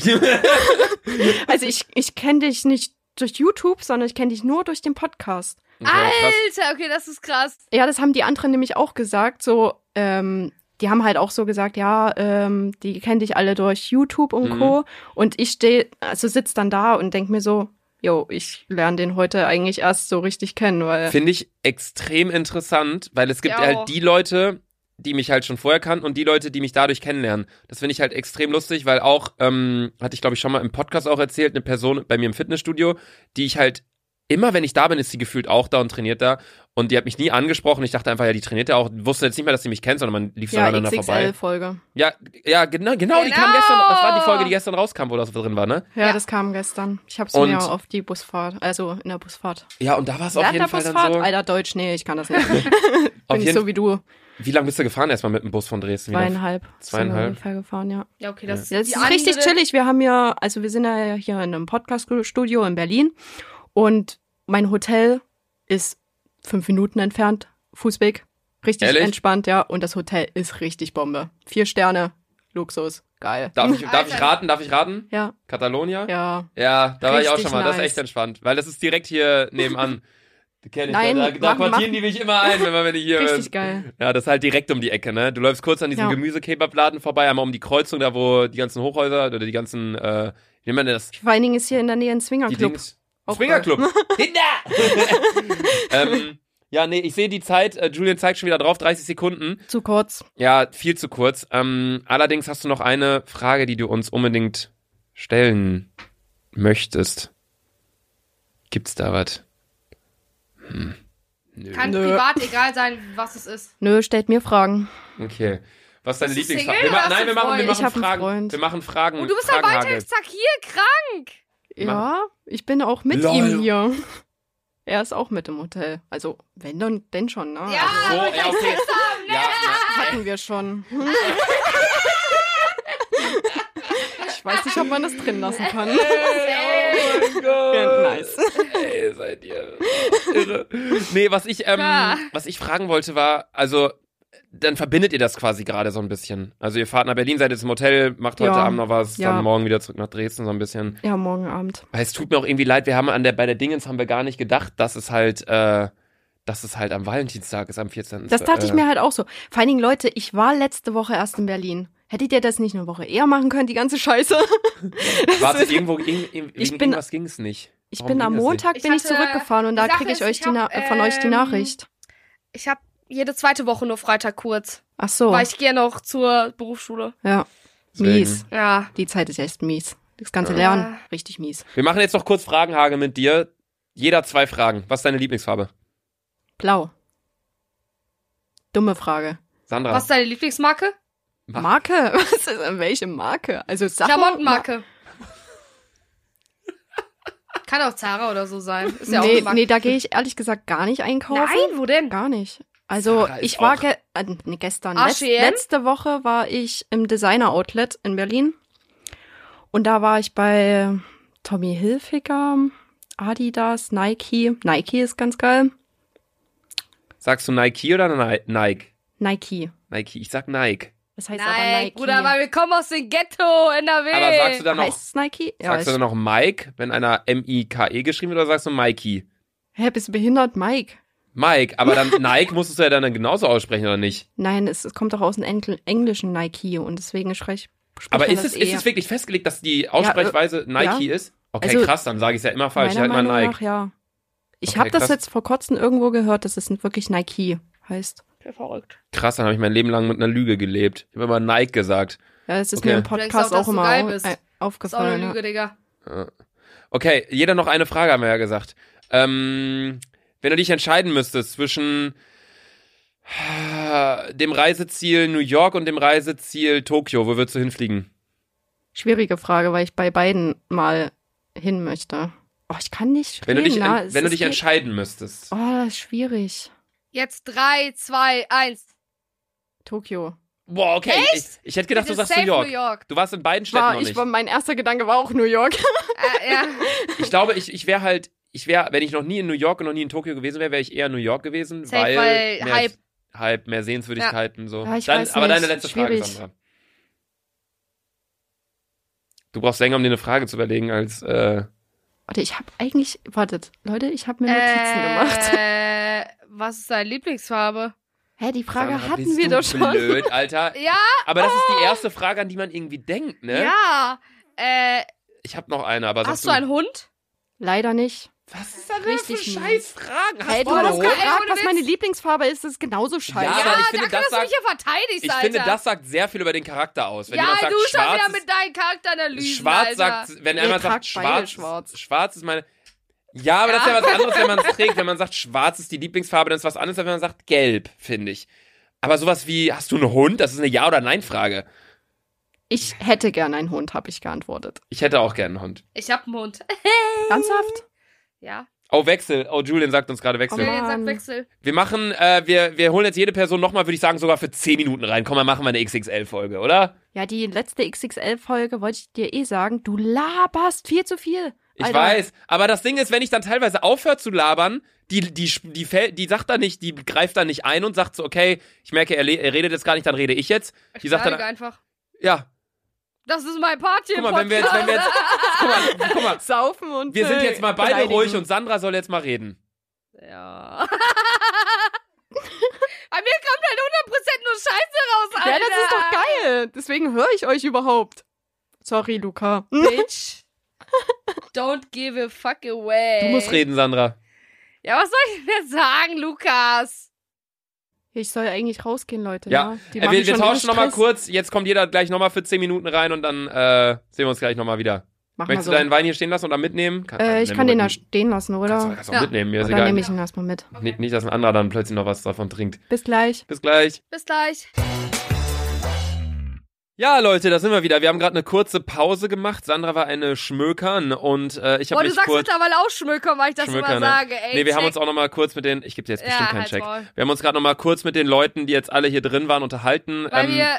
Speaker 8: Also ich, ich kenne dich nicht durch YouTube, sondern ich kenne dich nur durch den Podcast.
Speaker 2: krass.
Speaker 1: Alter, okay, das ist krass.
Speaker 8: Ja, das haben die anderen nämlich auch gesagt. So, ähm, die haben halt auch so gesagt, ja, ähm, die kennen dich alle durch YouTube und
Speaker 2: Mhm.
Speaker 8: Co. Und ich stehe, also sitz dann da und denk mir so, yo, ich lerne den heute eigentlich erst so richtig kennen, weil
Speaker 2: Finde ich extrem interessant, weil es gibt
Speaker 1: Ja, auch.
Speaker 2: halt die Leute, die mich halt schon vorher kannten und die Leute, die mich dadurch kennenlernen. Das finde ich halt extrem lustig, weil auch, ähm, hatte ich glaube ich schon mal im Podcast auch erzählt, eine Person bei mir im Fitnessstudio, die ich halt immer, wenn ich da bin, ist sie gefühlt auch da und trainiert da. Und die hat mich nie angesprochen. Ich dachte einfach, ja, die trainiert ja auch. Wusste jetzt nicht mehr, dass sie mich kennt, sondern man lief so
Speaker 8: ja,
Speaker 2: aneinander vorbei.
Speaker 8: XXL-Folge.
Speaker 2: Ja, ja, genau, genau, die kam
Speaker 1: Genau.
Speaker 2: gestern. Das war die Folge, die gestern rauskam, wo das drin war, ne?
Speaker 8: Ja,
Speaker 1: Ja.
Speaker 8: das kam gestern. Ich hab's
Speaker 2: Und-
Speaker 8: mir auf die Busfahrt, also in der Busfahrt.
Speaker 2: Ja, und da war es auf
Speaker 8: Während der
Speaker 2: jeden Fall dann
Speaker 8: Busfahrt?
Speaker 2: so.
Speaker 8: Alter, Deutsch, nee, ich kann das nicht. Bin
Speaker 2: Auf
Speaker 8: ich so
Speaker 2: jeden,
Speaker 8: wie du.
Speaker 2: wie lange bist du gefahren erstmal mit dem Bus von Dresden? Wie lange-
Speaker 8: Zweieinhalb. Sind wir
Speaker 2: Zweieinhalb.
Speaker 8: ungefähr gefahren, ja.
Speaker 1: Ja, okay, das
Speaker 8: Das
Speaker 1: die
Speaker 8: ist richtig
Speaker 1: andere-
Speaker 8: chillig. Wir haben ja, also wir sind ja hier in einem Podcast-Studio in Berlin und mein Hotel ist fünf Minuten entfernt, Fußweg. Richtig
Speaker 2: Ehrlich?
Speaker 8: entspannt, ja. Und das Hotel ist richtig Bombe. Vier Sterne, Luxus, geil.
Speaker 2: Darf ich, darf
Speaker 1: Alter.
Speaker 2: ich raten? Darf ich raten?
Speaker 8: Ja,
Speaker 2: Katalonia?
Speaker 8: ja.
Speaker 2: Ja, da war ich auch
Speaker 8: Richtig
Speaker 2: schon mal. Das ist
Speaker 8: nice.
Speaker 2: echt entspannt, weil das ist direkt hier nebenan. Die kenn ich.
Speaker 8: Nein,
Speaker 2: da, da, da
Speaker 8: mach-
Speaker 2: quartieren
Speaker 8: mach-
Speaker 2: die mich immer ein, wenn man wenn ich hier
Speaker 8: Richtig
Speaker 2: bin.
Speaker 8: geil.
Speaker 2: Ja, das ist halt direkt um die Ecke, ne? Du läufst kurz an diesem
Speaker 8: Ja.
Speaker 2: Gemüsekebabladen vorbei, einmal um die Kreuzung, da wo die ganzen Hochhäuser oder die ganzen, äh, wie nennt man das?
Speaker 8: Vor allen Dingen ist hier in der Nähe ein
Speaker 2: Die
Speaker 8: Swingerclub.
Speaker 2: Dings.
Speaker 8: Auch
Speaker 2: Swingerclub. Kinder! ähm, ja, nee, ich sehe die Zeit. Äh, Julian zeigt schon wieder drauf, 30 Sekunden.
Speaker 8: Zu kurz.
Speaker 2: Ja, viel zu kurz. Ähm, allerdings hast du noch eine Frage, die du uns unbedingt stellen möchtest. Gibt's da was? Hm. Nö.
Speaker 1: Kann
Speaker 8: Nö.
Speaker 1: privat egal sein, was es ist.
Speaker 8: Nö, stellt mir Fragen.
Speaker 2: Okay. Was ist deine
Speaker 1: Bist du
Speaker 2: Lieblingsfrage?
Speaker 1: Single
Speaker 2: Wir ma-
Speaker 1: oder hast
Speaker 2: Nein,
Speaker 1: du
Speaker 2: wir machen, wir
Speaker 1: einen
Speaker 2: machen
Speaker 8: Freund? Ich hab einen
Speaker 2: Fragen.
Speaker 8: Freund.
Speaker 2: Wir machen Fragen.
Speaker 1: Und du bist halt am
Speaker 2: Fragenhagel.
Speaker 1: Valentinstag hier krank.
Speaker 8: Ja, ich bin auch mit
Speaker 2: Lol.
Speaker 8: ihm hier. Er ist auch mit im Hotel. Also, wenn dann, denn schon, ne?
Speaker 1: Ja,
Speaker 8: Also,
Speaker 2: So,
Speaker 1: aber
Speaker 2: ja,
Speaker 1: gleich
Speaker 2: okay.
Speaker 1: Sex haben.
Speaker 2: Ja, ja.
Speaker 8: hatten wir schon. Ich weiß nicht, ob man das drin lassen kann.
Speaker 2: Ey, oh mein Gott.
Speaker 8: Nice.
Speaker 2: Ey, seid ihr irre. Nee, was ich, ähm,
Speaker 1: Ja.
Speaker 2: was ich fragen wollte war, also, dann verbindet ihr das quasi gerade so ein bisschen. Also ihr fahrt nach Berlin, seid jetzt im Hotel, macht heute
Speaker 8: Ja.
Speaker 2: Abend noch was,
Speaker 8: Ja.
Speaker 2: dann morgen wieder zurück nach Dresden so ein bisschen.
Speaker 8: Ja, morgen Abend.
Speaker 2: Weil es tut mir auch irgendwie leid, wir haben an der, bei der Dingens haben wir gar nicht gedacht, dass es halt, äh, dass es halt am Valentinstag ist, am 14.
Speaker 8: Das dachte ich
Speaker 2: Äh,
Speaker 8: mir halt auch so. Vor allen Dingen, Leute, ich war letzte Woche erst in Berlin. Hättet ihr das nicht eine Woche eher machen können, die ganze Scheiße?
Speaker 2: Warte, irgendwo, irg irg
Speaker 8: Ich
Speaker 2: wegen
Speaker 8: bin-
Speaker 2: irgendwas ging es nicht.
Speaker 8: Ich
Speaker 2: Warum
Speaker 8: bin am
Speaker 2: ging das nicht?
Speaker 8: Montag
Speaker 1: Ich
Speaker 8: bin ich
Speaker 1: hatte-
Speaker 8: zurückgefahren und da
Speaker 1: die Sache
Speaker 8: kriege ich
Speaker 1: ist,
Speaker 8: euch
Speaker 1: ich
Speaker 8: die Na
Speaker 1: hab,
Speaker 8: von euch die
Speaker 1: ähm,
Speaker 8: Nachricht.
Speaker 1: Ich habe jede zweite Woche nur Freitag kurz,
Speaker 8: Ach so,
Speaker 1: weil ich gehe noch zur Berufsschule.
Speaker 8: ja.
Speaker 2: Deswegen.
Speaker 8: Mies.
Speaker 1: Ja.
Speaker 8: Die Zeit ist echt mies. Das ganze
Speaker 2: Ja.
Speaker 8: Lernen, richtig mies.
Speaker 2: Wir machen jetzt noch kurz Fragenhage mit dir. Jeder zwei Fragen. Was ist deine Lieblingsfarbe?
Speaker 8: Blau. Dumme Frage.
Speaker 2: Sandra.
Speaker 1: Was ist deine Lieblingsmarke?
Speaker 2: Ma-
Speaker 8: Marke? Was ist, welche Marke? Also Sachen.
Speaker 1: Klamottenmarke. Kann auch Zara oder so sein. Ist ja auch
Speaker 8: nee,
Speaker 1: eine Marke.
Speaker 8: nee, da gehe ich ehrlich gesagt gar nicht einkaufen.
Speaker 1: Nein, wo denn?
Speaker 8: Gar nicht. Also
Speaker 2: Sarah ist
Speaker 8: ich war
Speaker 2: auch-
Speaker 8: ge äh, nee, gestern, letz
Speaker 1: H&M?
Speaker 8: letzte Woche war ich im Designer Outlet in Berlin und da war ich bei Tommy Hilfiger, Adidas, Nike. Nike ist ganz geil.
Speaker 2: Sagst du Nike oder Ni Nike?
Speaker 8: Nike.
Speaker 2: Nike, ich sag Nike.
Speaker 8: Das heißt aber
Speaker 1: Nein,
Speaker 8: Nike.
Speaker 1: Bruder, weil wir kommen aus dem Ghetto NRW.
Speaker 2: Aber sagst du dann noch,
Speaker 8: heißt es Nike? Ja,
Speaker 2: sagst du
Speaker 8: ich,
Speaker 2: dann noch E Mike, wenn einer M-I-K-E geschrieben wird, oder sagst du Mikey?
Speaker 8: hä, bist du behindert, Mike?
Speaker 2: Mike, aber dann Nike musstest du ja dann genauso aussprechen, oder nicht?
Speaker 8: Nein, es, es kommt doch aus dem Engl englischen Nike und deswegen spreche ich. eh
Speaker 2: Aber ist es, ist es wirklich festgelegt, dass die Aussprechweise Nike ist? Okay,
Speaker 8: äh, Also-
Speaker 2: krass, dann sage ich es ja immer falsch. Ich
Speaker 8: meiner
Speaker 2: halt mal
Speaker 8: Meinung
Speaker 2: Nike.
Speaker 8: nach, ja. Ich
Speaker 2: Okay,
Speaker 8: habe das
Speaker 2: krass.
Speaker 8: jetzt vor kurzem irgendwo gehört, dass es wirklich Nike heißt.
Speaker 1: Verrückt.
Speaker 2: Krass, dann habe ich mein Leben lang mit einer Lüge gelebt. Ich habe immer Nike gesagt.
Speaker 8: Ja, es ist
Speaker 2: Okay.
Speaker 8: mir im
Speaker 1: Vielleicht
Speaker 8: Podcast
Speaker 1: auch,
Speaker 8: auch,
Speaker 1: dass du
Speaker 8: immer
Speaker 1: geil
Speaker 8: au
Speaker 1: bist.
Speaker 8: äh,
Speaker 1: Ist auch eine
Speaker 8: aufgefallen.
Speaker 1: Lüge, Digga.
Speaker 2: Ja. Okay, jeder noch eine Frage, haben wir ja gesagt. Ähm, wenn du dich entscheiden müsstest zwischen äh, dem Reiseziel New York und dem Reiseziel Tokio, wo würdest du hinfliegen?
Speaker 8: Schwierige Frage, weil ich bei beiden mal hin möchte. Oh, ich kann nicht
Speaker 2: Wenn du
Speaker 8: reden,
Speaker 2: dich,
Speaker 8: na,
Speaker 2: en-
Speaker 8: es
Speaker 2: wenn du
Speaker 8: ist
Speaker 2: dich
Speaker 8: mir-
Speaker 2: entscheiden müsstest.
Speaker 8: Oh, das ist schwierig.
Speaker 1: Jetzt drei, zwei, eins.
Speaker 8: Tokio.
Speaker 2: Boah, okay. Ich, ich hätte gedacht,
Speaker 1: Bitte
Speaker 2: du sagst
Speaker 1: safe
Speaker 2: New York.
Speaker 1: New York.
Speaker 2: Du warst in beiden Städten
Speaker 8: War,
Speaker 2: noch
Speaker 8: ich,
Speaker 2: nicht.
Speaker 8: war, mein erster Gedanke war auch New York.
Speaker 1: Äh, ja.
Speaker 2: Ich glaube, ich, ich wäre halt, ich wäre, wenn ich noch nie in New York und noch nie in Tokio gewesen wäre, wäre ich eher in New York gewesen,
Speaker 1: Safe,
Speaker 2: weil,
Speaker 1: weil
Speaker 2: mehr,
Speaker 1: Hype.
Speaker 2: Hype, mehr Sehenswürdigkeiten so.
Speaker 8: Ja, ich
Speaker 2: Dann,
Speaker 8: weiß
Speaker 2: aber
Speaker 8: nicht.
Speaker 2: deine letzte Frage,
Speaker 8: Schwierig.
Speaker 2: Sandra. Du brauchst länger, um dir eine Frage zu überlegen, als äh,
Speaker 8: Warte, ich habe eigentlich. Wartet, Leute, ich habe mir Notizen gemacht.
Speaker 1: Äh, was ist deine Lieblingsfarbe?
Speaker 8: Hä, die Frage
Speaker 2: Sandra,
Speaker 8: hatten
Speaker 2: bist
Speaker 8: wir
Speaker 2: du
Speaker 8: doch schon.
Speaker 2: Blöd, Alter.
Speaker 1: Ja,
Speaker 2: Aber das ist die erste Frage, an die man irgendwie denkt, ne?
Speaker 1: ja. Äh,
Speaker 2: Ich habe noch eine, aber
Speaker 1: hast du
Speaker 2: sag
Speaker 1: einen Hund?
Speaker 8: Leider nicht.
Speaker 2: Was ist da denn für
Speaker 8: Richtig
Speaker 2: scheiß Fragen? Hast
Speaker 8: Hey, du
Speaker 2: einen
Speaker 8: hast
Speaker 2: Hund?
Speaker 8: gefragt,
Speaker 1: ohne
Speaker 8: was
Speaker 1: Witz.
Speaker 8: meine Lieblingsfarbe ist. Das ist genauso scheiße.
Speaker 2: Ja, aber ich finde,
Speaker 1: da
Speaker 2: das
Speaker 1: kannst du
Speaker 2: sagt-
Speaker 1: mich ja verteidigst,
Speaker 2: Ich
Speaker 1: Alter.
Speaker 2: finde, das sagt sehr viel über den Charakter aus. Wenn
Speaker 1: ja,
Speaker 2: jemand sagt,
Speaker 1: du schon
Speaker 2: schwarz
Speaker 1: wieder
Speaker 2: ist-
Speaker 1: mit deinen Charakteranalysen,
Speaker 2: Schwarz
Speaker 1: Alter.
Speaker 2: sagt, wenn
Speaker 8: Ihr
Speaker 2: jemand sagt,
Speaker 8: tragt beide
Speaker 2: schwarz, schwarz.
Speaker 8: schwarz.
Speaker 2: schwarz ist meine. Ja, aber das ist ja was anderes, wenn man es trägt. Wenn man sagt, schwarz ist die Lieblingsfarbe, dann ist was anderes, als wenn man sagt, gelb, finde ich. Aber sowas wie, hast du einen Hund? Das ist eine Ja- oder Nein-Frage.
Speaker 8: Ich hätte gern einen Hund, habe ich geantwortet.
Speaker 2: Ich hätte auch gerne einen Hund.
Speaker 1: Ich hab einen Hund.
Speaker 8: Ernsthaft?
Speaker 1: Ja.
Speaker 2: Oh, Wechsel. Oh, Julian sagt uns gerade
Speaker 8: Oh
Speaker 2: Wechsel.
Speaker 1: Julian sagt
Speaker 8: Mann.
Speaker 1: Wechsel.
Speaker 2: wir machen, äh, wir, wir holen jetzt jede Person nochmal, würde ich sagen, sogar für 10 Minuten rein. Komm, dann machen wir eine XXL-Folge, oder?
Speaker 8: Ja, die letzte XXL-Folge wollte ich dir eh sagen. Du laberst viel zu viel.
Speaker 2: Ich
Speaker 8: Alter.
Speaker 2: weiß. Aber das Ding ist, wenn ich dann teilweise aufhöre zu labern, die, die, die, fäll- die sagt da nicht, die greift da nicht ein und sagt so, okay, ich merke, er, le- er redet jetzt gar nicht, dann rede ich jetzt.
Speaker 1: Ich
Speaker 2: Die sagt dann-
Speaker 1: beleidige einfach.
Speaker 2: Ja,
Speaker 1: Das ist mein Part hier
Speaker 2: guck
Speaker 1: im
Speaker 2: mal, wenn wir jetzt, wenn wir jetzt, guck mal, guck mal,
Speaker 8: Saufen und.
Speaker 2: wir sind
Speaker 8: äh,
Speaker 2: jetzt mal beide
Speaker 8: beleidigen.
Speaker 2: ruhig und Sandra soll jetzt mal reden.
Speaker 1: Podcast. Ja. Bei mir kommt halt 100% nur Scheiße raus, Alter.
Speaker 8: Ja, das ist doch geil. Deswegen höre ich euch überhaupt. Sorry, Luca.
Speaker 1: Bitch. Don't give a fuck away.
Speaker 8: Äh,
Speaker 2: Du musst reden, Sandra.
Speaker 1: Ja, was soll ich denn sagen, Lukas?
Speaker 8: Ich soll eigentlich rausgehen, Leute.
Speaker 2: Ja.
Speaker 8: Ja, Die
Speaker 2: Äh, wir
Speaker 8: machen
Speaker 2: wir
Speaker 8: schon
Speaker 2: tauschen
Speaker 8: wieder
Speaker 2: nochmal
Speaker 8: Stress.
Speaker 2: kurz. Jetzt kommt jeder gleich nochmal für 10 Minuten rein und dann äh, sehen wir uns gleich nochmal wieder.
Speaker 8: Mach mal
Speaker 2: Möchtest
Speaker 8: so.
Speaker 2: du deinen Wein hier stehen lassen oder mitnehmen? Kann-
Speaker 8: äh, ich
Speaker 2: wenn
Speaker 8: kann
Speaker 2: du
Speaker 8: den da
Speaker 2: mitnehmen-
Speaker 8: stehen lassen,
Speaker 2: Kannst du
Speaker 8: oder?
Speaker 2: kannst du auch
Speaker 1: Ja.
Speaker 2: mitnehmen, mir ist
Speaker 8: Dann
Speaker 2: egal.
Speaker 8: nehme ich ihn erstmal mit.
Speaker 2: Nicht, nicht, dass ein anderer dann plötzlich noch was davon trinkt.
Speaker 8: Bis gleich.
Speaker 2: Bis gleich.
Speaker 1: Bis gleich.
Speaker 2: Ja, Leute, da sind wir wieder. Wir haben gerade eine kurze Pause gemacht. Sandra war eine Schmökern und äh, ich
Speaker 1: Boah,
Speaker 2: habe
Speaker 1: Oh, du
Speaker 2: mich
Speaker 1: sagst
Speaker 2: kurz.
Speaker 1: mittlerweile auch Schmöker, weil ich das
Speaker 2: Schmöker,
Speaker 1: immer
Speaker 2: ne?
Speaker 1: sage. Ey,
Speaker 2: Nee, wir haben
Speaker 1: check.
Speaker 2: uns auch nochmal kurz mit den. Ich gebe dir jetzt
Speaker 1: ja, halt
Speaker 2: bestimmt keinen
Speaker 1: halt's
Speaker 2: Check.
Speaker 1: Maul.
Speaker 2: Wir haben uns gerade nochmal kurz mit den Leuten, die jetzt alle hier drin waren, unterhalten.
Speaker 1: Weil
Speaker 2: Ähm,
Speaker 1: wir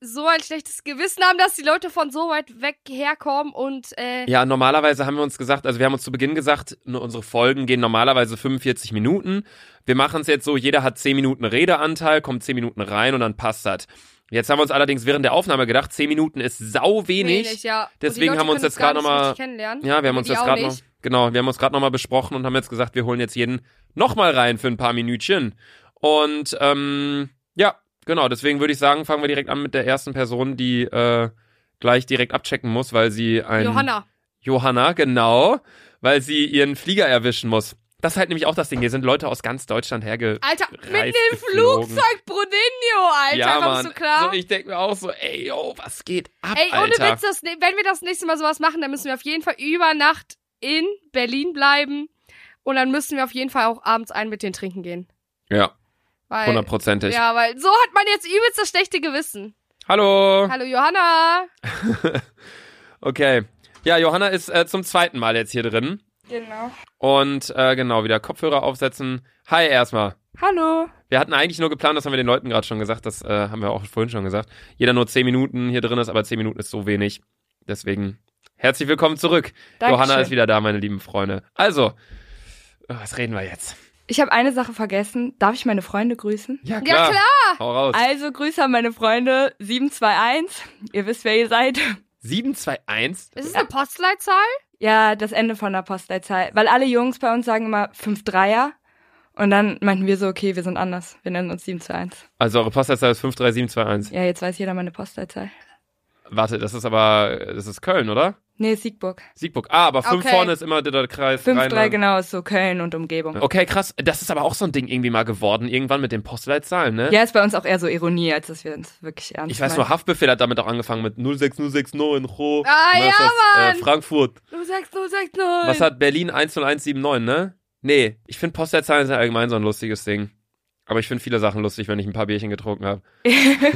Speaker 1: so ein schlechtes Gewissen haben, dass die Leute von so weit weg herkommen und äh,
Speaker 2: ja, normalerweise haben wir uns gesagt, also wir haben uns zu Beginn gesagt, nur unsere Folgen gehen normalerweise 45 Minuten. Wir machen es jetzt so, jeder hat 10 Minuten Redeanteil, kommt 10 Minuten rein und dann passt das. Jetzt haben wir uns allerdings während der Aufnahme gedacht, 10 Minuten ist sau wenig.
Speaker 1: wenig, ja. Und die
Speaker 2: Deswegen
Speaker 1: Leute
Speaker 2: haben wir uns
Speaker 1: können
Speaker 2: jetzt
Speaker 1: gar
Speaker 2: gerade
Speaker 1: nicht
Speaker 2: noch mal-
Speaker 1: richtig kennenlernen.
Speaker 2: Ja, wir haben
Speaker 1: Und
Speaker 2: uns
Speaker 1: die
Speaker 2: jetzt
Speaker 1: auch
Speaker 2: gerade noch,
Speaker 1: nicht.
Speaker 2: genau, wir haben uns gerade noch mal besprochen und haben jetzt gesagt, wir holen jetzt jeden noch mal rein für ein paar Minütchen. Und ähm, ja, genau. Deswegen würde ich sagen, fangen wir direkt an mit der ersten Person, die äh, gleich direkt abchecken muss, weil sie ein
Speaker 1: Johanna.
Speaker 2: Johanna, genau, weil sie ihren Flieger erwischen muss. Das ist halt nämlich auch das Ding. Hier sind Leute aus ganz Deutschland herge.
Speaker 1: Alter, mit
Speaker 2: Reis
Speaker 1: dem
Speaker 2: geflogen.
Speaker 1: Flugzeug Brunino, Alter,
Speaker 2: ja,
Speaker 1: kommst
Speaker 2: Mann.
Speaker 1: du klar?
Speaker 2: So, ich denke mir auch so, ey, yo, was geht ab,
Speaker 1: Ey, ohne
Speaker 2: Alter?
Speaker 1: Witz, das, ne- wenn wir das nächste Mal sowas machen, dann müssen wir auf jeden Fall über Nacht in Berlin bleiben. Und dann müssen wir auf jeden Fall auch abends ein mit denen trinken gehen.
Speaker 2: Ja,
Speaker 1: Weil,
Speaker 2: hundertprozentig.
Speaker 1: ja, weil so hat man jetzt übelst das schlechte Gewissen.
Speaker 2: Hallo.
Speaker 1: Hallo Johanna.
Speaker 2: Okay. Ja, Johanna ist äh, zum zweiten Mal jetzt hier drin.
Speaker 7: Genau.
Speaker 2: Und äh, genau, wieder Kopfhörer aufsetzen. Hi erstmal.
Speaker 7: Hallo.
Speaker 2: Wir hatten eigentlich nur geplant, das haben wir den Leuten gerade schon gesagt, das äh, haben wir auch vorhin schon gesagt. Jeder nur 10 Minuten hier drin ist, aber 10 Minuten ist so wenig. Deswegen herzlich willkommen zurück.
Speaker 7: Dankeschön.
Speaker 2: Johanna ist wieder da, meine lieben Freunde. Also, äh, was reden wir jetzt?
Speaker 7: Ich habe eine Sache vergessen. Darf ich meine Freunde grüßen?
Speaker 2: Ja,
Speaker 1: Ja, klar.
Speaker 2: Hau raus.
Speaker 7: Also Grüße an meine Freunde 721. Ihr wisst, wer ihr seid.
Speaker 2: 721?
Speaker 1: Ist es eine Postleitzahl?
Speaker 7: Ja, das Ende von der Postleitzahl. Weil alle Jungs bei uns sagen immer 5-3er. Und dann meinten wir so, okay, wir sind anders. Wir nennen uns 721.
Speaker 2: Also eure Postleitzahl ist 53721.
Speaker 7: Ja, jetzt weiß jeder meine Postleitzahl.
Speaker 2: Warte, das ist aber, das ist Köln, oder?
Speaker 7: Nee, Siegburg.
Speaker 2: Siegburg. Ah, aber 5
Speaker 1: Okay.
Speaker 2: vorne ist immer der Kreis.
Speaker 7: 5-3
Speaker 2: Rheinland.
Speaker 7: genau ist so Köln und Umgebung.
Speaker 2: Okay, krass. Das ist aber auch so ein Ding irgendwie mal geworden, irgendwann mit den Postleitzahlen, ne?
Speaker 7: Ja, ist bei uns auch eher so Ironie, als dass wir uns wirklich ernst
Speaker 2: Ich weiß nur,
Speaker 7: meinen.
Speaker 2: Haftbefehl hat damit auch angefangen mit 06069 in Ro.
Speaker 1: Ah,
Speaker 2: Was
Speaker 1: ja,
Speaker 2: ist das?
Speaker 1: Mann.
Speaker 2: Äh, Frankfurt.
Speaker 1: 06, 06,
Speaker 2: Was hat Berlin 10179, ne? Nee, ich finde Postleitzahlen sind allgemein so ein lustiges Ding. Aber ich finde viele Sachen lustig, wenn ich ein paar Bierchen getrunken habe.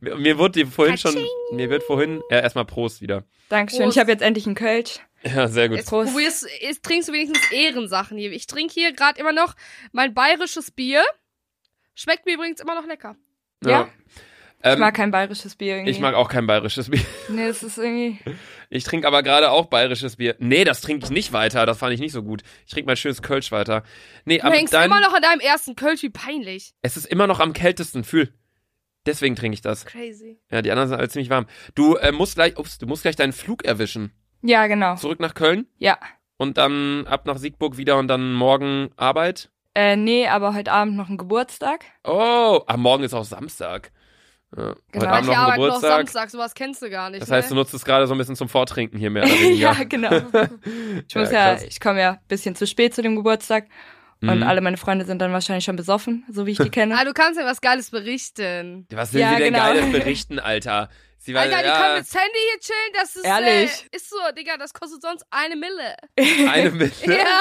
Speaker 2: mir, mir wurde die vorhin schon, mir wird vorhin, äh, erstmal Prost wieder.
Speaker 7: Dankeschön.
Speaker 1: Prost.
Speaker 7: Ich habe jetzt endlich einen Kölsch.
Speaker 2: Ja, sehr gut.
Speaker 1: Jetzt probierst, jetzt trinkst du wenigstens Ehrensachen hier. Ich trinke hier gerade immer noch mein bayerisches Bier. Schmeckt mir übrigens immer noch lecker.
Speaker 7: ja.
Speaker 2: Ähm,
Speaker 7: Ich mag kein bayerisches Bier irgendwie.
Speaker 2: ich mag auch kein bayerisches Bier.
Speaker 7: Nee, das ist irgendwie.
Speaker 2: Ich trinke aber gerade auch bayerisches Bier. Nee, das trinke ich nicht weiter. Das fand ich nicht so gut. Ich trinke mein schönes Kölsch weiter. Nee,
Speaker 1: Du
Speaker 2: aber
Speaker 1: hängst
Speaker 2: dein,
Speaker 1: immer noch an deinem ersten Kölsch, wie peinlich.
Speaker 2: es ist immer noch am kältesten. Fühl. Deswegen trinke ich das.
Speaker 1: Crazy.
Speaker 2: Ja, die anderen sind alle ziemlich warm. Du äh, musst gleich, ups, du musst gleich deinen Flug erwischen.
Speaker 7: Ja, genau.
Speaker 2: Zurück nach Köln
Speaker 7: Ja.
Speaker 2: und dann ab nach Siegburg wieder und dann morgen Arbeit.
Speaker 7: Äh, nee, aber heute Abend noch ein Geburtstag.
Speaker 2: Oh, am Morgen ist auch Samstag. Ja,
Speaker 7: Genau.
Speaker 1: Manche
Speaker 2: Heute Abend noch ein
Speaker 1: arbeiten noch
Speaker 2: Geburtstag.
Speaker 1: Samstag, sowas kennst du gar nicht.
Speaker 2: das heißt, du
Speaker 1: ne?
Speaker 2: nutzt es gerade so ein bisschen zum Vortrinken hier mehr oder
Speaker 7: ja,
Speaker 2: weniger.
Speaker 7: genau. Ich muss ja,
Speaker 2: krass.
Speaker 7: ich komme ja ein bisschen zu spät zu dem Geburtstag und
Speaker 2: Mhm.
Speaker 7: alle meine Freunde sind dann wahrscheinlich schon besoffen, so wie ich die kenne.
Speaker 1: Ah, du kannst ja was Geiles berichten.
Speaker 2: Was will
Speaker 7: Ja,
Speaker 2: sie denn
Speaker 7: genau.
Speaker 2: Geiles berichten, Alter? Sie war,
Speaker 1: Alter, die
Speaker 2: ja,
Speaker 1: können mit Sandy hier chillen, das ist.
Speaker 7: Ehrlich?
Speaker 1: Äh, ist so, Digga, das kostet sonst eine Mille.
Speaker 2: eine mit.
Speaker 1: Ja.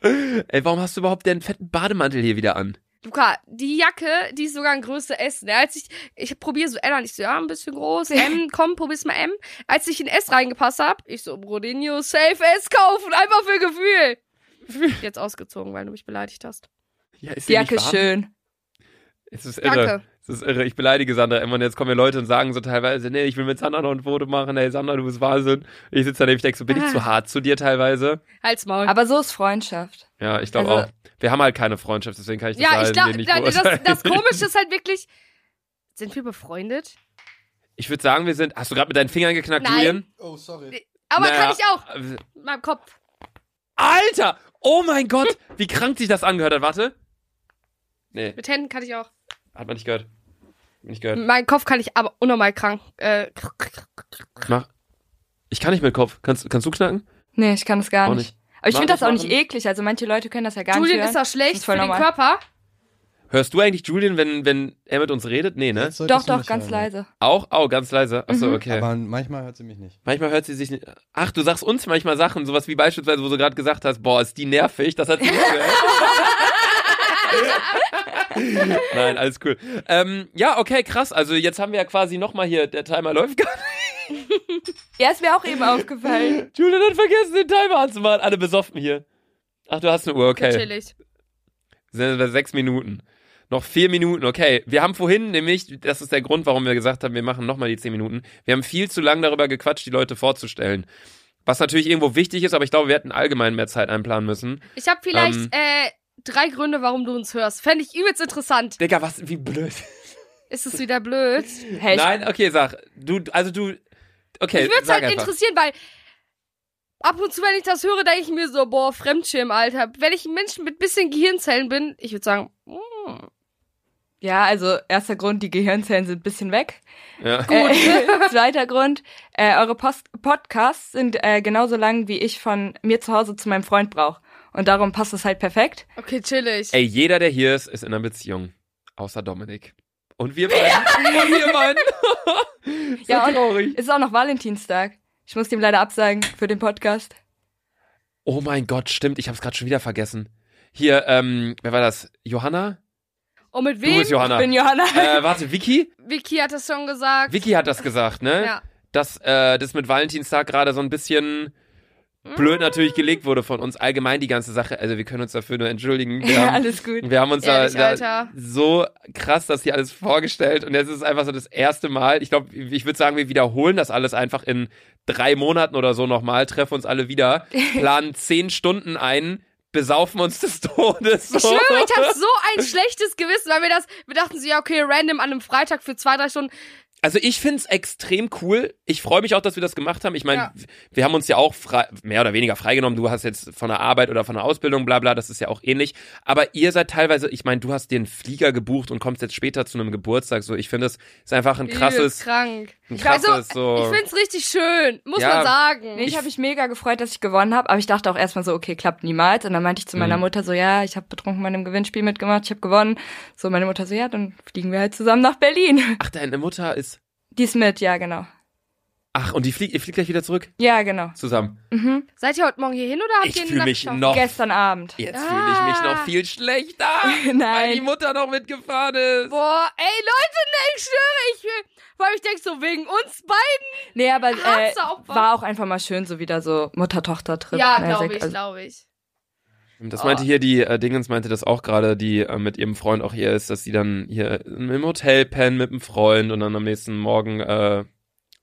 Speaker 2: Ey, warum hast du überhaupt den fetten Bademantel hier wieder an?
Speaker 1: Luca, die Jacke, die ist sogar in Größe S. Ne? Als ich, ich probiere so L an, ich so, ja, ein bisschen groß, M, komm, probier's mal M. Als ich in S reingepasst hab, ich so, Brodinho, safe S kaufen, einfach für Gefühl. Jetzt ausgezogen, weil du mich beleidigt hast.
Speaker 2: Ja, ist
Speaker 7: Die
Speaker 2: dir nicht
Speaker 7: Jacke ist
Speaker 2: warm?
Speaker 7: schön.
Speaker 2: Es ist irre.
Speaker 1: Danke.
Speaker 2: Es ist irre. Ich beleidige Sandra immer und jetzt kommen mir Leute und sagen so teilweise, nee, ich will mit Sandra noch ein Foto machen. Ey, Sandra, du bist Wahnsinn. Ich sitze daneben, ich denke so,
Speaker 1: Ah.
Speaker 2: bin ich zu hart zu dir teilweise?
Speaker 1: Halt's Maul.
Speaker 7: Aber so ist Freundschaft.
Speaker 2: Ja, ich glaube
Speaker 7: Also-
Speaker 2: auch. Wir haben halt keine Freundschaft, deswegen kann ich das
Speaker 1: ja,
Speaker 2: halt
Speaker 1: ich glaube,
Speaker 2: hier nicht
Speaker 1: das,
Speaker 2: beurteilen.
Speaker 1: das Komische ist halt wirklich, sind wir befreundet?
Speaker 2: Ich würde sagen, wir sind. Hast du gerade mit deinen Fingern geknackt,
Speaker 1: Nein.
Speaker 2: Julian?
Speaker 4: Oh, sorry.
Speaker 1: Aber
Speaker 2: Naja.
Speaker 1: kann ich auch,
Speaker 2: Äh,
Speaker 1: mit meinem Kopf.
Speaker 2: Alter! Oh mein Gott! Wie krank sich das angehört hat. Warte. Nee,
Speaker 1: Mit Händen kann ich auch.
Speaker 2: hat man nicht gehört. Nicht gehört.
Speaker 1: Mein Kopf kann ich aber unnormal krank. Äh,
Speaker 2: Mach. Ich kann nicht mit Kopf. Kannst, kannst du knacken?
Speaker 7: Nee, ich kann das gar
Speaker 2: Auch
Speaker 7: nicht. Aber ich
Speaker 2: Mag
Speaker 7: finde
Speaker 2: ich
Speaker 7: das auch nicht
Speaker 2: machen.
Speaker 7: eklig. Also manche Leute können das ja gar
Speaker 1: Julian
Speaker 7: nicht.
Speaker 1: ist auch schlecht
Speaker 7: Ist
Speaker 1: für
Speaker 7: voll
Speaker 1: den
Speaker 7: normal.
Speaker 1: Körper.
Speaker 2: Hörst du eigentlich Julian, wenn, wenn er mit uns redet? Nee, ne?
Speaker 4: Jetzt solltest
Speaker 7: doch,
Speaker 4: du
Speaker 7: doch,
Speaker 4: mich
Speaker 7: ganz
Speaker 4: hören.
Speaker 7: leise.
Speaker 2: Auch? Oh, ganz leise. Achso,
Speaker 7: Mhm.
Speaker 2: okay.
Speaker 4: Aber manchmal hört sie mich nicht.
Speaker 2: manchmal hört sie sich nicht. Ach, du sagst uns manchmal Sachen, sowas wie beispielsweise, wo du gerade gesagt hast, boah, ist die nervig, das hat sie nicht gehört. Nein, alles cool. Ähm, ja, okay, krass. Also jetzt haben wir ja quasi nochmal hier, der Timer läuft gar nicht.
Speaker 7: Ja, ist mir auch eben aufgefallen.
Speaker 2: Julian hat vergessen, den Timer anzumachen. Alle besoffen hier. Ach, du hast eine Uhr, okay.
Speaker 1: Natürlich.
Speaker 2: sind wir bei sechs Minuten. Noch vier Minuten, okay. Wir haben vorhin nämlich, das ist der Grund, warum wir gesagt haben, wir machen nochmal die zehn Minuten. Wir haben viel zu lange darüber gequatscht, die Leute vorzustellen. Was natürlich irgendwo wichtig ist, aber ich glaube, wir hätten allgemein mehr Zeit einplanen müssen.
Speaker 1: Ich habe vielleicht
Speaker 2: Ähm.
Speaker 1: äh, drei Gründe, warum du uns hörst. Fände ich übelst interessant.
Speaker 2: Digga, was, wie blöd.
Speaker 1: Ist es wieder blöd?
Speaker 7: Hey, ich-
Speaker 2: Nein, okay, sag. Du, also du, okay,
Speaker 1: Mich würde es
Speaker 2: sag
Speaker 1: halt
Speaker 2: einfach.
Speaker 1: interessieren, weil ab und zu, wenn ich das höre, denke ich mir so, boah, Fremdschirm, Alter. Wenn ich ein Mensch mit bisschen Gehirnzellen bin, ich würde sagen, mm,
Speaker 7: Ja, also erster Grund, die Gehirnzellen sind ein bisschen weg.
Speaker 2: Ja.
Speaker 7: Äh, zweiter Grund, äh, eure Post Podcasts sind äh, genauso lang, wie ich von mir zu Hause zu meinem Freund brauche. Und darum passt es halt perfekt.
Speaker 1: okay, chillig.
Speaker 2: Ey, jeder, der hier ist, ist in einer Beziehung. Außer Dominik. Und wir beiden. Und wir beiden. so
Speaker 7: Ja, und-
Speaker 2: traurig.
Speaker 7: Es ist auch noch Valentinstag. Ich muss dem leider absagen für den Podcast.
Speaker 2: Oh mein Gott, stimmt, ich hab's gerade schon wieder vergessen. Hier, ähm, wer war das? Johanna?
Speaker 1: Und mit
Speaker 2: Du
Speaker 1: wem?
Speaker 2: bist Johanna.
Speaker 7: Ich bin Johanna.
Speaker 2: äh, warte, Vicky?
Speaker 1: Vicky hat das schon gesagt.
Speaker 2: Vicky hat das gesagt, ne?
Speaker 1: Ja.
Speaker 2: Dass äh, das mit Valentinstag gerade so ein bisschen blöd natürlich gelegt wurde von uns allgemein die ganze Sache. Also wir können uns dafür nur entschuldigen. Wir
Speaker 7: ja,
Speaker 2: haben,
Speaker 7: alles gut.
Speaker 2: wir haben uns
Speaker 1: Ehrlich,
Speaker 2: da, da
Speaker 1: Alter.
Speaker 2: so krass das hier alles vorgestellt und jetzt ist es einfach so das erste Mal. Ich glaube, ich würde sagen, wir wiederholen das alles einfach in drei Monaten oder so nochmal, treffen uns alle wieder, planen zehn Stunden ein, besaufen uns des Todes.
Speaker 1: Ich schwöre, ich hatte so ein schlechtes Gewissen, weil wir das, wir dachten so, ja, okay, random an einem Freitag für zwei, drei Stunden.
Speaker 2: Also ich find's extrem cool. Ich freue mich auch, dass wir das gemacht haben. Ich meine,
Speaker 1: Ja.
Speaker 2: w- wir haben uns ja auch frei, mehr oder weniger freigenommen. Du hast jetzt von der Arbeit oder von der Ausbildung, bla bla, das ist ja auch ähnlich. Aber ihr seid teilweise, ich meine, du hast dir einen Flieger gebucht und kommst jetzt später zu einem Geburtstag. So, ich finde, das ist einfach ein
Speaker 1: Übelst
Speaker 2: krasses,
Speaker 1: krank.
Speaker 2: ein
Speaker 1: Ich weiß
Speaker 2: krasses
Speaker 1: so,
Speaker 2: so.
Speaker 1: Ich find's richtig schön, muss
Speaker 2: Ja.
Speaker 1: man sagen.
Speaker 7: Nee, ich habe mich mega gefreut, dass ich gewonnen habe, aber ich dachte auch erstmal so, okay, klappt niemals. Und dann meinte ich zu meiner
Speaker 2: Mhm.
Speaker 7: Mutter so, ja, ich habe betrunken bei einem Gewinnspiel mitgemacht, ich habe gewonnen. So, meine Mutter so, ja, dann fliegen wir halt zusammen nach Berlin.
Speaker 2: Ach, deine Mutter ist.
Speaker 7: Die ist mit, ja, genau.
Speaker 2: Ach, und die fliegt, ihr fliegt gleich wieder zurück
Speaker 7: Ja, genau.
Speaker 2: zusammen.
Speaker 7: Mhm.
Speaker 1: Seid ihr heute Morgen hier hin oder habt
Speaker 2: Ich
Speaker 1: ihr eine
Speaker 2: fühl
Speaker 1: Nacht
Speaker 2: mich
Speaker 1: geschafft?
Speaker 2: noch- Och.
Speaker 7: Gestern Abend.
Speaker 2: Jetzt
Speaker 1: Ah.
Speaker 2: fühle ich mich noch viel schlechter, weil die
Speaker 7: Nein.
Speaker 2: Mutter noch mitgefahren ist.
Speaker 1: Boah, ey Leute, ne, ich schwöre, ich will, weil ich denk so wegen uns beiden.
Speaker 7: Nee, aber äh,
Speaker 1: Hat's auch was?
Speaker 7: war auch einfach mal schön, so wieder so Mutter-Tochter-Trip.
Speaker 1: Ja,
Speaker 7: mäßig.
Speaker 1: glaube ich,
Speaker 7: Also,
Speaker 1: glaube ich.
Speaker 2: Ähm, Das meinte hier die äh, Dingens meinte das auch gerade, die äh, mit ihrem Freund auch hier ist, dass sie dann hier im Hotel pennen mit einem Freund und dann am nächsten Morgen äh,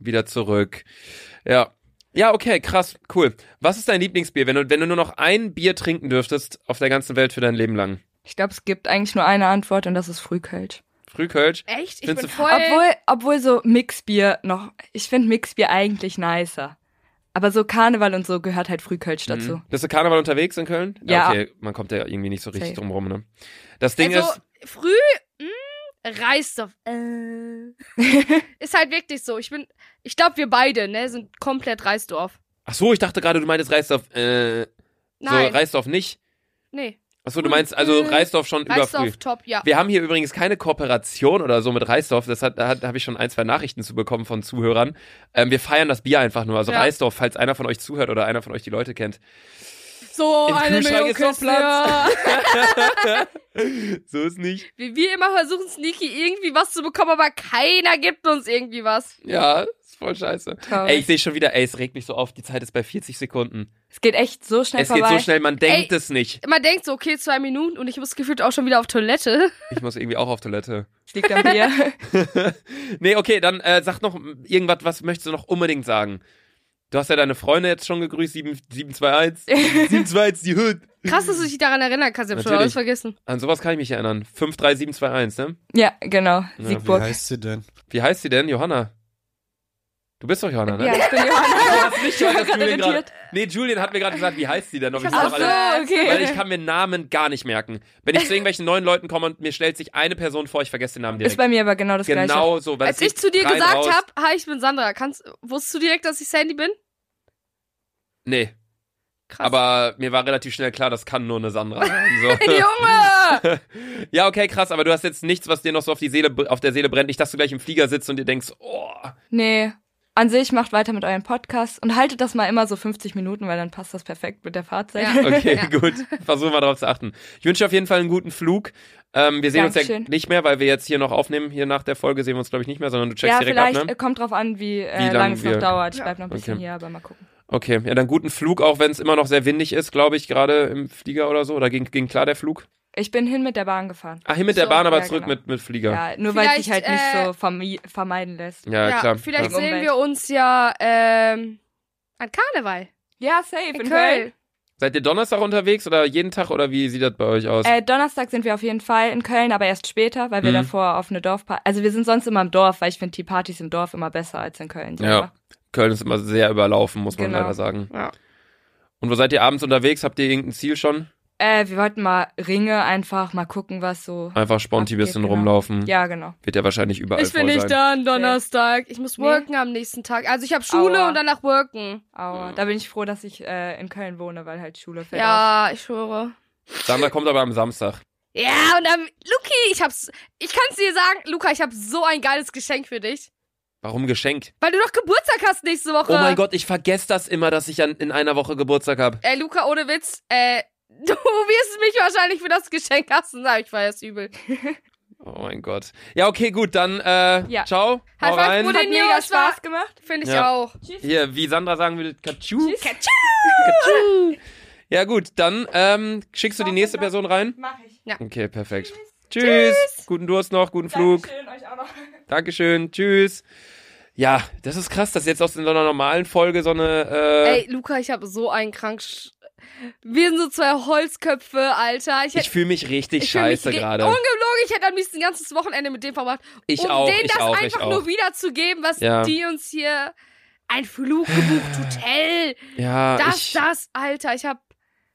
Speaker 2: wieder zurück. Ja. Ja, okay, krass, cool. Was ist dein Lieblingsbier, wenn du, wenn du nur noch ein Bier trinken dürftest auf der ganzen Welt für dein Leben lang?
Speaker 7: ich glaube, es gibt eigentlich nur eine Antwort und das ist Frühkölsch.
Speaker 2: Frühkölsch?
Speaker 1: Echt? Ich
Speaker 2: Findest
Speaker 1: bin voll.
Speaker 2: du-
Speaker 7: Obwohl, obwohl so Mixbier noch, ich finde Mixbier eigentlich nicer. Aber so Karneval und so gehört halt Frühkölsch dazu.
Speaker 2: Mhm. Bist du Karneval unterwegs in Köln?
Speaker 7: Ja.
Speaker 2: Okay, man kommt ja irgendwie nicht so richtig
Speaker 7: Safe.
Speaker 2: drum rum, ne? Das Ding
Speaker 1: also,
Speaker 2: ist,
Speaker 1: früh, mh, reißt auf. Äh. ist halt wirklich so. Ich bin, ich glaube, wir beide, ne, sind komplett Reisdorf.
Speaker 2: ach so, ich dachte gerade, du meintest Reisdorf, äh, so
Speaker 1: Nein,
Speaker 2: Reisdorf nicht.
Speaker 1: nee.
Speaker 2: Ach so, du meinst also
Speaker 1: Mhm.
Speaker 2: Reisdorf schon über früh.
Speaker 1: Reisdorf top, ja.
Speaker 2: Wir haben hier übrigens keine Kooperation oder so mit Reisdorf. Das hat, da hat- habe ich schon ein, zwei Nachrichten zu bekommen von Zuhörern. Ähm, wir feiern das Bier einfach nur. Also
Speaker 1: Ja.
Speaker 2: Reisdorf, falls einer von euch zuhört oder einer von euch die Leute kennt.
Speaker 1: So,
Speaker 2: Im
Speaker 1: eine
Speaker 2: Kühlschrank
Speaker 1: Million
Speaker 2: ist noch
Speaker 1: Küste,
Speaker 2: Platz.
Speaker 1: ja.
Speaker 2: so ist nicht.
Speaker 1: Wie wir immer versuchen, Sneaky irgendwie was zu bekommen, aber keiner gibt uns irgendwie was.
Speaker 2: Ja, ist voll scheiße.
Speaker 7: Traurig.
Speaker 2: Ey, ich sehe schon wieder, ey, es regt mich so auf. Die Zeit ist bei 40 Sekunden.
Speaker 7: Es geht echt so schnell
Speaker 2: es
Speaker 7: vorbei.
Speaker 2: geht so schnell, man denkt
Speaker 1: Ey.
Speaker 2: es nicht.
Speaker 1: Man denkt so, okay, zwei Minuten und ich muss gefühlt auch schon wieder auf Toilette.
Speaker 2: Ich muss irgendwie auch auf Toilette.
Speaker 7: Es liegt an dir.
Speaker 2: Nee, okay, dann äh, sag noch irgendwas, was möchtest du noch unbedingt sagen? Du hast ja deine Freunde jetzt schon gegrüßt, 7- 721. 721, die Hüt.
Speaker 1: Krass, dass du dich daran erinnern kannst. Ich hab schon
Speaker 2: Natürlich.
Speaker 1: alles vergessen.
Speaker 2: An sowas kann ich mich erinnern. 53721, ne?
Speaker 7: ja, genau.
Speaker 4: Wie
Speaker 7: Siegburg.
Speaker 4: heißt sie denn?
Speaker 2: Wie heißt sie denn? Johanna? Du bist doch Johanna, ne?
Speaker 7: Ja, ich bin
Speaker 2: Du
Speaker 7: Johanna.
Speaker 2: hast nicht Johanna,
Speaker 7: Ich war
Speaker 2: Julian
Speaker 7: gerade
Speaker 2: gerade. Nee, Julian hat mir gerade gesagt, wie heißt sie denn? Ob ich
Speaker 1: hab
Speaker 2: das
Speaker 1: auch
Speaker 7: Ach
Speaker 2: alle-
Speaker 7: so,
Speaker 2: Weil ich
Speaker 7: okay.
Speaker 2: kann mir Namen gar nicht merken. Wenn ich zu irgendwelchen neuen Leuten komme und mir stellt sich eine Person vor, ich vergesse den Namen direkt.
Speaker 7: Ist bei mir aber genau das Gleiche.
Speaker 2: genau so. Weil
Speaker 1: Als
Speaker 2: es
Speaker 1: ich zu dir
Speaker 2: rein,
Speaker 1: gesagt
Speaker 2: raus.
Speaker 1: habe, hi, ich bin Sandra, kannst, wusstest du direkt, dass ich Sandy bin?
Speaker 2: Nee,
Speaker 1: Krass.
Speaker 2: aber mir war relativ schnell klar, das kann nur eine Sandra sein. So.
Speaker 1: Junge!
Speaker 2: ja, okay, krass, aber du hast jetzt nichts, was dir noch so auf, die Seele, auf der Seele brennt. Nicht, dass du gleich im Flieger sitzt und dir denkst, oh,
Speaker 7: Nee. An sich macht weiter mit euren Podcast und haltet das mal immer so 50 Minuten, weil dann passt das perfekt mit der Fahrzeit.
Speaker 1: Ja.
Speaker 2: Okay,
Speaker 1: Ja.
Speaker 2: gut. Versuchen wir darauf zu achten. Ich wünsche auf jeden Fall einen guten Flug. Ähm, wir sehen uns
Speaker 7: Dankeschön.
Speaker 2: ja nicht mehr, weil wir jetzt hier noch aufnehmen. Hier nach der Folge sehen wir uns, glaube ich, nicht mehr, sondern du checkst
Speaker 7: Ja,
Speaker 2: direkt
Speaker 7: vielleicht
Speaker 2: ab, ne?
Speaker 7: äh, kommt drauf an, wie, äh,
Speaker 2: Wie lang
Speaker 7: lange es
Speaker 2: wir-
Speaker 7: noch dauert. Ich bleib noch ein bisschen
Speaker 2: Okay.
Speaker 7: hier, aber mal gucken.
Speaker 2: Okay, ja, dann guten Flug, auch wenn es immer noch sehr windig ist, glaube ich, gerade im Flieger oder so. Oder ging, ging klar der Flug?
Speaker 7: Ich bin hin mit der Bahn gefahren.
Speaker 2: Ah, hin mit der
Speaker 7: So,
Speaker 2: Bahn, aber
Speaker 7: ja,
Speaker 2: zurück
Speaker 7: genau.
Speaker 2: mit, mit Flieger.
Speaker 7: Ja, nur weil es sich halt
Speaker 1: Vielleicht,
Speaker 7: nicht
Speaker 1: äh,
Speaker 7: so vermi- vermeiden lässt.
Speaker 2: Ja,
Speaker 1: Ja,
Speaker 2: klar.
Speaker 1: vielleicht
Speaker 2: ja.
Speaker 7: Ja.
Speaker 1: sehen wir uns ja ähm, an Karneval
Speaker 7: Ja, safe.
Speaker 1: in Köln.
Speaker 2: Seid ihr Donnerstag unterwegs oder jeden Tag oder wie sieht das bei euch aus?
Speaker 7: Äh, Donnerstag sind wir auf jeden Fall in Köln, aber erst später, weil wir
Speaker 2: Mhm.
Speaker 7: davor auf eine Dorfparty. Also wir sind sonst immer im Dorf, weil ich finde die Partys im Dorf immer besser als in Köln. ne?
Speaker 2: ja.
Speaker 7: selber.
Speaker 2: Köln ist immer sehr überlaufen, muss man
Speaker 7: Genau.
Speaker 2: leider sagen.
Speaker 1: Ja.
Speaker 2: Und wo seid ihr abends unterwegs? Habt ihr irgendein Ziel schon?
Speaker 7: Äh, wir wollten mal Ringe einfach mal gucken, was so.
Speaker 2: Einfach sponti
Speaker 7: Ab geht's,
Speaker 2: bisschen
Speaker 7: genau.
Speaker 2: rumlaufen.
Speaker 7: Ja, genau.
Speaker 2: Wird ja wahrscheinlich überall
Speaker 1: Ich
Speaker 2: voll
Speaker 1: bin nicht
Speaker 2: sein.
Speaker 1: da am Donnerstag. Ich muss
Speaker 7: Nee.
Speaker 1: worken am nächsten Tag. Also ich habe Schule
Speaker 7: Aua.
Speaker 1: und danach worken.
Speaker 7: Aua. Da bin ich froh, dass ich äh, in Köln wohne, weil halt Schule fällt aus.
Speaker 1: Ja, ich schwöre.
Speaker 2: Sandra kommt aber am Samstag.
Speaker 1: Ja, und dann, Luki, ich hab's. Ich kann's dir sagen, Luca, ich hab so ein geiles Geschenk für dich.
Speaker 2: Warum Geschenk?
Speaker 1: Weil du doch Geburtstag hast nächste Woche.
Speaker 2: Oh mein Gott, ich vergesse das immer, dass ich an, in einer Woche Geburtstag habe.
Speaker 1: Ey, Luca, ohne Witz, äh, du wirst mich wahrscheinlich für das Geschenk hassen. Sag ich war jetzt übel.
Speaker 2: Oh mein Gott. Ja, okay, gut, dann äh,
Speaker 7: Ja.
Speaker 2: ciao.
Speaker 1: High
Speaker 2: Hau
Speaker 1: five,
Speaker 2: rein.
Speaker 1: Bruder.
Speaker 7: Hat mega
Speaker 1: Es war-
Speaker 7: Spaß gemacht.
Speaker 1: Finde ich
Speaker 2: Ja.
Speaker 1: auch.
Speaker 2: Hier, wie Sandra sagen würde, Katschu. Katschu. Ja, gut, dann ähm, schickst du die nächste Person rein.
Speaker 7: Mach ich.
Speaker 2: Okay, perfekt. Tschüss. Guten Durst noch, guten Flug.
Speaker 7: Dankeschön euch auch noch.
Speaker 2: Dankeschön. Tschüss. Ja, das ist krass, dass jetzt aus so einer normalen Folge so eine. Äh,
Speaker 1: Ey, Luca, ich habe so einen krank. sch- Wir sind so zwei Holzköpfe, Alter. Ich hätte
Speaker 2: Ich fühle mich richtig
Speaker 1: ich fühl mich
Speaker 2: scheiße
Speaker 1: ge-
Speaker 2: gerade.
Speaker 1: Ungelogen, ich hätte am liebsten ein ganzes Wochenende mit dem verbracht,
Speaker 2: Ich
Speaker 1: um
Speaker 2: auch,
Speaker 1: denen
Speaker 2: ich
Speaker 1: das
Speaker 2: auch, ich
Speaker 1: einfach
Speaker 2: auch.
Speaker 1: nur wiederzugeben, was
Speaker 2: Ja.
Speaker 1: die uns hier ein Fluch gebucht, Hotel,
Speaker 2: Ja,
Speaker 1: das,
Speaker 2: Ah, ich,
Speaker 1: das, Alter, ich hab,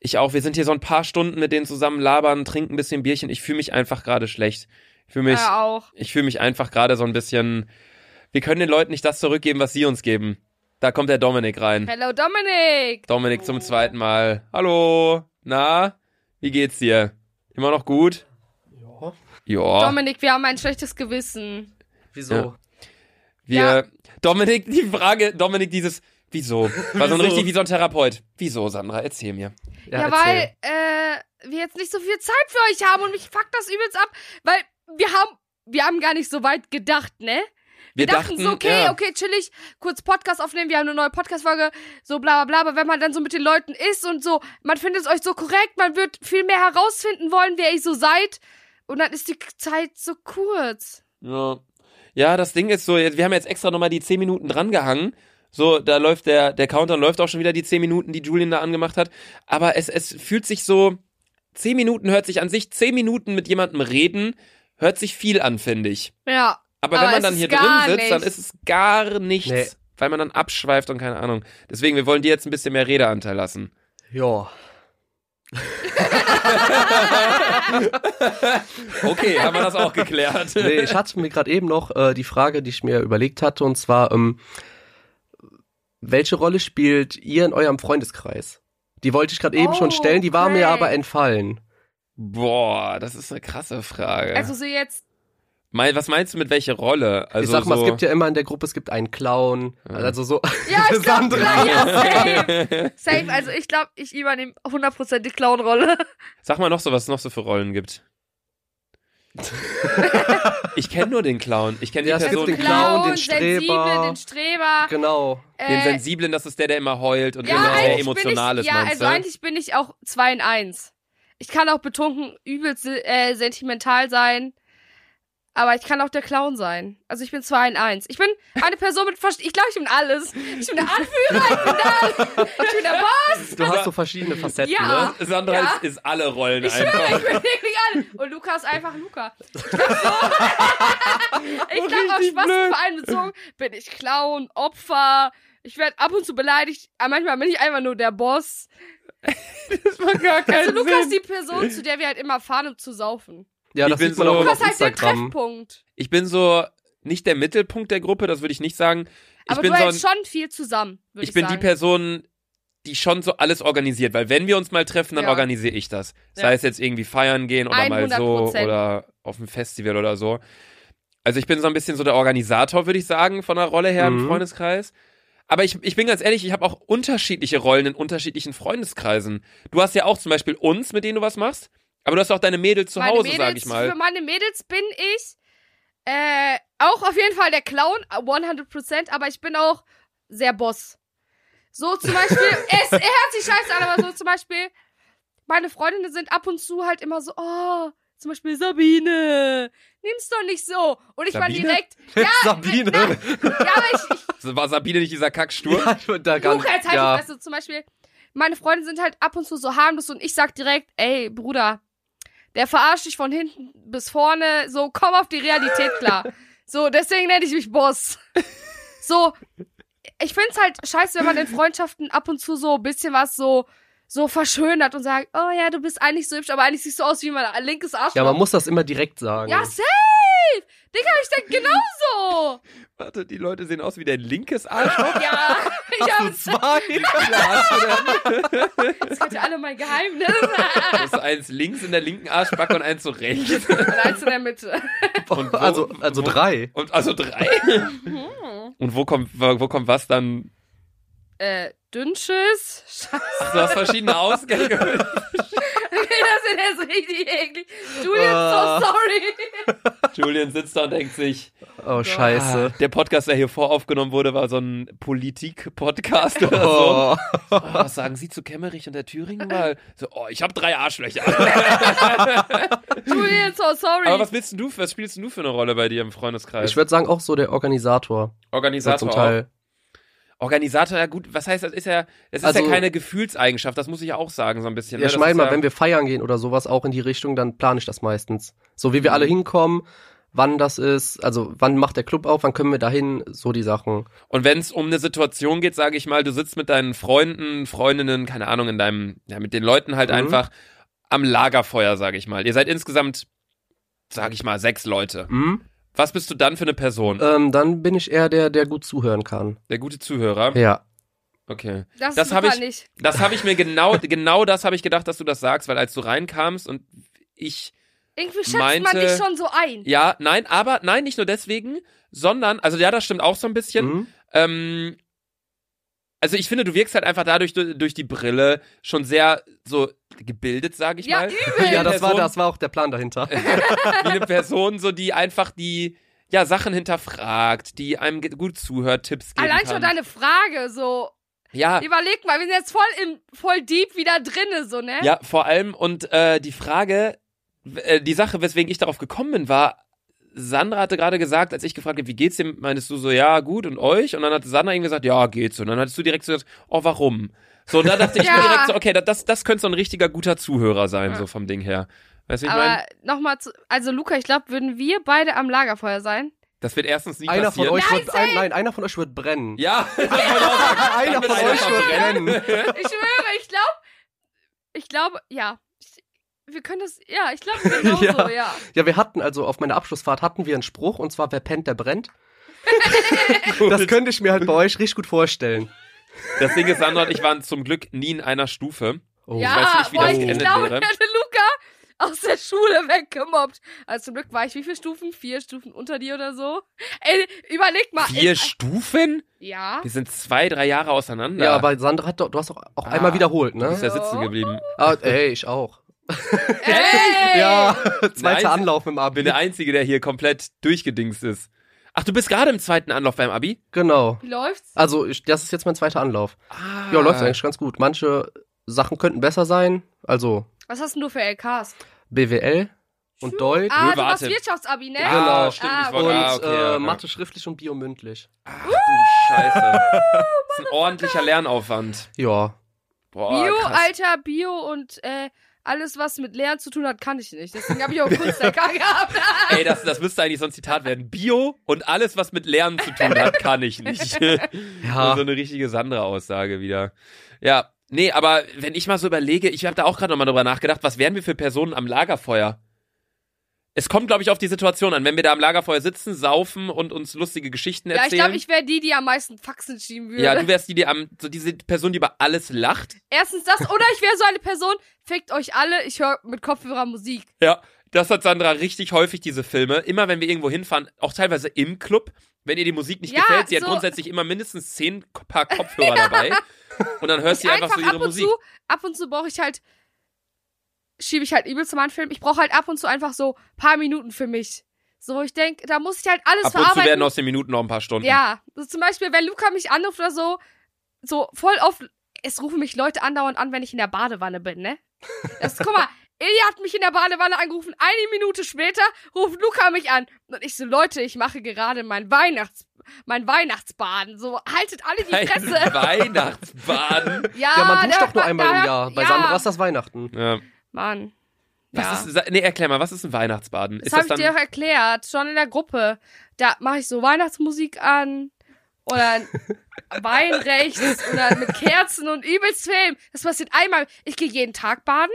Speaker 2: ich auch. Wir sind hier so ein paar Stunden mit denen zusammen labern, trinken ein bisschen Bierchen. Ich fühle mich einfach gerade schlecht. Ich fühle mich,
Speaker 1: ja auch.
Speaker 2: ich fühle mich einfach gerade so ein bisschen. Wir können den Leuten nicht das zurückgeben, was sie uns geben. Da kommt der Dominik rein.
Speaker 1: Hello Dominik!
Speaker 2: Dominik zum zweiten Mal. Hallo. Na, wie geht's dir? Immer noch gut? Ja. Ja.
Speaker 1: Dominik, wir haben ein schlechtes Gewissen.
Speaker 3: Wieso?
Speaker 2: Ja. Wir, Dominik, die Frage, Dominik, dieses, wieso? War so ein
Speaker 5: Wieso?
Speaker 2: richtig wie so ein Therapeut. Wieso, Sandra? Erzähl mir.
Speaker 1: Ja, weil äh, wir jetzt nicht so viel Zeit für euch haben und mich fuckt das übelst ab, weil wir haben, wir haben gar nicht so weit gedacht, ne? Wir, dachten, so, okay,
Speaker 2: ja,
Speaker 1: okay, chillig, kurz Podcast aufnehmen, wir haben eine neue Podcast-Folge, so bla bla bla, aber wenn man dann so mit den Leuten ist und so, man findet es euch so korrekt, man wird viel mehr herausfinden wollen, wer ihr so seid und dann ist die Zeit so kurz.
Speaker 2: Ja. ja, das Ding ist so, jetzt- wir haben jetzt extra nochmal die 10 Minuten drangehangen. So, da läuft der, der Countdown läuft auch schon wieder die 10 Minuten, die Julian da angemacht hat. Aber es, es fühlt sich so, 10 Minuten hört sich an sich, 10 Minuten mit jemandem reden, hört sich viel an, finde ich.
Speaker 1: Ja,
Speaker 2: Aber,
Speaker 1: Aber
Speaker 2: wenn man
Speaker 1: es
Speaker 2: dann
Speaker 1: ist
Speaker 2: hier drin
Speaker 1: gar
Speaker 2: sitzt, dann
Speaker 1: nichts.
Speaker 2: ist es gar nichts,
Speaker 3: Nee.
Speaker 2: weil man dann abschweift und keine Ahnung. Deswegen, wir wollen dir jetzt ein bisschen mehr Redeanteil lassen.
Speaker 3: Ja.
Speaker 2: Okay, haben wir das auch geklärt.
Speaker 3: Nee, ich hatte mir gerade eben noch äh, die Frage, die ich mir überlegt hatte, und zwar, ähm, welche Rolle spielt ihr in eurem Freundeskreis? Die wollte ich gerade eben
Speaker 1: Oh,
Speaker 3: schon stellen, die war
Speaker 1: okay.
Speaker 3: mir aber entfallen.
Speaker 2: Boah, das ist eine krasse Frage.
Speaker 1: also so jetzt,
Speaker 2: Mein- was meinst du mit welcher Rolle? Also
Speaker 3: ich sag mal,
Speaker 2: so,
Speaker 3: es gibt ja immer in der Gruppe, es gibt einen Clown,
Speaker 2: Ja.
Speaker 3: also so.
Speaker 1: ja, ich glaub,
Speaker 3: Sandra.
Speaker 1: klar, ja, safe, safe, also ich glaube, ich übernehme 100% die Clown-Rolle.
Speaker 2: Sag mal noch so, was es noch so für Rollen gibt. ich kenne nur den Clown. Ich kenne die
Speaker 3: Ja, es gibt
Speaker 2: Person,
Speaker 3: den
Speaker 2: den,
Speaker 3: Clown, den
Speaker 1: Also sensibel,
Speaker 3: Streber.
Speaker 1: den Streber,
Speaker 3: Genau.
Speaker 1: äh,
Speaker 2: Sensiblen, das ist der, der immer heult und
Speaker 1: Ja, also
Speaker 2: der, der
Speaker 1: eigentlich
Speaker 2: emotional
Speaker 1: bin
Speaker 2: ist,
Speaker 1: ich, ja,
Speaker 2: meinst
Speaker 1: also
Speaker 2: du?
Speaker 1: eigentlich bin ich auch 2 in 1. Ich kann auch betrunken übelst äh, sentimental sein, aber ich kann auch der Clown sein. Also ich bin 2 in 1. Ich bin eine Person mit fast ich glaube, ich bin alles. Ich bin der Anführer, ich bin da, ich bin der Boss,
Speaker 3: Du hast so verschiedene Facetten,
Speaker 1: Ja.
Speaker 3: ne?
Speaker 2: Sandra
Speaker 1: Ja.
Speaker 2: ist, ist alle Rollen
Speaker 1: ich
Speaker 2: einfach.
Speaker 1: schwöre, ich bin wirklich alle. Und Luca ist einfach Luca. Ich bin so, ich glaube, auf Spaßverein bezogen bin ich Clown, Opfer, ich werde ab und zu beleidigt, aber manchmal bin ich einfach nur der Boss. Also Lukas die Person, zu der wir halt immer fahren, um zu saufen.
Speaker 3: Ja,
Speaker 2: Ich
Speaker 3: das
Speaker 2: bin
Speaker 3: sieht man
Speaker 2: so-
Speaker 3: auch immer
Speaker 1: Lukas
Speaker 3: auf
Speaker 1: halt der
Speaker 3: Instagram.
Speaker 1: Treffpunkt.
Speaker 2: Ich bin so nicht der Mittelpunkt der Gruppe, das würde ich nicht sagen. Ich
Speaker 1: Aber
Speaker 2: bin
Speaker 1: du
Speaker 2: so
Speaker 1: hältst
Speaker 2: ein-
Speaker 1: schon viel zusammen, würde ich,
Speaker 2: ich bin
Speaker 1: sagen.
Speaker 2: die Person, die schon so alles organisiert, weil wenn wir uns mal treffen, dann
Speaker 1: Ja.
Speaker 2: organisiere ich das. Sei
Speaker 1: Ja.
Speaker 2: es jetzt irgendwie feiern gehen oder mal so
Speaker 1: 100%.
Speaker 2: oder auf ein Festival oder so. Also ich bin so ein bisschen so der Organisator, würde ich sagen, von der Rolle her im
Speaker 3: Mhm.
Speaker 2: Freundeskreis. Aber ich, ich bin ganz ehrlich, ich habe auch unterschiedliche Rollen in unterschiedlichen Freundeskreisen. Du hast ja auch zum Beispiel uns, mit denen du was machst, aber du hast auch deine Mädels zu
Speaker 1: Meine
Speaker 2: Hause,
Speaker 1: Mädels,
Speaker 2: sag ich mal.
Speaker 1: Für meine Mädels bin ich äh, auch auf jeden Fall der Clown, 100%, aber ich bin auch sehr Boss. So zum Beispiel, es er hört sich scheiße an, aber so zum Beispiel, meine Freundinnen sind ab und zu halt immer so, oh, zum Beispiel Sabine, nimm's doch nicht so. Und ich
Speaker 2: Sabine?
Speaker 1: war direkt, ja,
Speaker 3: Sabine.
Speaker 1: Na, ja, aber ich, ich
Speaker 2: Also War Sabine nicht dieser Kackstur?
Speaker 3: Ja, ich bin da Äh, gar
Speaker 1: Luca, jetzt halt
Speaker 3: ja.
Speaker 1: die Fresse. Zum Beispiel, meine Freunde sind halt ab und zu so harmlos und ich sag direkt, ey, Bruder, der verarscht dich von hinten bis vorne, so, komm auf die Realität klar. so, deswegen nenne ich mich Boss. so, ich find's halt scheiße, wenn man in Freundschaften ab und zu so ein bisschen was so, so verschönert und sagt, oh ja, du bist eigentlich so hübsch, aber eigentlich siehst du aus wie mein linkes Arschloch.
Speaker 3: ja, man muss das immer direkt sagen. also
Speaker 1: Ja, safe! Digga, ich denk genauso!
Speaker 2: Warte, die Leute sehen aus wie dein linkes Arschloch.
Speaker 1: ja, ich hab's.
Speaker 3: Zwei.
Speaker 1: Das hat ja alle mein Geheimnis.
Speaker 2: Das ist eins links in der linken Arschbacke und eins so rechts.
Speaker 1: Und eins in der äh, Mitte.
Speaker 2: Und wo-
Speaker 3: also, also
Speaker 2: wo-
Speaker 3: drei.
Speaker 2: Und also drei. Und wo kommt, wo wo kommt was dann?
Speaker 1: äh, Dünnschiss. Scheiße,
Speaker 2: Du hast verschiedene Ausgänge.
Speaker 1: das ist jetzt richtig eklig. Julian,
Speaker 3: Ah.
Speaker 1: so sorry.
Speaker 2: Julian sitzt da und denkt sich,
Speaker 3: Oh, scheiße.
Speaker 2: der Podcast, der hier voraufgenommen wurde, war so ein Politik-Podcast oder so.
Speaker 3: Oh.
Speaker 2: Oh, was sagen Sie zu Kemmerich und der Thüringen mal? So, oh, ich habe drei Arschlöcher.
Speaker 1: Julian, so sorry.
Speaker 2: Aber was willst denn du, was spielst denn du für eine Rolle bei dir im Freundeskreis?
Speaker 3: Ich würde sagen, auch so der Organisator.
Speaker 2: Organisator
Speaker 3: zum Teil.
Speaker 2: auch. Organisator, ja gut, was heißt das? Ist ja, das ist ja
Speaker 3: Also-
Speaker 2: keine Gefühlseigenschaft, das muss ich ja auch sagen, so ein bisschen.
Speaker 3: Ja,
Speaker 2: ne?
Speaker 3: ich
Speaker 2: Das
Speaker 3: meine
Speaker 2: ist
Speaker 3: mal,
Speaker 2: ja,
Speaker 3: wenn wir feiern gehen oder sowas auch in die Richtung, dann plane ich das meistens. So wie wir alle hinkommen, wann das ist, also wann macht der Club auf, wann können wir dahin, so die Sachen.
Speaker 2: Und wenn es um eine Situation geht, sage ich mal, du sitzt mit deinen Freunden, Freundinnen, keine Ahnung, in deinem, ja, mit den Leuten halt
Speaker 3: Mhm.
Speaker 2: einfach am Lagerfeuer, sage ich mal. Ihr seid insgesamt, sage ich mal, sechs Leute.
Speaker 3: Mhm.
Speaker 2: Was bist du dann für eine Person?
Speaker 3: Ähm, dann bin ich eher der, der gut zuhören kann.
Speaker 2: Der gute Zuhörer.
Speaker 3: Ja.
Speaker 2: Okay.
Speaker 1: Das,
Speaker 2: Das
Speaker 1: das
Speaker 2: hab
Speaker 1: habe
Speaker 2: ich-
Speaker 1: ich nicht.
Speaker 2: Das habe ich mir genau, genau das habe ich gedacht, dass du das sagst, weil als du reinkamst und ich
Speaker 1: Irgendwie schätzt man
Speaker 2: meinte-
Speaker 1: dich schon so ein.
Speaker 2: Ja, nein, aber nein, nicht nur deswegen, sondern, also ja, das stimmt auch so ein bisschen.
Speaker 3: Mhm.
Speaker 2: Ähm, also ich finde, du wirkst halt einfach dadurch du- durch die Brille schon sehr so gebildet, sage ich
Speaker 1: Ja,
Speaker 2: mal.
Speaker 1: übel.
Speaker 2: Wie
Speaker 3: Ja,
Speaker 2: eine
Speaker 3: das war,
Speaker 2: Person-
Speaker 3: das war auch der Plan dahinter.
Speaker 2: Wie eine Person, so die einfach die ja Sachen hinterfragt, die einem ge- gut zuhört, Tipps gibt.
Speaker 1: Allein
Speaker 2: kann. Ah.
Speaker 1: schon deine Frage, so.
Speaker 2: Ja,
Speaker 1: Überleg mal, wir sind jetzt voll im, voll deep wieder drinne, so, ne?
Speaker 2: ja, vor allem und äh, die Frage, w- äh, die Sache, weswegen ich darauf gekommen bin, war Sandra hatte gerade gesagt, als ich gefragt habe, wie geht's dir, meinst du so, ja, gut und euch? Und dann hat Sandra irgendwie gesagt, ja, geht's. Und dann hattest du direkt so gesagt, oh, warum? So, und da dachte ich
Speaker 1: Ja.
Speaker 2: mir direkt so, okay, da- das, das könnte so ein richtiger guter Zuhörer sein,
Speaker 1: Ja.
Speaker 2: so vom Ding her. Weißt du, ich meine,
Speaker 1: Aber nochmal zu, also Luca, ich glaube, würden wir beide am Lagerfeuer sein?
Speaker 2: das wird erstens nie
Speaker 3: einer von
Speaker 2: passieren.
Speaker 3: euch wird, ein, nein, einer von euch wird brennen.
Speaker 2: Ja, genau.
Speaker 3: einer
Speaker 2: wird
Speaker 3: von
Speaker 2: einer
Speaker 3: euch wird
Speaker 2: verbrennen.
Speaker 3: brennen.
Speaker 1: Ich schwöre, ich glaube, ich glaube, ja. Ich, wir können das, ja, ich glaube genauso, ja.
Speaker 3: Ja.
Speaker 1: ja.
Speaker 3: Ja, wir hatten also auf meiner Abschlussfahrt hatten wir einen Spruch und zwar wer pennt, der brennt. das könnte ich mir halt bei euch richtig gut vorstellen.
Speaker 2: das Ding ist, Sandra und ich waren zum Glück nie in einer Stufe.
Speaker 3: Oh.
Speaker 1: ja,
Speaker 2: weiß nicht, wie
Speaker 1: boah,
Speaker 2: das
Speaker 1: ich
Speaker 2: geendet
Speaker 1: glaube,
Speaker 2: wäre.
Speaker 1: der hätte Luca aus der Schule weggemobbt. Also zum Glück war ich wie viele Stufen? Vier Stufen unter dir oder so. Ey, überleg mal.
Speaker 2: Vier
Speaker 1: in-
Speaker 2: Stufen?
Speaker 1: ja.
Speaker 2: Wir sind zwei, drei Jahre auseinander.
Speaker 3: Ja, aber Sandra hat doch, du hast auch, auch
Speaker 2: Ah.
Speaker 3: einmal wiederholt,
Speaker 2: Du bist
Speaker 3: ne?
Speaker 2: ja
Speaker 1: Oh.
Speaker 2: sitzen geblieben.
Speaker 3: Ah, ey, ich auch.
Speaker 1: Ey!
Speaker 3: Ja, zweiter
Speaker 2: Nein.
Speaker 3: Anlauf im
Speaker 2: Ich bin
Speaker 3: Abi.
Speaker 2: der Einzige, der hier komplett durchgedingst ist. Ach, du bist gerade im zweiten Anlauf beim Abi?
Speaker 3: Genau.
Speaker 1: Wie läuft's?
Speaker 3: Also, ich, das ist jetzt mein zweiter Anlauf.
Speaker 2: Ah.
Speaker 3: Ja, läuft eigentlich ganz gut. Manche Sachen könnten besser sein. Also,
Speaker 1: Was hast denn du für LKs?
Speaker 3: BWL und Deutsch.
Speaker 1: Ah, du warst
Speaker 2: warte.
Speaker 1: Wirtschaftsabi, ne?
Speaker 2: Ja,
Speaker 3: Genau.
Speaker 2: stimmt.
Speaker 1: Ah,
Speaker 2: ich
Speaker 3: Und
Speaker 2: wollte, ah, okay, ja,
Speaker 3: äh,
Speaker 2: ja.
Speaker 3: Mathe schriftlich und Bio mündlich.
Speaker 2: Ach, du Scheiße. Das ist ein ordentlicher Lernaufwand.
Speaker 3: Ja.
Speaker 2: Boah,
Speaker 1: Bio,
Speaker 2: Oh, krass.
Speaker 1: Alter, Bio und äh, alles, was mit Lernen zu tun hat, kann ich nicht. Deswegen habe ich auch Kunst LK gehabt.
Speaker 2: Ey, das, das müsste eigentlich so ein Zitat werden. Bio und alles, was mit Lernen zu tun hat, kann ich nicht.
Speaker 3: Ja.
Speaker 2: So eine richtige Sandra-Aussage wieder. Ja, nee, aber wenn ich mal so überlege, ich habe da auch gerade nochmal drüber nachgedacht, was wären wir für Personen am Lagerfeuer? Es kommt, glaube ich, auf die Situation an. Wenn wir da am Lagerfeuer sitzen, saufen und uns lustige Geschichten
Speaker 1: Ja,
Speaker 2: erzählen.
Speaker 1: ich glaube, ich wäre die, die am meisten Faxen schieben würde.
Speaker 2: Ja, du wärst die, die am, so diese Person, die über alles lacht.
Speaker 1: Erstens das, oder ich wäre so eine Person, fickt euch alle, ich höre mit Kopfhörer Musik.
Speaker 2: Ja, das hat Sandra richtig häufig, diese Filme. Immer wenn wir irgendwo hinfahren, auch teilweise im Club, wenn ihr die Musik nicht
Speaker 1: Ja,
Speaker 2: gefällt, sie hat
Speaker 1: so-
Speaker 2: grundsätzlich immer mindestens zehn Ko- Paar Kopfhörer dabei. Und dann hörst du einfach, so ihre
Speaker 1: ab und
Speaker 2: Musik.
Speaker 1: zu, ab und zu brauche ich halt, schiebe ich halt übel zu meinem Film. Ich brauche halt ab und zu einfach so paar Minuten für mich. So, ich denke, da muss ich halt alles
Speaker 2: Ab und zu
Speaker 1: verarbeiten.
Speaker 2: werden aus den Minuten noch ein paar Stunden.
Speaker 1: Ja, so zum Beispiel, wenn Luca mich anruft oder so, so voll oft, es rufen mich Leute andauernd an, wenn ich in der Badewanne bin, ne? Das, guck mal, Ilja hat mich in der Badewanne angerufen, eine Minute später ruft Luca mich an. Und ich so, Leute, ich mache gerade mein Weihnachts... Mein Weihnachtsbaden, so haltet alle die
Speaker 2: Ein
Speaker 1: Fresse.
Speaker 2: Weihnachtsbaden.
Speaker 1: Ja,
Speaker 3: Ja, man duscht
Speaker 1: Ah, da-
Speaker 3: doch nur einmal im
Speaker 1: da-
Speaker 3: Jahr. Bei
Speaker 1: ja,
Speaker 3: Sandra ist das Weihnachten.
Speaker 2: Ja.
Speaker 1: Mann.
Speaker 2: Was
Speaker 1: ja.
Speaker 2: ist, sa- nee, erklär mal, was ist ein Weihnachtsbaden?
Speaker 1: Das
Speaker 2: ist
Speaker 1: habe
Speaker 2: das
Speaker 1: ich dir
Speaker 2: dann,
Speaker 1: auch erklärt, schon in der Gruppe. Da mache ich so Weihnachtsmusik an oder Wein rechts oder mit Kerzen und übelst Film. Das passiert einmal. Ich gehe jeden Tag baden.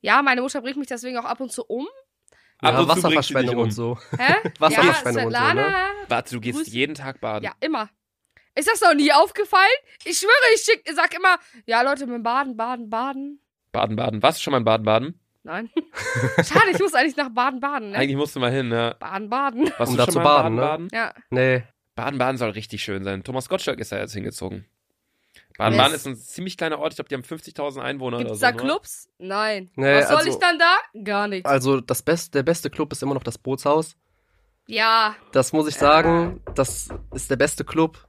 Speaker 1: Ja, meine Mutter bringt mich deswegen auch ab und zu um.
Speaker 2: ab
Speaker 3: Ja,
Speaker 2: und zu bringt sie dich
Speaker 3: Wasserverschwendung
Speaker 2: um.
Speaker 3: und so.
Speaker 1: Hä?
Speaker 3: Wasserverschwendung und so, ne?
Speaker 1: ja, Svetlana.
Speaker 2: Warte, du gehst
Speaker 1: Grüß-
Speaker 2: jeden Tag baden.
Speaker 1: Ja, immer. Ist das noch nie aufgefallen? Ich schwöre, ich schick, sag immer, ja Leute, mit dem Baden, Baden, Baden.
Speaker 2: Baden, baden. Warst du schon mal in Baden, baden?
Speaker 1: Nein. Schade, ich muss eigentlich nach Baden, Baden. Ne?
Speaker 2: Eigentlich musst du mal hin, ne?
Speaker 1: Baden, Baden.
Speaker 2: Warst
Speaker 3: Um
Speaker 2: du
Speaker 3: da
Speaker 2: schon
Speaker 3: zu
Speaker 2: mal in
Speaker 3: baden, ne?
Speaker 2: baden?
Speaker 1: Ja.
Speaker 3: Nee.
Speaker 2: Baden-Baden soll richtig schön sein. Thomas Gottschalk ist da jetzt hingezogen. Baden-Baden
Speaker 1: Yes.
Speaker 2: ist ein ziemlich kleiner Ort. Ich glaube, die haben 50.000 Einwohner
Speaker 1: Gibt's da
Speaker 2: oder so. ne?
Speaker 1: Clubs? Nein.
Speaker 3: Nee,
Speaker 1: Was soll
Speaker 3: also-
Speaker 1: ich dann da? Gar nichts.
Speaker 3: Also das best, der beste Club ist immer noch das Bootshaus.
Speaker 1: Ja,
Speaker 3: Das muss ich sagen, das ist der beste Club.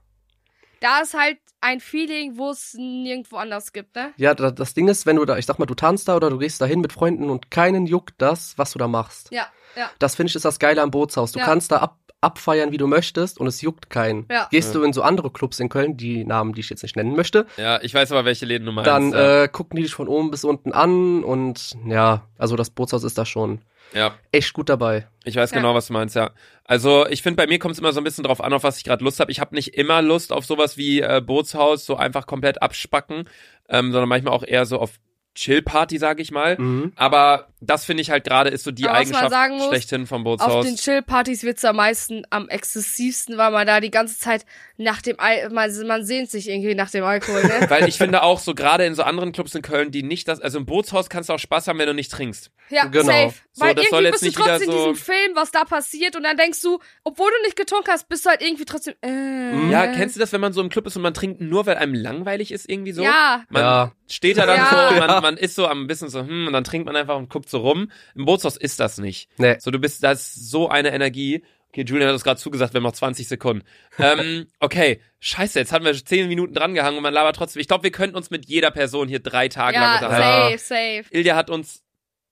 Speaker 1: da ist halt ein Feeling, wo es nirgendwo anders gibt, ne?
Speaker 3: Ja, da- das Ding ist, wenn du da, ich sag mal, du tanzt da oder du gehst da hin mit Freunden und keinen juckt das, was du da machst.
Speaker 1: Ja, ja.
Speaker 3: Das finde ich ist das Geile am Bootshaus. Du
Speaker 1: Ja.
Speaker 3: kannst da ab, abfeiern, wie du möchtest und es juckt keinen.
Speaker 1: Ja.
Speaker 3: Gehst du in so andere Clubs in Köln, die Namen, die ich jetzt nicht nennen möchte,
Speaker 2: Ja, ich weiß aber, welche Läden du meinst.
Speaker 3: dann
Speaker 2: ja.
Speaker 3: äh, gucken die dich von oben bis unten an und ja, also das Bootshaus ist da schon
Speaker 2: ja.
Speaker 3: echt gut dabei.
Speaker 2: Ich weiß
Speaker 1: Ja.
Speaker 2: genau, was du meinst, ja. Also ich finde, bei mir kommt es immer so ein bisschen drauf an, auf was ich gerade Lust habe. Ich habe nicht immer Lust auf sowas wie äh, Bootshaus, so einfach komplett abspacken, ähm, sondern manchmal auch eher so auf Chill-Party, sage ich mal.
Speaker 3: Mhm.
Speaker 2: Aber das finde ich halt gerade ist so die
Speaker 1: Aber was man
Speaker 2: Eigenschaft
Speaker 1: sagen muss,
Speaker 2: schlechthin vom
Speaker 1: Auf den
Speaker 2: Bootshaus.
Speaker 1: Chill-Partys wird's am meisten am exzessivsten, weil man da die ganze Zeit nach dem Al man, man sehnt sich irgendwie nach dem Alkohol, ne?
Speaker 2: Weil ich finde auch so gerade in so anderen Clubs in Köln, die nicht das, also im Bootshaus kannst du auch Spaß haben, wenn du nicht trinkst.
Speaker 1: Ja,
Speaker 3: Genau.
Speaker 1: safe.
Speaker 2: So,
Speaker 1: Weil
Speaker 2: das soll
Speaker 1: irgendwie bist
Speaker 2: jetzt
Speaker 1: du
Speaker 2: nicht wieder
Speaker 1: trotzdem in
Speaker 2: so-
Speaker 1: diesem Film, was da passiert, und dann denkst du, obwohl du nicht getrunken hast, bist du halt irgendwie trotzdem. Äh,
Speaker 2: Mhm. Ja, kennst du das, wenn man so im Club ist und man trinkt nur, weil einem langweilig ist irgendwie so?
Speaker 1: Ja,
Speaker 2: Man
Speaker 3: Ja.
Speaker 2: steht da dann
Speaker 1: Ja.
Speaker 2: so, und man, man ist so am bisschen so, hm, und dann trinkt man einfach und guckt so rum. Im Bootshaus ist das nicht.
Speaker 3: Nee.
Speaker 2: So, du bist, da ist so eine Energie. Okay, Julian hat uns gerade zugesagt, wir haben noch 20 Sekunden. Ähm, okay, scheiße, jetzt haben wir 10 Minuten drangehangen und man labert trotzdem. Ich glaube, wir könnten uns mit jeder Person hier drei Tage lang
Speaker 1: ja,
Speaker 2: unterhalten.
Speaker 1: safe, safe.
Speaker 2: Ilja hat uns,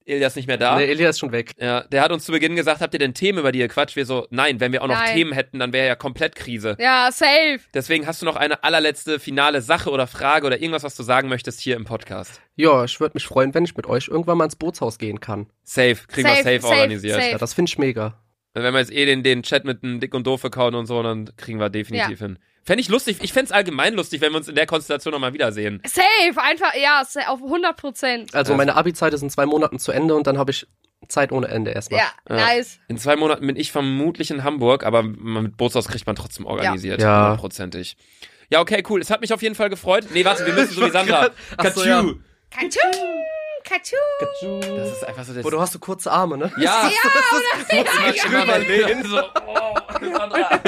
Speaker 2: Ilja ist nicht mehr da.
Speaker 3: Nee, Elia ist schon weg.
Speaker 2: Ja, der hat uns zu Beginn gesagt, habt ihr denn Themen, über die ihr quatscht? Wir so, nein, wenn wir auch noch
Speaker 1: Nein.
Speaker 2: Themen hätten, dann wäre ja komplett Krise.
Speaker 1: Ja, safe.
Speaker 2: Deswegen hast du noch eine allerletzte finale Sache oder Frage oder irgendwas, was du sagen möchtest hier im Podcast.
Speaker 3: Ja, ich würde mich freuen, wenn ich mit euch irgendwann mal ins Bootshaus gehen kann.
Speaker 2: Safe, kriegen wir
Speaker 1: Safe,
Speaker 2: safe,
Speaker 1: safe,
Speaker 2: organisiert.
Speaker 1: safe.
Speaker 3: Ja, das finde ich mega.
Speaker 2: Dann Wenn wir jetzt eh den, den Chat mit einem dick und doof Account und so, dann kriegen wir definitiv hin. Fände ich lustig, ich fänd's allgemein lustig, wenn wir uns in der Konstellation nochmal wiedersehen.
Speaker 1: Safe, einfach, ja, sa- auf 100 Prozent.
Speaker 3: Also
Speaker 2: Ja.
Speaker 3: meine Abi-Zeit ist in zwei Monaten zu Ende und dann habe ich Zeit ohne Ende erstmal.
Speaker 1: Ja,
Speaker 2: Ja.
Speaker 1: nice.
Speaker 2: In zwei Monaten bin ich vermutlich in Hamburg, aber mit Bootshaus kriegt man trotzdem organisiert.
Speaker 3: Ja.
Speaker 2: Hundertprozentig. Ja, okay, cool. Es hat mich auf jeden Fall gefreut. Nee, warte, wir müssen so wie Sandra.
Speaker 3: Ach so, ja.
Speaker 2: Katschü.
Speaker 1: Kachu, Kachu.
Speaker 2: Das ist einfach so das.
Speaker 3: Boah, du hast so kurze Arme, ne?
Speaker 2: ja,
Speaker 3: Ja,
Speaker 2: überlegen. So, oh, Sandra.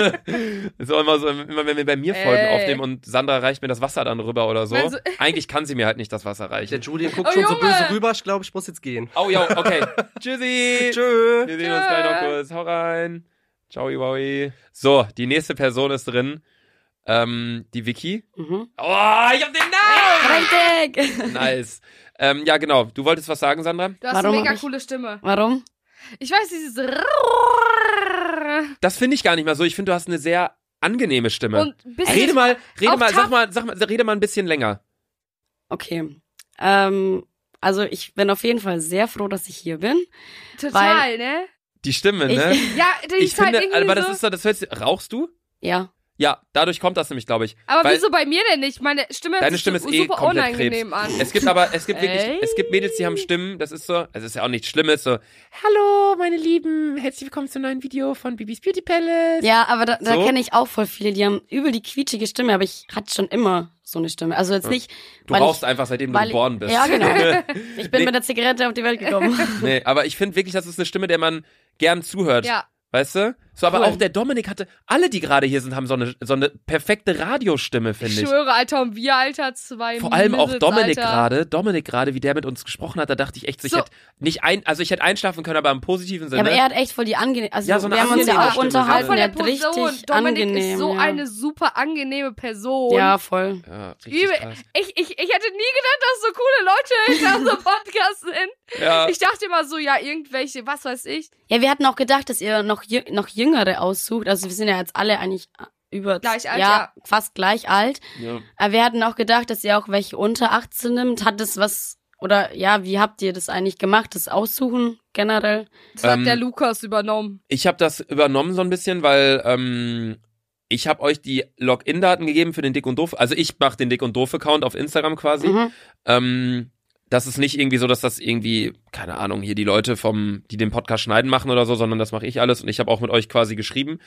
Speaker 2: so immer so, immer wenn wir bei mir Folgen
Speaker 3: Äh.
Speaker 1: Ey.
Speaker 2: aufnehmen und Sandra reicht mir das Wasser dann rüber oder so.
Speaker 1: Also-
Speaker 2: Eigentlich kann sie mir halt nicht das Wasser
Speaker 3: Der
Speaker 2: reichen.
Speaker 3: Julian guckt
Speaker 1: Oh,
Speaker 3: schon so
Speaker 1: Junge.
Speaker 3: böse rüber, ich glaube, ich muss jetzt gehen.
Speaker 2: Oh ja, okay. Tschüssi.
Speaker 3: Tschö.
Speaker 2: Wir sehen uns gleich noch kurz. Hau rein. Ciao, Wowie. So, die nächste Person ist drin. Ähm, die Vicky.
Speaker 6: Mhm.
Speaker 2: Oh, ich hab den Namen!
Speaker 6: Richtig!
Speaker 2: Nice. Ähm, ja, genau. Du wolltest was sagen, Sandra?
Speaker 1: Du hast
Speaker 6: Warum
Speaker 1: eine mega
Speaker 6: hab ich-
Speaker 1: coole Stimme.
Speaker 6: Warum?
Speaker 1: Ich weiß, dieses Rrrr
Speaker 2: Das finde ich gar nicht mal so. Ich finde, du hast eine sehr angenehme Stimme.
Speaker 1: und ein bisschen
Speaker 2: rede mal, rede
Speaker 1: auf
Speaker 2: mal,
Speaker 1: Takt.
Speaker 2: sag mal, sag mal, rede mal ein bisschen länger.
Speaker 6: Okay. Ähm, also ich bin auf jeden Fall sehr froh, dass ich hier bin.
Speaker 1: total, ne?
Speaker 2: Die Stimme, ne?
Speaker 6: Ich,
Speaker 1: Ja, die
Speaker 2: Ich,
Speaker 1: ist
Speaker 2: finde,
Speaker 1: halt irgendwie
Speaker 2: aber das
Speaker 1: so,
Speaker 2: ist so, das hört sich, rauchst du?
Speaker 6: ja.
Speaker 2: Ja, dadurch kommt das nämlich, glaube ich.
Speaker 1: aber
Speaker 2: weil-
Speaker 1: wieso bei mir denn nicht? Meine Stimme hört
Speaker 2: Deine
Speaker 1: sich
Speaker 2: Stimme ist
Speaker 1: so
Speaker 2: eh
Speaker 1: super
Speaker 2: komplett
Speaker 1: unangenehm an.
Speaker 2: Es gibt aber, es gibt
Speaker 1: Ey.
Speaker 2: wirklich, es gibt Mädels, die haben Stimmen, das ist so, also ist ja auch nichts Schlimmes, so,
Speaker 9: Hallo, meine Lieben. Herzlich willkommen zum neuen Video von Bibis Beauty Palace.
Speaker 6: Ja, aber da, da
Speaker 2: So?
Speaker 6: kenne ich auch voll viele, die haben übel die quietschige Stimme, aber ich hatte schon immer so eine Stimme. Also jetzt nicht,
Speaker 2: du
Speaker 6: weil
Speaker 2: rauchst
Speaker 6: ich,
Speaker 2: einfach, seitdem du
Speaker 6: weil ich-
Speaker 2: geboren bist.
Speaker 6: Ja, genau. ich bin
Speaker 2: Nee.
Speaker 6: mit der Zigarette auf die Welt gekommen.
Speaker 2: Nee, aber ich finde wirklich, das ist eine Stimme, der man gern zuhört.
Speaker 1: Ja.
Speaker 2: Weißt du? So, aber
Speaker 6: Cool.
Speaker 2: auch der Dominik hatte, alle, die gerade hier sind, haben so eine, so eine perfekte Radiostimme,
Speaker 1: Ich
Speaker 2: finde ich.
Speaker 1: schwöre, Alter, und wir, Alter, zwei
Speaker 2: Vor allem auch
Speaker 1: Mädels,
Speaker 2: Dominik
Speaker 1: Alter.
Speaker 2: gerade, Dominik gerade, wie der mit uns gesprochen hat, da dachte ich echt, so, ich
Speaker 1: So.
Speaker 2: hätte nicht ein, also ich hätte einschlafen können, aber im positiven
Speaker 6: Ja,
Speaker 2: Sinne.
Speaker 6: aber
Speaker 1: ne?
Speaker 6: er hat echt voll die angenehm. Also
Speaker 2: Ja, so eine
Speaker 6: wir haben uns ja auch
Speaker 2: angenehme Stimme.
Speaker 1: Auch
Speaker 6: unterhalten.
Speaker 1: halt von
Speaker 6: Der
Speaker 1: der
Speaker 6: hat richtig
Speaker 1: Person. Dominik
Speaker 6: angenehm.
Speaker 1: ist so
Speaker 6: ja.
Speaker 1: eine super angenehme Person.
Speaker 6: Ja, voll.
Speaker 2: ja, richtig
Speaker 1: Übel.
Speaker 2: krass.
Speaker 1: Ich, ich, ich hätte nie gedacht, dass so coole Leute hinter unserem Podcast sind.
Speaker 2: ja.
Speaker 1: Ich dachte immer so, ja, irgendwelche, was weiß ich.
Speaker 6: Ja, wir hatten auch gedacht, dass ihr noch, jü- noch Jüngere aussucht. Also wir sind ja jetzt alle eigentlich äh, über
Speaker 1: Gleich alt,
Speaker 6: ja,
Speaker 1: ja.
Speaker 6: fast gleich alt.
Speaker 2: ja.
Speaker 6: Aber wir hatten auch gedacht, dass ihr auch welche unter 18 nimmt. Hat das was oder ja, wie habt ihr das eigentlich gemacht? Das Aussuchen generell?
Speaker 1: Das hat
Speaker 2: Ähm,
Speaker 1: der Lukas übernommen.
Speaker 2: Ich habe das übernommen so ein bisschen, weil ähm, ich habe euch die Login-Daten gegeben für den Dick und Doof. Also ich mache den Dick und Doof-Account auf Instagram quasi.
Speaker 6: Mhm.
Speaker 2: Ähm, das ist nicht irgendwie so, dass das irgendwie, keine Ahnung, hier die Leute vom, die den Podcast schneiden machen oder so, sondern das mache ich alles und ich habe auch mit euch quasi geschrieben.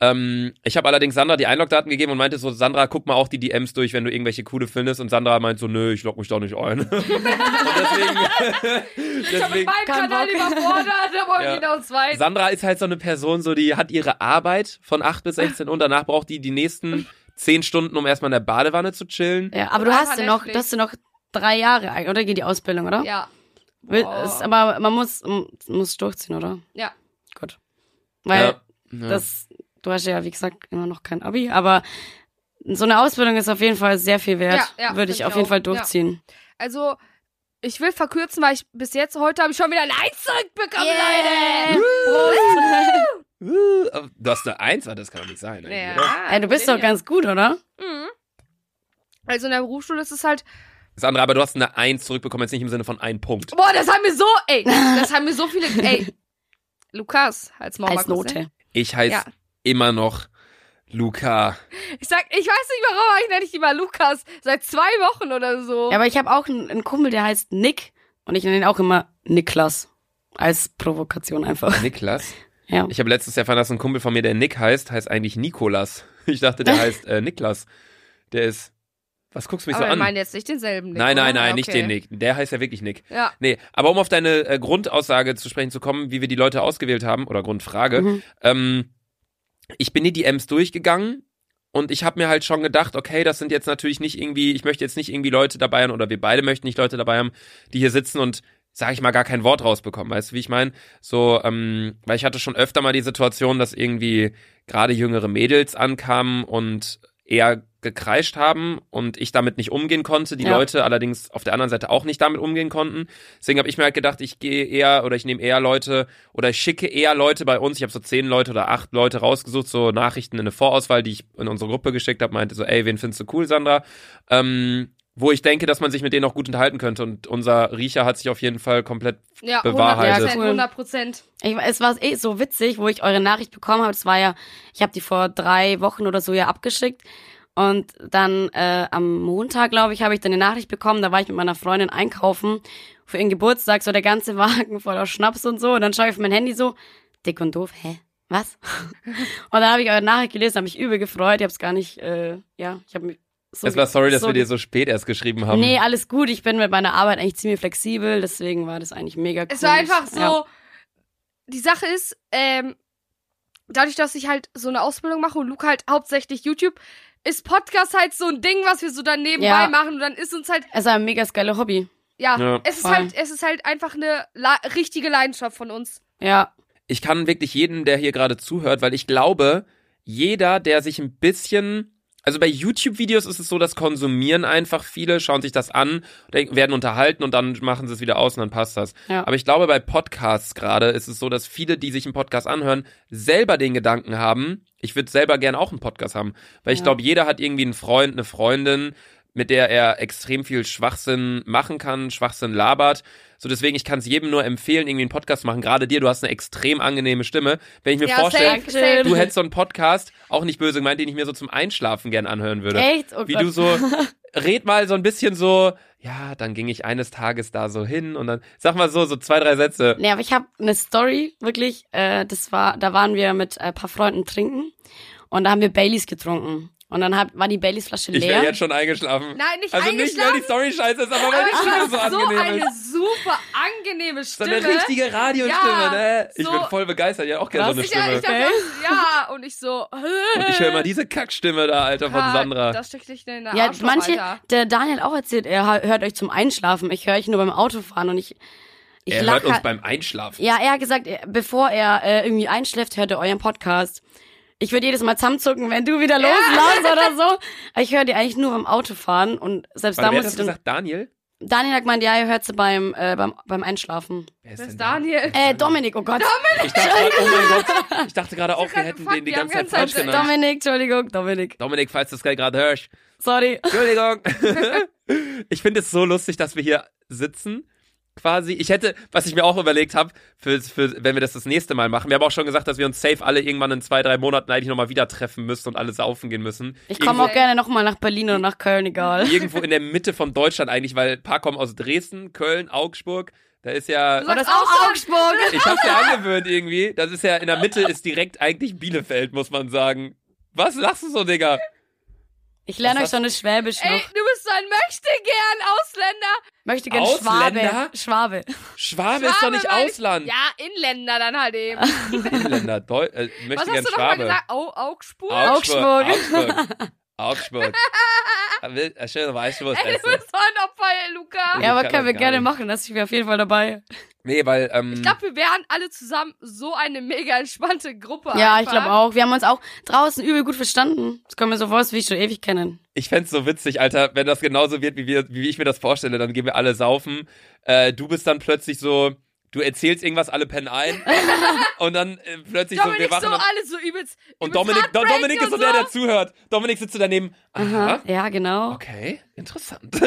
Speaker 2: Ähm, ich habe allerdings Sandra die Einlogdaten gegeben und meinte so, Sandra, guck mal auch die DMs durch, wenn du irgendwelche coole findest. Und Sandra meint so, nö, ich log mich doch nicht ein. und deswegen,
Speaker 1: Ich habe mit meinem
Speaker 6: Kein
Speaker 1: Kanal
Speaker 6: Bock.
Speaker 1: überfordert, aber
Speaker 2: Ja.
Speaker 1: ja. genau zwei.
Speaker 2: Sandra ist halt so eine Person, so die hat ihre Arbeit von 8 bis 16 und danach braucht die die nächsten 10 Stunden, um erstmal in der Badewanne zu chillen.
Speaker 6: Ja, aber du
Speaker 1: Einfach
Speaker 6: hast ja noch,
Speaker 1: Netflix.
Speaker 6: du hast ja noch drei Jahre eigentlich, oder geht die Ausbildung, oder?
Speaker 1: Ja.
Speaker 6: Will,
Speaker 1: Boah.
Speaker 6: ist, aber man muss muss durchziehen, oder?
Speaker 1: Ja.
Speaker 6: Gut. Weil
Speaker 2: ja. Ja.
Speaker 6: das, du hast ja, wie gesagt, immer noch kein Abi, aber so eine Ausbildung ist auf jeden Fall sehr viel wert.
Speaker 1: Ja, ja,
Speaker 6: Würde ich
Speaker 1: find
Speaker 6: auf
Speaker 1: ich
Speaker 6: jeden
Speaker 1: auch.
Speaker 6: Fall durchziehen.
Speaker 1: Also, ich will verkürzen, weil ich bis jetzt heute habe ich schon wieder ein Eins zurückbekommen, Leute.
Speaker 2: Uh, aber du hast eine Eins, ah, das kann doch nicht sein. eigentlich, oder?
Speaker 1: Ja,
Speaker 6: Ey, du bist doch
Speaker 1: Problem
Speaker 6: ganz gut, oder?
Speaker 1: hier. Mhm. Also in der Berufsschule ist es halt.
Speaker 2: Sandra, aber du hast eine Eins zurückbekommen, jetzt nicht im Sinne von ein Punkt.
Speaker 1: Boah, das haben wir so. Ey, das haben wir so viele. Ey, Lukas, als Mama.
Speaker 6: Als Note.
Speaker 2: Ich heiße
Speaker 1: Ja.
Speaker 2: immer noch Luca.
Speaker 1: Ich sag, ich weiß nicht warum, aber ich nenne dich immer Lukas. Seit zwei Wochen oder so.
Speaker 6: Ja, aber ich habe auch einen, einen Kumpel, der heißt Nick und ich nenne ihn auch immer Niklas. Als Provokation einfach.
Speaker 2: Niklas.
Speaker 6: Ja.
Speaker 2: Ich habe letztes Jahr erfahren, dass ein Kumpel von mir, der Nick heißt, heißt eigentlich Nikolas. Ich dachte, der heißt äh, Niklas. Der ist. Was guckst du mich
Speaker 1: aber
Speaker 2: so
Speaker 1: wir
Speaker 2: an?
Speaker 1: meinen jetzt nicht denselben Nick.
Speaker 2: nein, nein,
Speaker 1: oder?
Speaker 2: nein,
Speaker 1: Ja,
Speaker 2: nicht
Speaker 1: okay.
Speaker 2: den Nick. Der heißt ja wirklich Nick.
Speaker 1: Ja.
Speaker 2: Nee, aber um auf deine äh, Grundaussage zu sprechen zu kommen, wie wir die Leute ausgewählt haben, oder Grundfrage,
Speaker 6: Mhm.
Speaker 2: ähm, ich bin hier die M's durchgegangen und ich habe mir halt schon gedacht, okay, das sind jetzt natürlich nicht irgendwie, ich möchte jetzt nicht irgendwie Leute dabei haben, oder wir beide möchten nicht Leute dabei haben, die hier sitzen und sag ich mal, gar kein Wort rausbekommen. Weißt du, wie ich meine? So, ähm, weil ich hatte schon öfter mal die Situation, dass irgendwie gerade jüngere Mädels ankamen und eher gekreischt haben und ich damit nicht umgehen konnte, die
Speaker 6: Ja.
Speaker 2: Leute allerdings auf der anderen Seite auch nicht damit umgehen konnten. Deswegen habe ich mir halt gedacht, ich gehe eher oder ich nehme eher Leute oder ich schicke eher Leute bei uns. Ich habe so zehn Leute oder acht Leute rausgesucht, so Nachrichten in eine Vorauswahl, die ich in unsere Gruppe geschickt habe, meinte so, ey, wen findest du cool, Sandra? Ähm, wo ich denke, dass man sich mit denen auch gut unterhalten könnte. Und unser Riecher hat sich auf jeden Fall komplett.
Speaker 1: Ja,
Speaker 2: Bewahrheitet.
Speaker 1: 100%. 100 Prozent.
Speaker 6: Ich, es war eh so witzig, wo ich eure Nachricht bekommen habe. Das war ja, ich habe die vor drei Wochen oder so ja abgeschickt. Und dann äh, am Montag, glaube ich, habe ich dann eine Nachricht bekommen. Da war ich mit meiner Freundin einkaufen für ihren Geburtstag, so der ganze Wagen voller Schnaps und so. Und dann schaue ich auf mein Handy so, dick und doof, hä? Was? und dann habe ich eure Nachricht gelesen, habe mich übel gefreut. Ich habe es gar nicht, äh, ja, ich habe mich so.
Speaker 2: es war sorry, dass
Speaker 6: so
Speaker 2: wir dir so spät erst geschrieben haben.
Speaker 6: Nee, alles gut. Ich bin mit meiner Arbeit eigentlich ziemlich flexibel, deswegen war das eigentlich mega cool.
Speaker 1: Es war einfach so.
Speaker 6: Ja.
Speaker 1: Die Sache ist, ähm, dadurch, dass ich halt so eine Ausbildung mache und Luca halt hauptsächlich YouTube, ist Podcast halt so ein Ding, was wir so dann nebenbei
Speaker 6: Ja.
Speaker 1: machen. Und dann ist uns halt,
Speaker 6: Es war ein mega geiles Hobby.
Speaker 1: ja,
Speaker 2: Ja.
Speaker 1: es ist
Speaker 6: Voll.
Speaker 1: halt, es ist halt einfach eine la richtige Leidenschaft von uns.
Speaker 6: Ja,
Speaker 2: ich kann wirklich jeden, der hier gerade zuhört, weil ich glaube, jeder, der sich ein bisschen. Also bei YouTube-Videos ist es so, das konsumieren einfach viele, schauen sich das an, denken, werden unterhalten und dann machen sie es wieder aus und dann passt das.
Speaker 6: Ja.
Speaker 2: Aber ich glaube, bei Podcasts gerade ist es so, dass viele, die sich einen Podcast anhören, selber den Gedanken haben, ich würde selber gerne auch einen Podcast haben. Weil ich
Speaker 6: Ja.
Speaker 2: glaube, jeder hat irgendwie einen Freund, eine Freundin, mit der er extrem viel Schwachsinn machen kann, Schwachsinn labert. So deswegen, ich kann es jedem nur empfehlen, irgendwie einen Podcast machen. Gerade dir, du hast eine extrem angenehme Stimme. Wenn ich mir
Speaker 1: ja,
Speaker 2: vorstelle,
Speaker 1: safe, safe.
Speaker 2: du hättest so einen Podcast, auch nicht böse gemeint, den ich mir so zum Einschlafen gern anhören würde.
Speaker 6: echt? Oh
Speaker 2: Wie
Speaker 6: Gott.
Speaker 2: du so, red mal so ein bisschen so, ja, dann ging ich eines Tages da so hin und dann, sag mal so, so zwei, drei Sätze.
Speaker 6: Nee, aber ich habe eine Story, wirklich. Äh, das war, da waren wir mit äh, ein paar Freunden trinken und da haben wir Baileys getrunken. Und dann hab, war die Baileys-Flasche
Speaker 2: Ich wäre
Speaker 6: leer.
Speaker 2: jetzt schon eingeschlafen.
Speaker 1: Nein, nicht
Speaker 2: also nicht, weil
Speaker 1: eingeschlafen.
Speaker 2: die Story scheiße ist, aber weil
Speaker 1: aber
Speaker 2: die Stimme
Speaker 1: es
Speaker 2: so
Speaker 1: war so
Speaker 2: angenehm ist.
Speaker 1: eine super angenehme
Speaker 2: So
Speaker 1: Stimme.
Speaker 2: eine richtige Radiostimme,
Speaker 1: Ja,
Speaker 2: ne? Ich
Speaker 1: so-
Speaker 2: bin voll begeistert, ja auch gerne so eine
Speaker 1: ich, ja,
Speaker 2: Stimme.
Speaker 1: ich dachte, auch, ja, und ich so,
Speaker 2: Und ich höre mal diese Kackstimme da, Alter, von Sandra.
Speaker 1: Das steckt nicht in der
Speaker 6: ja,
Speaker 1: Arschloch,
Speaker 6: manche,
Speaker 1: Alter.
Speaker 6: der Daniel auch erzählt, er ha- hört euch zum Einschlafen. Ich höre euch nur beim Autofahren und ich, ich
Speaker 2: er
Speaker 6: lach
Speaker 2: hört uns
Speaker 6: halt-
Speaker 2: beim Einschlafen.
Speaker 6: Ja, er hat gesagt, er- bevor er äh, irgendwie einschläft, hört er euren Podcast. Ich würde jedes Mal zusammenzucken, wenn du wieder loslaufst oder so. Aber Ich höre die eigentlich nur beim Autofahren und selbst
Speaker 2: Warte,
Speaker 6: da
Speaker 2: wer hat
Speaker 6: muss
Speaker 2: das
Speaker 6: ich dann,
Speaker 2: gesagt? Daniel?
Speaker 6: Daniel hat gemeint, ja, er hört sie beim, äh, beim, beim Einschlafen.
Speaker 2: Wer ist
Speaker 1: Das ist
Speaker 2: denn Daniel?
Speaker 1: Daniel.
Speaker 6: Äh, Dominik, oh Gott.
Speaker 2: Ich dachte, gerade- oh mein Gott, ich dachte gerade auch, wir
Speaker 1: gerade
Speaker 2: hätten
Speaker 1: gefuckt,
Speaker 2: den die
Speaker 1: wir haben
Speaker 2: ganze Zeit
Speaker 1: ganz
Speaker 2: falsch genannt. Dominik,
Speaker 6: Dominik, Entschuldigung, Dominik.
Speaker 2: falls du das gerade hörst.
Speaker 6: Sorry.
Speaker 2: Entschuldigung. ich finde es so lustig, dass wir hier sitzen. Quasi, ich hätte, was ich mir auch überlegt habe, für, für, wenn wir das das nächste Mal machen. Wir haben auch schon gesagt, dass wir uns safe alle irgendwann in zwei, drei Monaten eigentlich nochmal wieder treffen müssen und alle saufen gehen müssen.
Speaker 6: Ich
Speaker 2: Irgendwo-
Speaker 6: komme auch gerne nochmal nach Berlin oder nach Köln, egal.
Speaker 2: irgendwo in der Mitte von Deutschland eigentlich, weil ein paar kommen aus Dresden, Köln, Augsburg. Da ist ja.
Speaker 1: sagst-
Speaker 6: Oder ist auch Augsburg.
Speaker 2: Ich hab's ja angewöhnt irgendwie. Das ist ja in der Mitte ist direkt eigentlich Bielefeld, muss man sagen. Was lachst du so, Digga?
Speaker 6: Ich lerne
Speaker 2: Was
Speaker 6: euch so eine Schwäbisch
Speaker 1: Ey,
Speaker 6: noch.
Speaker 1: du bist so ein möchte gern Ausländer.
Speaker 6: Möchte gerne
Speaker 2: Ausländer?
Speaker 6: Schwabe. Schwabe.
Speaker 2: Schwabe, ist doch
Speaker 1: Schwabe,
Speaker 2: nicht
Speaker 1: weil ich-
Speaker 2: Ausland.
Speaker 1: Ja, Inländer dann halt eben.
Speaker 2: Inländer, Deu äh,
Speaker 1: Was
Speaker 2: möchte
Speaker 1: hast
Speaker 2: gern
Speaker 1: du nochmal
Speaker 2: Schwabe.
Speaker 1: gesagt? Au, Augsburg?
Speaker 2: Augsburg. Augsburg. Augsburg. Ah, will- ah, Schön, weißt du was?
Speaker 1: Ey, du
Speaker 2: Essen.
Speaker 1: bist so ein Opfer, ey, Luca.
Speaker 2: Ich
Speaker 6: Ja, aber
Speaker 2: kann
Speaker 6: können wir
Speaker 2: das gar
Speaker 6: gerne
Speaker 2: nicht.
Speaker 6: machen, das ich auf jeden Fall dabei.
Speaker 2: Nee, weil. Ähm,
Speaker 1: Ich glaube, wir wären alle zusammen so eine mega entspannte Gruppe.
Speaker 6: Ja, ich
Speaker 1: einfach.
Speaker 6: glaube auch. Wir haben uns auch draußen übel gut verstanden. Das kommt mir so vor, als wie ich schon ewig kennen.
Speaker 2: Ich fänd's so witzig, Alter, wenn das genauso wird, wie, wir, wie ich mir das vorstelle, dann gehen wir alle saufen. Äh, du bist dann plötzlich so, du erzählst irgendwas, alle pennen ein. und dann äh, plötzlich so, wir
Speaker 1: Dominik
Speaker 2: wachen
Speaker 1: so
Speaker 2: dann-
Speaker 1: alles so übelst.
Speaker 2: Und
Speaker 1: übelst
Speaker 2: Dominik, Do
Speaker 1: heartbreaking
Speaker 2: Dominik ist so
Speaker 1: und
Speaker 2: der, der zuhört. Dominik sitzt so daneben. Aha.
Speaker 6: Aha, ja, genau.
Speaker 2: Okay, interessant.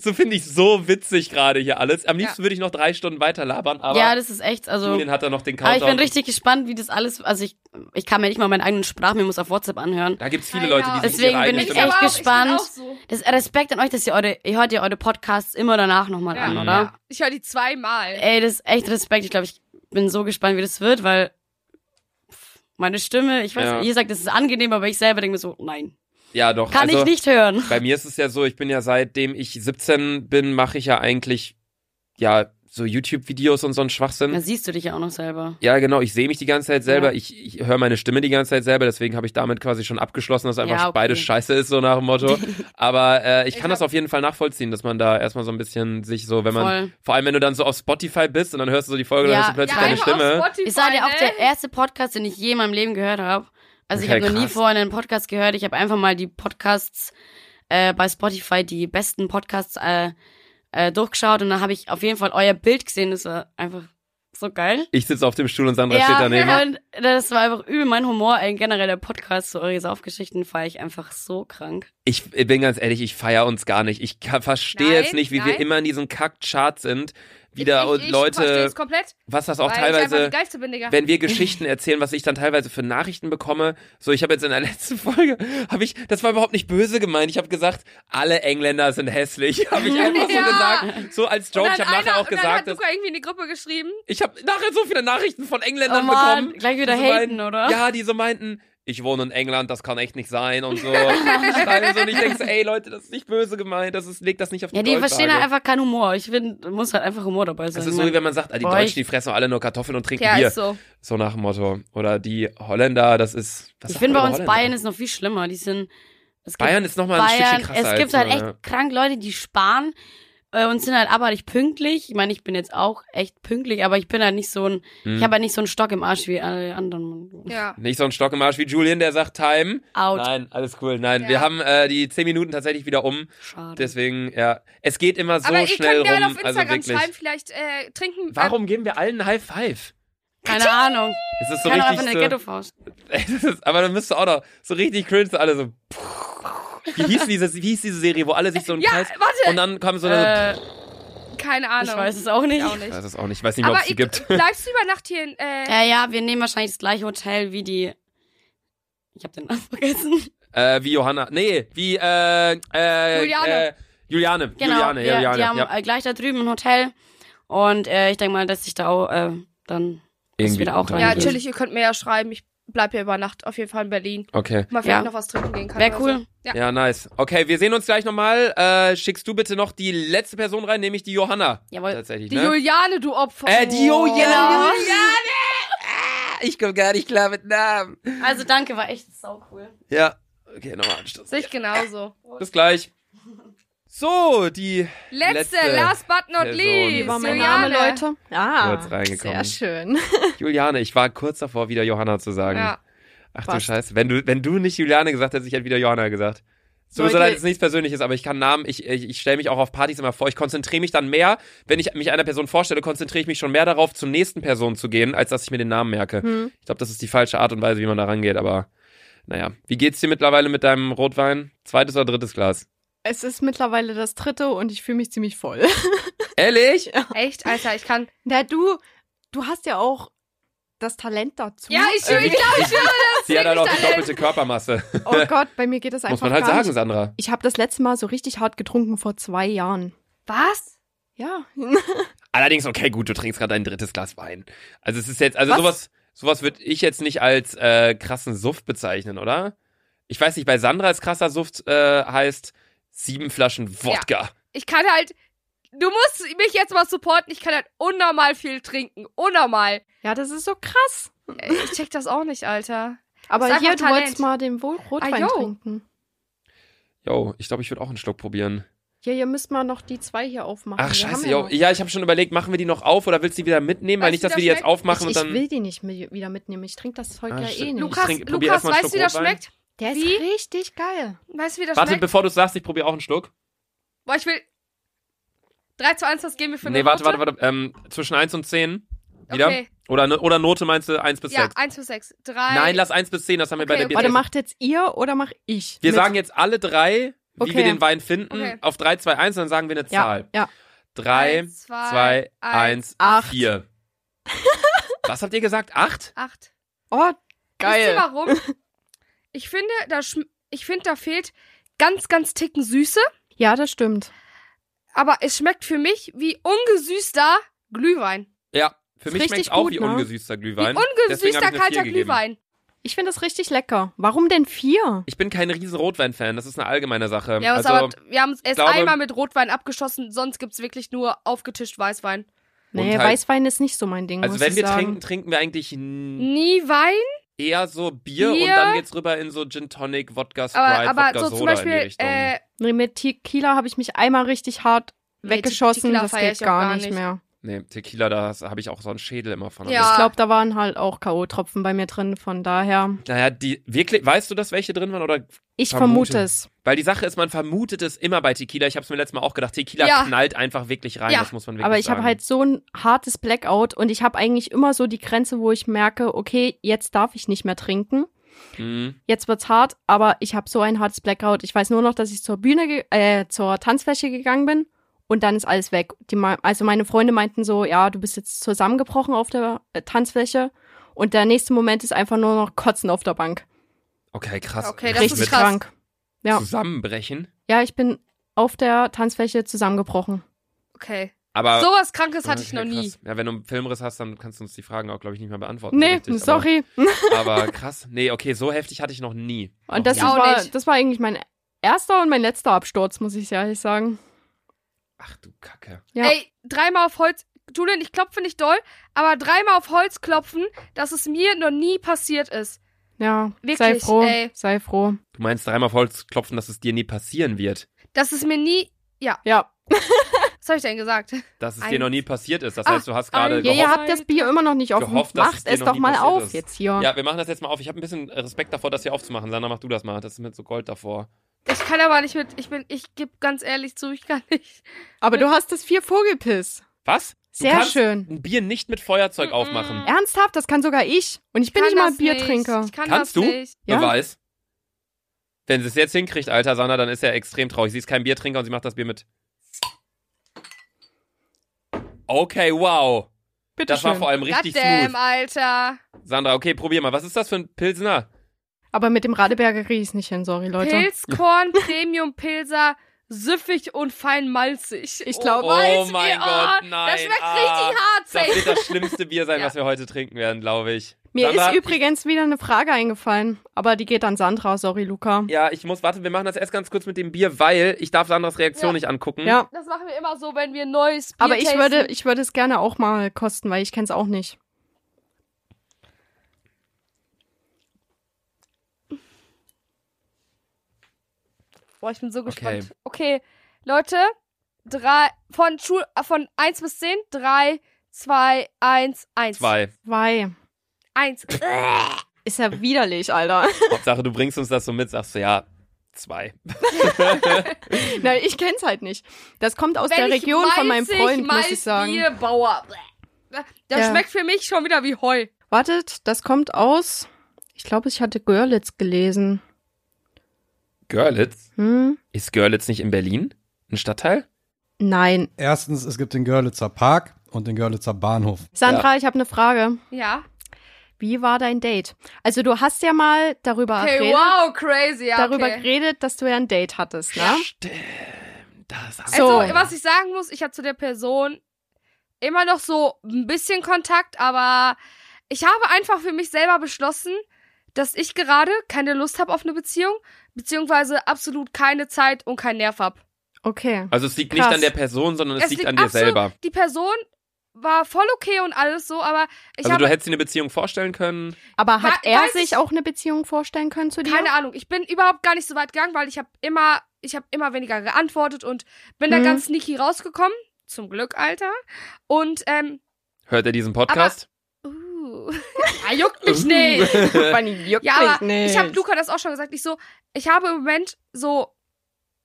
Speaker 2: so finde ich so witzig gerade hier alles. Am liebsten würde ich noch drei Stunden weiter labern, aber
Speaker 6: ja, das ist echt, also.
Speaker 2: Julian hat da noch den
Speaker 6: Aber
Speaker 2: Countdown.
Speaker 6: ich bin richtig gespannt, wie das alles. Also ich, ich kann mir nicht mal meinen eigenen Sprachmemos auf WhatsApp anhören.
Speaker 2: da gibt es viele
Speaker 1: Ja,
Speaker 2: Leute,
Speaker 1: ja.
Speaker 2: die sich
Speaker 6: Deswegen
Speaker 2: ihre
Speaker 6: bin
Speaker 2: eigene
Speaker 6: ich
Speaker 1: Ich
Speaker 2: Stimme
Speaker 1: aber
Speaker 6: echt
Speaker 1: auch,
Speaker 6: gespannt.
Speaker 1: Ich, bin auch so.
Speaker 6: Das Respekt an euch, dass ihr eure, ihr hört ja eure Podcasts immer danach nochmal
Speaker 1: Ja.
Speaker 6: an,
Speaker 2: Mhm.
Speaker 6: oder?
Speaker 1: ich höre die zweimal.
Speaker 6: Ey, das ist echt Respekt. Ich glaube, ich bin so gespannt, wie das wird, weil pff, meine Stimme, ich weiß,
Speaker 2: Ja.
Speaker 6: ihr sagt, es ist angenehm, aber ich selber denke mir so, nein.
Speaker 2: Ja, doch.
Speaker 6: Kann
Speaker 2: also,
Speaker 6: ich nicht hören.
Speaker 2: Bei mir ist es ja so, ich bin ja seitdem ich 17 bin, mache ich ja eigentlich ja so YouTube-Videos und so einen Schwachsinn.
Speaker 6: Da siehst du dich ja auch noch selber.
Speaker 2: ja, genau, ich sehe mich die ganze Zeit selber,
Speaker 6: Ja.
Speaker 2: ich, ich höre meine Stimme die ganze Zeit selber, deswegen habe ich damit quasi schon abgeschlossen, dass einfach
Speaker 6: Ja, okay.
Speaker 2: beides scheiße ist, so nach dem Motto. Aber äh, ich
Speaker 1: Ich
Speaker 2: kann das
Speaker 1: hab-
Speaker 2: auf jeden Fall nachvollziehen, dass man da erstmal so ein bisschen sich so, wenn man,
Speaker 6: Voll.
Speaker 2: vor allem wenn du dann so auf Spotify bist und dann hörst du so die Folge, dann
Speaker 6: Ja,
Speaker 2: hörst du plötzlich
Speaker 1: ja, genau,
Speaker 2: deine
Speaker 1: einfach auf Spotify,
Speaker 2: Stimme.
Speaker 6: Ich sage dir auch,
Speaker 1: ne?
Speaker 6: der erste Podcast, den ich je in meinem Leben gehört habe. Also ich
Speaker 2: Okay,
Speaker 6: habe noch nie
Speaker 2: krass.
Speaker 6: vorher einen Podcast gehört. Ich habe einfach mal die Podcasts äh, bei Spotify, die besten Podcasts äh, äh, durchgeschaut und dann habe ich auf jeden Fall euer Bild gesehen. Das war einfach so geil.
Speaker 2: Ich sitze auf dem Stuhl und Sandra steht daneben.
Speaker 6: Und das war einfach übel mein Humor. Ein genereller Podcast zu eure Saufgeschichten feiere ich einfach so krank.
Speaker 2: Ich bin ganz ehrlich, ich feier uns gar nicht. Ich ka- verstehe
Speaker 1: Nein,
Speaker 2: jetzt nicht, wie wir
Speaker 1: nein.
Speaker 2: immer in diesen Kack-Chart sind. Wieder
Speaker 1: ich, ich, ich verstehe
Speaker 2: Leute,
Speaker 1: es komplett,
Speaker 2: was das auch
Speaker 1: weil ich einfach
Speaker 2: teilweise,
Speaker 1: die geilste bin, Digga.
Speaker 2: wenn wir Geschichten erzählen, was ich dann teilweise für Nachrichten bekomme. So, ich habe jetzt in der letzten Folge, habe ich, das war überhaupt nicht böse gemeint. Ich habe gesagt, alle Engländer sind hässlich. Habe ich einfach so
Speaker 1: Ja.
Speaker 2: gesagt, so als
Speaker 1: Und
Speaker 2: Joke.
Speaker 1: dann
Speaker 2: Ich habe
Speaker 1: einer-
Speaker 2: nachher auch
Speaker 1: und dann
Speaker 2: gesagt,
Speaker 1: hat
Speaker 2: dass,
Speaker 1: Luca irgendwie in die Gruppe geschrieben.
Speaker 2: ich habe nachher so viele Nachrichten von
Speaker 6: Oh
Speaker 2: Engländern
Speaker 6: Mann,
Speaker 2: bekommen.
Speaker 6: gleich wieder
Speaker 2: die so
Speaker 6: haten,
Speaker 2: meinten,
Speaker 6: oder?
Speaker 2: Ja, die so meinten, ich wohne in England, das kann echt nicht sein und so. ich schreibe so und ich denke so, ey Leute, das ist nicht böse gemeint, das ist, legt das nicht auf die
Speaker 6: Ja, die
Speaker 2: Goldwaage.
Speaker 6: verstehen halt einfach keinen Humor. Ich finde, muss halt einfach Humor dabei sein.
Speaker 2: Das ist so, wie wenn man sagt, ah, die
Speaker 6: Boah,
Speaker 2: Deutschen,
Speaker 6: ich-
Speaker 2: die fressen alle nur Kartoffeln und trinken
Speaker 1: Ja,
Speaker 2: Bier.
Speaker 1: ist so.
Speaker 2: So nach dem Motto. Oder die Holländer, das ist... Was
Speaker 6: ich
Speaker 2: sagt
Speaker 6: finde
Speaker 2: man über
Speaker 6: bei uns
Speaker 2: Holländer?
Speaker 6: Bayern ist noch viel schlimmer. Die sind. Es gibt
Speaker 2: Bayern ist nochmal ein
Speaker 6: Bayern,
Speaker 2: Stückchen krasser.
Speaker 6: es
Speaker 2: als
Speaker 6: gibt
Speaker 2: ne?
Speaker 6: halt
Speaker 2: wir,
Speaker 6: echt krank Leute, die sparen äh, und sind halt abartig pünktlich. Ich meine, ich bin jetzt auch echt pünktlich, aber ich bin halt nicht so ein,
Speaker 2: ja.
Speaker 6: ich habe halt nicht so einen Stock im Arsch wie alle anderen.
Speaker 1: Ja.
Speaker 2: Hm. Nicht so ein Stock im Arsch wie Julian, der sagt Time.
Speaker 6: Out.
Speaker 2: Nein, alles cool. Nein,
Speaker 1: Ja.
Speaker 2: wir haben äh, die 10 Minuten tatsächlich wieder um.
Speaker 6: Schade.
Speaker 2: Deswegen, ja. Es geht immer so
Speaker 1: Aber ihr
Speaker 2: schnell
Speaker 1: könnt mir halt
Speaker 2: rum.
Speaker 1: auf Instagram
Speaker 2: also wirklich.
Speaker 1: schreiben, vielleicht äh, trinken.
Speaker 2: Warum geben wir allen High Five?
Speaker 6: Keine Ahnung.
Speaker 2: Es ist so
Speaker 6: So Keine
Speaker 2: richtig.
Speaker 6: Ahnung, eine
Speaker 2: so,
Speaker 6: Ghetto-Faust.
Speaker 2: Es ist- aber dann müsst ihr auch noch so richtig cringe, so alle so. Wie hieß, diese, wie hieß diese Serie, wo alle sich so im
Speaker 1: Ja,
Speaker 2: Kreis.
Speaker 1: warte.
Speaker 2: Und dann kam so eine.
Speaker 6: Äh,
Speaker 1: Äh, keine Ahnung.
Speaker 6: ich weiß es auch nicht.
Speaker 1: Auch nicht.
Speaker 2: das ist auch nicht. Ich weiß nicht mehr, ob
Speaker 1: Aber
Speaker 2: es die
Speaker 1: ihr,
Speaker 2: gibt.
Speaker 1: bleibst du über Nacht hier in. Äh,
Speaker 6: Ja, ja, wir nehmen wahrscheinlich das gleiche Hotel wie die. Ich habe den Namen vergessen.
Speaker 2: Äh, wie Johanna. Nee, wie. Äh, äh,
Speaker 1: Juliane.
Speaker 2: Äh, Juliane.
Speaker 6: Genau.
Speaker 2: Juliane,
Speaker 6: wir,
Speaker 2: Juliane.
Speaker 6: die haben
Speaker 2: ja.
Speaker 6: äh, gleich da drüben ein Hotel. Und äh, ich denke mal, dass ich da auch äh, dann.
Speaker 2: Irgendwie
Speaker 6: wieder auch
Speaker 2: unter-
Speaker 6: rein.
Speaker 1: ja,
Speaker 6: Danke.
Speaker 1: natürlich, ihr könnt mir ja schreiben. Ich bleib hier über Nacht, auf jeden Fall in Berlin.
Speaker 2: Okay.
Speaker 1: Mal vielleicht
Speaker 6: Ja.
Speaker 1: noch was trinken gehen kann.
Speaker 6: Wär
Speaker 1: oder
Speaker 6: cool.
Speaker 1: So. Ja.
Speaker 2: Ja, nice. Okay, wir sehen uns gleich nochmal. Äh, schickst du bitte noch die letzte Person rein, nämlich die Johanna.
Speaker 6: Jawohl.
Speaker 2: Tatsächlich,
Speaker 1: Die
Speaker 2: ne?
Speaker 1: Juliane, du Opfer.
Speaker 2: Äh, die
Speaker 1: Oh.
Speaker 2: Juliane.
Speaker 6: Genau.
Speaker 2: Ah, Ich komme gar nicht klar mit Namen.
Speaker 6: Also danke, war echt sau cool.
Speaker 2: Ja. Okay, nochmal Anstoß.
Speaker 1: Sehe ich genauso.
Speaker 2: Bis gleich. So, die
Speaker 1: Letzte,
Speaker 2: Letzte
Speaker 1: last but not
Speaker 2: Person.
Speaker 1: least.
Speaker 8: Wie war mein
Speaker 1: Juliane.
Speaker 8: Name, Leute? Ah,
Speaker 2: Kurz reingekommen.
Speaker 8: sehr schön.
Speaker 2: Juliane, ich war kurz davor, wieder Johanna zu sagen.
Speaker 1: Ja.
Speaker 2: Ach
Speaker 8: passt.
Speaker 2: du Scheiße. Wenn du, wenn du nicht Juliane gesagt hättest, ich hätte wieder Johanna gesagt. So
Speaker 8: Leute.
Speaker 2: so leid es nichts Persönliches, aber ich kann Namen, ich, ich, ich stelle mich auch auf Partys immer vor. Ich konzentriere mich dann mehr, wenn ich mich einer Person vorstelle, konzentriere ich mich schon mehr darauf, zur nächsten Person zu gehen, als dass ich mir den Namen merke.
Speaker 8: Hm.
Speaker 2: Ich glaube, das ist die falsche Art und Weise, wie man da rangeht, aber naja. Wie geht's dir mittlerweile mit deinem Rotwein? Zweites oder drittes Glas?
Speaker 8: Es ist mittlerweile das dritte und ich fühle mich ziemlich voll.
Speaker 2: Ehrlich?
Speaker 1: Echt, Alter, ich kann.
Speaker 8: Na du, du hast ja auch das Talent dazu.
Speaker 1: Ja, ich,
Speaker 6: Äh,
Speaker 1: ich glaube, ich
Speaker 2: Sie hat halt auch die
Speaker 1: Talent.
Speaker 2: doppelte Körpermasse.
Speaker 8: oh Gott, bei mir geht das einfach
Speaker 2: Muss man halt
Speaker 8: gar
Speaker 2: sagen,
Speaker 8: nicht.
Speaker 2: Sandra.
Speaker 8: Ich habe das letzte Mal so richtig hart getrunken vor zwei Jahren.
Speaker 1: Was?
Speaker 8: Ja,
Speaker 2: Allerdings, okay, gut, du trinkst gerade dein drittes Glas Wein. Also es ist jetzt, also
Speaker 8: Was?
Speaker 2: sowas, sowas würde ich jetzt nicht als äh, krassen Suft bezeichnen, oder? Ich weiß nicht, bei Sandra als krasser Suft äh, heißt sieben Flaschen Wodka.
Speaker 1: Ich kann halt. Du musst mich jetzt mal supporten. Ich kann halt unnormal viel trinken. Unnormal.
Speaker 8: ja, das ist so krass.
Speaker 1: Äh, Ich check das auch nicht, Alter.
Speaker 8: Aber
Speaker 1: Sag mal
Speaker 8: hier, du
Speaker 1: Talent.
Speaker 8: wolltest mal den Wohl- Rotwein
Speaker 1: Ah, jo.
Speaker 8: trinken.
Speaker 2: Yo, ich glaube, ich würde auch einen Schluck probieren.
Speaker 8: Hier, ihr müsst mal noch die zwei hier
Speaker 1: Oh,
Speaker 8: aufmachen.
Speaker 2: Ach,
Speaker 8: Wir haben
Speaker 2: scheiße,
Speaker 8: ja
Speaker 2: yo.
Speaker 8: noch-
Speaker 2: Ja, ich habe schon überlegt, machen wir die noch auf oder willst du die wieder mitnehmen? Weil
Speaker 1: Weißt
Speaker 2: nicht,
Speaker 1: du,
Speaker 2: dass
Speaker 1: wie
Speaker 2: wir die
Speaker 1: das
Speaker 2: jetzt aufmachen
Speaker 8: ich,
Speaker 2: und
Speaker 8: ich
Speaker 2: dann.
Speaker 8: will die nicht mi- wieder mitnehmen. Ich trinke das Zeug
Speaker 2: Ah,
Speaker 8: ja
Speaker 2: shit.
Speaker 8: eh nicht.
Speaker 2: Ich
Speaker 1: Lukas,
Speaker 2: trink- probier
Speaker 1: Lukas,
Speaker 2: erst mal einen
Speaker 1: weißt du, wie
Speaker 2: Schluck
Speaker 1: das
Speaker 2: Rotwein.
Speaker 1: schmeckt?
Speaker 8: Der
Speaker 1: Wie?
Speaker 8: ist richtig geil.
Speaker 1: Weißt du, wie das
Speaker 2: Warte,
Speaker 1: schmeckt?
Speaker 2: bevor du sagst, ich probiere auch einen Schluck.
Speaker 1: Boah, ich will. 3 zu 1, was geben wir für eine
Speaker 2: Nee, warte,
Speaker 1: Note?
Speaker 2: warte, warte. Ähm, zwischen 1 und 10. Wieder?
Speaker 1: Okay.
Speaker 2: Oder, ne- oder Note meinst du 1 bis
Speaker 1: Ja,
Speaker 2: 6?
Speaker 1: 1 bis 6. 3.
Speaker 2: Nein, lass 1 bis 10, das haben wir
Speaker 1: Okay,
Speaker 2: bei der
Speaker 8: Warte,
Speaker 2: BTS.
Speaker 8: macht jetzt ihr oder mach ich?
Speaker 2: wir
Speaker 8: Mit-
Speaker 2: sagen jetzt alle drei, wie
Speaker 8: Okay.
Speaker 2: wir den Wein finden,
Speaker 1: Okay.
Speaker 2: auf 3, 2, 1, dann sagen wir eine
Speaker 8: ja,
Speaker 2: Zahl.
Speaker 8: Ja.
Speaker 2: 3,
Speaker 1: Eins, zwei,
Speaker 2: 2, 1,
Speaker 8: acht.
Speaker 2: 4. Was habt ihr gesagt? 8?
Speaker 1: 8.
Speaker 8: Oh,
Speaker 1: Wisst ihr
Speaker 8: geil.
Speaker 1: warum? Ich finde, da, schm- ich finde, da fehlt ganz, ganz ticken Süße,
Speaker 8: Ja, das stimmt.
Speaker 1: aber es schmeckt für mich wie ungesüßter Glühwein.
Speaker 2: Ja, für
Speaker 8: Ist
Speaker 2: mich
Speaker 8: richtig
Speaker 2: schmeckt auch
Speaker 8: gut,
Speaker 2: wie
Speaker 8: ne?
Speaker 2: ungesüßter Glühwein.
Speaker 1: wie
Speaker 2: Deswegen
Speaker 1: ungesüßter
Speaker 2: hab ich eine vier
Speaker 1: kalter
Speaker 2: gegeben.
Speaker 1: Glühwein.
Speaker 8: Ich finde das richtig lecker. Warum denn vier?
Speaker 2: Ich bin kein riesen Rotwein-Fan, das ist eine allgemeine Sache.
Speaker 1: Ja, was
Speaker 2: also,
Speaker 1: aber wir haben es erst
Speaker 2: glaube-
Speaker 1: einmal mit Rotwein abgeschossen, sonst gibt's wirklich nur aufgetischt Weißwein.
Speaker 8: Nee,
Speaker 2: halt-
Speaker 8: Weißwein ist nicht so mein Ding.
Speaker 2: also
Speaker 8: muss
Speaker 2: wenn
Speaker 8: ich
Speaker 2: wir
Speaker 8: sagen.
Speaker 2: trinken, trinken wir eigentlich n-
Speaker 1: Nie Wein?
Speaker 2: eher so Bier, und
Speaker 1: Bier?
Speaker 2: dann geht's rüber in so Gin Tonic, Wodka Sprite,
Speaker 1: Aber, aber
Speaker 2: Wodka
Speaker 1: so
Speaker 2: Soda
Speaker 1: zum
Speaker 2: in die
Speaker 1: Beispiel,
Speaker 2: Richtung.
Speaker 1: äh,
Speaker 8: Nee, mit Tequila habe ich mich einmal richtig hart
Speaker 1: Nee,
Speaker 8: weggeschossen.
Speaker 1: Tequila
Speaker 8: das
Speaker 1: feier
Speaker 8: geht
Speaker 1: ich auch
Speaker 8: gar,
Speaker 1: gar
Speaker 8: nicht
Speaker 1: nicht.
Speaker 8: mehr.
Speaker 2: nee, Tequila, da habe ich auch so einen Schädel immer von. Also,
Speaker 1: Ja.
Speaker 8: Ich glaube, da waren halt auch K.O.-Tropfen bei mir drin. Von daher,
Speaker 2: Naja, die wirklich, weißt du das, welche drin waren oder
Speaker 8: ich
Speaker 2: Vermute.
Speaker 8: vermute es.
Speaker 2: weil die Sache ist, man vermutet es immer bei Tequila. Ich habe es mir letztes Mal auch gedacht, Tequila
Speaker 1: Ja.
Speaker 2: knallt einfach wirklich rein,
Speaker 1: Ja.
Speaker 2: das muss man wirklich
Speaker 8: Aber ich
Speaker 2: sagen.
Speaker 8: habe halt so ein hartes Blackout und ich habe eigentlich immer so die Grenze, wo ich merke, okay, jetzt darf ich nicht mehr trinken.
Speaker 2: Mhm.
Speaker 8: Jetzt wird's hart, aber ich habe so ein hartes Blackout. Ich weiß nur noch, dass ich zur Bühne, ge- äh, zur Tanzfläche gegangen bin und dann ist alles weg. Die, mei- also meine Freunde meinten so, ja, du bist jetzt zusammengebrochen auf der äh, Tanzfläche und der nächste Moment ist einfach nur noch Kotzen auf der Bank.
Speaker 2: Okay, krass.
Speaker 1: Okay, das ist
Speaker 8: Richtig
Speaker 2: mit
Speaker 1: krass.
Speaker 8: krank. ja.
Speaker 2: Zusammenbrechen.
Speaker 8: Ja, ich bin auf der Tanzfläche zusammengebrochen.
Speaker 1: okay.
Speaker 2: Aber
Speaker 1: Sowas Krankes hatte ich
Speaker 2: Okay,
Speaker 1: noch nie.
Speaker 2: Krass. Ja, wenn du einen Filmriss hast, dann kannst du uns die Fragen auch, glaube ich, nicht mehr beantworten. so
Speaker 8: Nee,
Speaker 2: richtig,
Speaker 8: sorry.
Speaker 2: Aber, aber krass. Nee, okay, so heftig hatte ich noch nie.
Speaker 8: Und das,
Speaker 2: nie.
Speaker 1: auch
Speaker 8: war,
Speaker 1: nicht.
Speaker 8: das war eigentlich mein erster und mein letzter Absturz, muss ich ehrlich sagen.
Speaker 2: Ach du Kacke.
Speaker 8: Ja.
Speaker 1: Ey, dreimal auf Holz. Julian, ich klopfe nicht doll, aber dreimal auf Holz klopfen, dass es mir noch nie passiert ist.
Speaker 8: Ja, sei
Speaker 1: Wirklich,
Speaker 8: froh,
Speaker 1: ey.
Speaker 8: sei froh.
Speaker 2: Du meinst dreimal auf Holz klopfen, dass es dir nie passieren wird.
Speaker 1: Dass es mir nie.
Speaker 8: Ja,
Speaker 1: Was habe ich denn gesagt?
Speaker 2: Dass es dir
Speaker 1: Eins.
Speaker 2: noch nie passiert ist. Das
Speaker 8: Ah,
Speaker 2: heißt, du hast gerade
Speaker 1: ein-
Speaker 8: ihr,
Speaker 2: gehofft.
Speaker 8: ihr habt das Bier immer noch nicht offen.
Speaker 2: Gehofft, dass es
Speaker 8: Macht
Speaker 2: dir
Speaker 8: es
Speaker 2: noch
Speaker 8: doch
Speaker 2: nie
Speaker 8: mal
Speaker 2: passiert
Speaker 8: auf
Speaker 2: ist.
Speaker 8: jetzt hier.
Speaker 2: Ja, wir machen das jetzt mal auf. Ich habe ein bisschen Respekt davor, das hier aufzumachen. Sandra, mach du das mal. Das ist mit so Gold davor.
Speaker 1: Ich kann aber nicht mit. Ich bin. Ich gebe ganz ehrlich zu, ich kann nicht.
Speaker 8: Aber du hast das vier Vogelpiss.
Speaker 2: Was? Du
Speaker 8: Sehr
Speaker 2: kannst
Speaker 8: schön.
Speaker 2: Ein Bier nicht mit Feuerzeug aufmachen.
Speaker 8: Ernsthaft, das kann sogar ich. Und ich bin
Speaker 1: kann
Speaker 8: nicht mal
Speaker 1: das
Speaker 8: Biertrinker.
Speaker 1: nicht. Ich kann
Speaker 2: Kannst
Speaker 1: das
Speaker 2: du?
Speaker 1: nicht.
Speaker 8: Ja.
Speaker 2: Beweis. Wenn sie es jetzt hinkriegt, alter Sandra, dann ist er extrem traurig. Sie ist kein Biertrinker und sie macht das Bier mit. Okay, wow.
Speaker 8: Bitte
Speaker 2: Das war vor
Speaker 8: schön.
Speaker 2: allem richtig
Speaker 1: Goddamn,
Speaker 2: smooth.
Speaker 1: Alter.
Speaker 2: Sandra, okay, probier mal. Was ist das für ein Pilsner?
Speaker 8: Aber mit dem Radeberger Ries nicht hin, sorry, Leute.
Speaker 1: Pilzkorn, Premium Pilser, süffig und fein malzig.
Speaker 8: Ich glaub-
Speaker 2: Oh
Speaker 1: weiß
Speaker 2: mein
Speaker 1: ihr,
Speaker 2: Gott,
Speaker 1: oh,
Speaker 2: nein.
Speaker 1: Das schmeckt
Speaker 2: Ah,
Speaker 1: richtig hart,
Speaker 2: Das
Speaker 1: safe.
Speaker 2: wird das schlimmste Bier sein,
Speaker 1: Ja.
Speaker 2: was wir heute trinken werden, glaube ich.
Speaker 8: Mir
Speaker 2: Sandra,
Speaker 8: ist übrigens wieder eine Frage eingefallen, aber die geht an Sandra, sorry, Luca.
Speaker 2: Ja, ich muss, warte, wir machen das erst ganz kurz mit dem Bier, weil ich darf Sandras Reaktion
Speaker 1: Ja.
Speaker 2: nicht angucken.
Speaker 8: ja.
Speaker 1: Das machen wir immer so, wenn wir ein neues Bier
Speaker 8: Aber ich
Speaker 1: tasten.
Speaker 8: würde, ich würde es gerne auch mal kosten, weil ich kenne es auch nicht.
Speaker 1: Boah, ich bin so
Speaker 2: Okay.
Speaker 1: gespannt. Okay, Leute, drei, von, Schul, äh, von 1 bis 10, 3, 2, 1, 1.
Speaker 2: Zwei.
Speaker 8: Weil
Speaker 1: 1.
Speaker 8: ist ja widerlich, Alter.
Speaker 2: Hauptsache, du bringst uns das so mit, sagst du, ja, zwei.
Speaker 8: Nein, ich kenne es halt nicht. Das kommt aus
Speaker 1: Wenn
Speaker 8: der
Speaker 1: ich
Speaker 8: Region von meinem
Speaker 1: malzig,
Speaker 8: Freund, muss ich sagen.
Speaker 1: Malzbierbauer. Das
Speaker 8: Ja.
Speaker 1: schmeckt für mich schon wieder wie Heu.
Speaker 8: Wartet, das kommt aus. Ich glaube, ich hatte Görlitz gelesen.
Speaker 2: Görlitz?
Speaker 8: Hm?
Speaker 2: Ist Görlitz nicht in Berlin? Ein Stadtteil?
Speaker 8: Nein.
Speaker 4: Erstens, es gibt den Görlitzer Park und den Görlitzer Bahnhof.
Speaker 8: Sandra, ich habe eine Frage.
Speaker 1: Ja.
Speaker 8: Wie war dein Date? Also du hast ja mal darüber,
Speaker 1: Okay,
Speaker 8: geredet,
Speaker 1: wow, crazy. Ja,
Speaker 8: darüber
Speaker 1: okay.
Speaker 8: geredet, dass du ja ein Date hattest, ne?
Speaker 2: Das
Speaker 8: So.
Speaker 1: Also, was ich sagen muss, ich habe zu der Person immer noch so ein bisschen Kontakt, aber ich habe einfach für mich selber beschlossen, dass ich gerade keine Lust habe auf eine Beziehung, beziehungsweise absolut keine Zeit und keinen Nerv habe.
Speaker 8: Okay.
Speaker 2: Also es liegt
Speaker 8: Krass.
Speaker 2: nicht an der Person, sondern es,
Speaker 1: Es
Speaker 2: liegt,
Speaker 1: liegt
Speaker 2: an dir
Speaker 1: absolut-
Speaker 2: selber.
Speaker 1: Die Person war voll okay und alles so, aber ich
Speaker 2: also
Speaker 1: habe
Speaker 2: du hättest dir eine Beziehung vorstellen können.
Speaker 8: Aber hat
Speaker 1: Wa-
Speaker 8: er
Speaker 1: weiß
Speaker 8: sich
Speaker 1: ich-
Speaker 8: auch eine Beziehung vorstellen können zu dir?
Speaker 1: halt keine Ahnung. Ich bin überhaupt gar nicht so weit gegangen, weil ich habe immer, ich habe immer weniger geantwortet und bin
Speaker 8: Mhm.
Speaker 1: da ganz sneaky rausgekommen. Zum Glück, Alter. Und ähm,
Speaker 2: Hört er diesen Podcast?
Speaker 1: uh, ja, juckt
Speaker 2: Uh.
Speaker 1: mich nicht.
Speaker 8: Bunny juckt
Speaker 1: Ja, aber
Speaker 8: mich nicht.
Speaker 1: ich habe Luca das auch schon gesagt. Ich so, ich habe im Moment so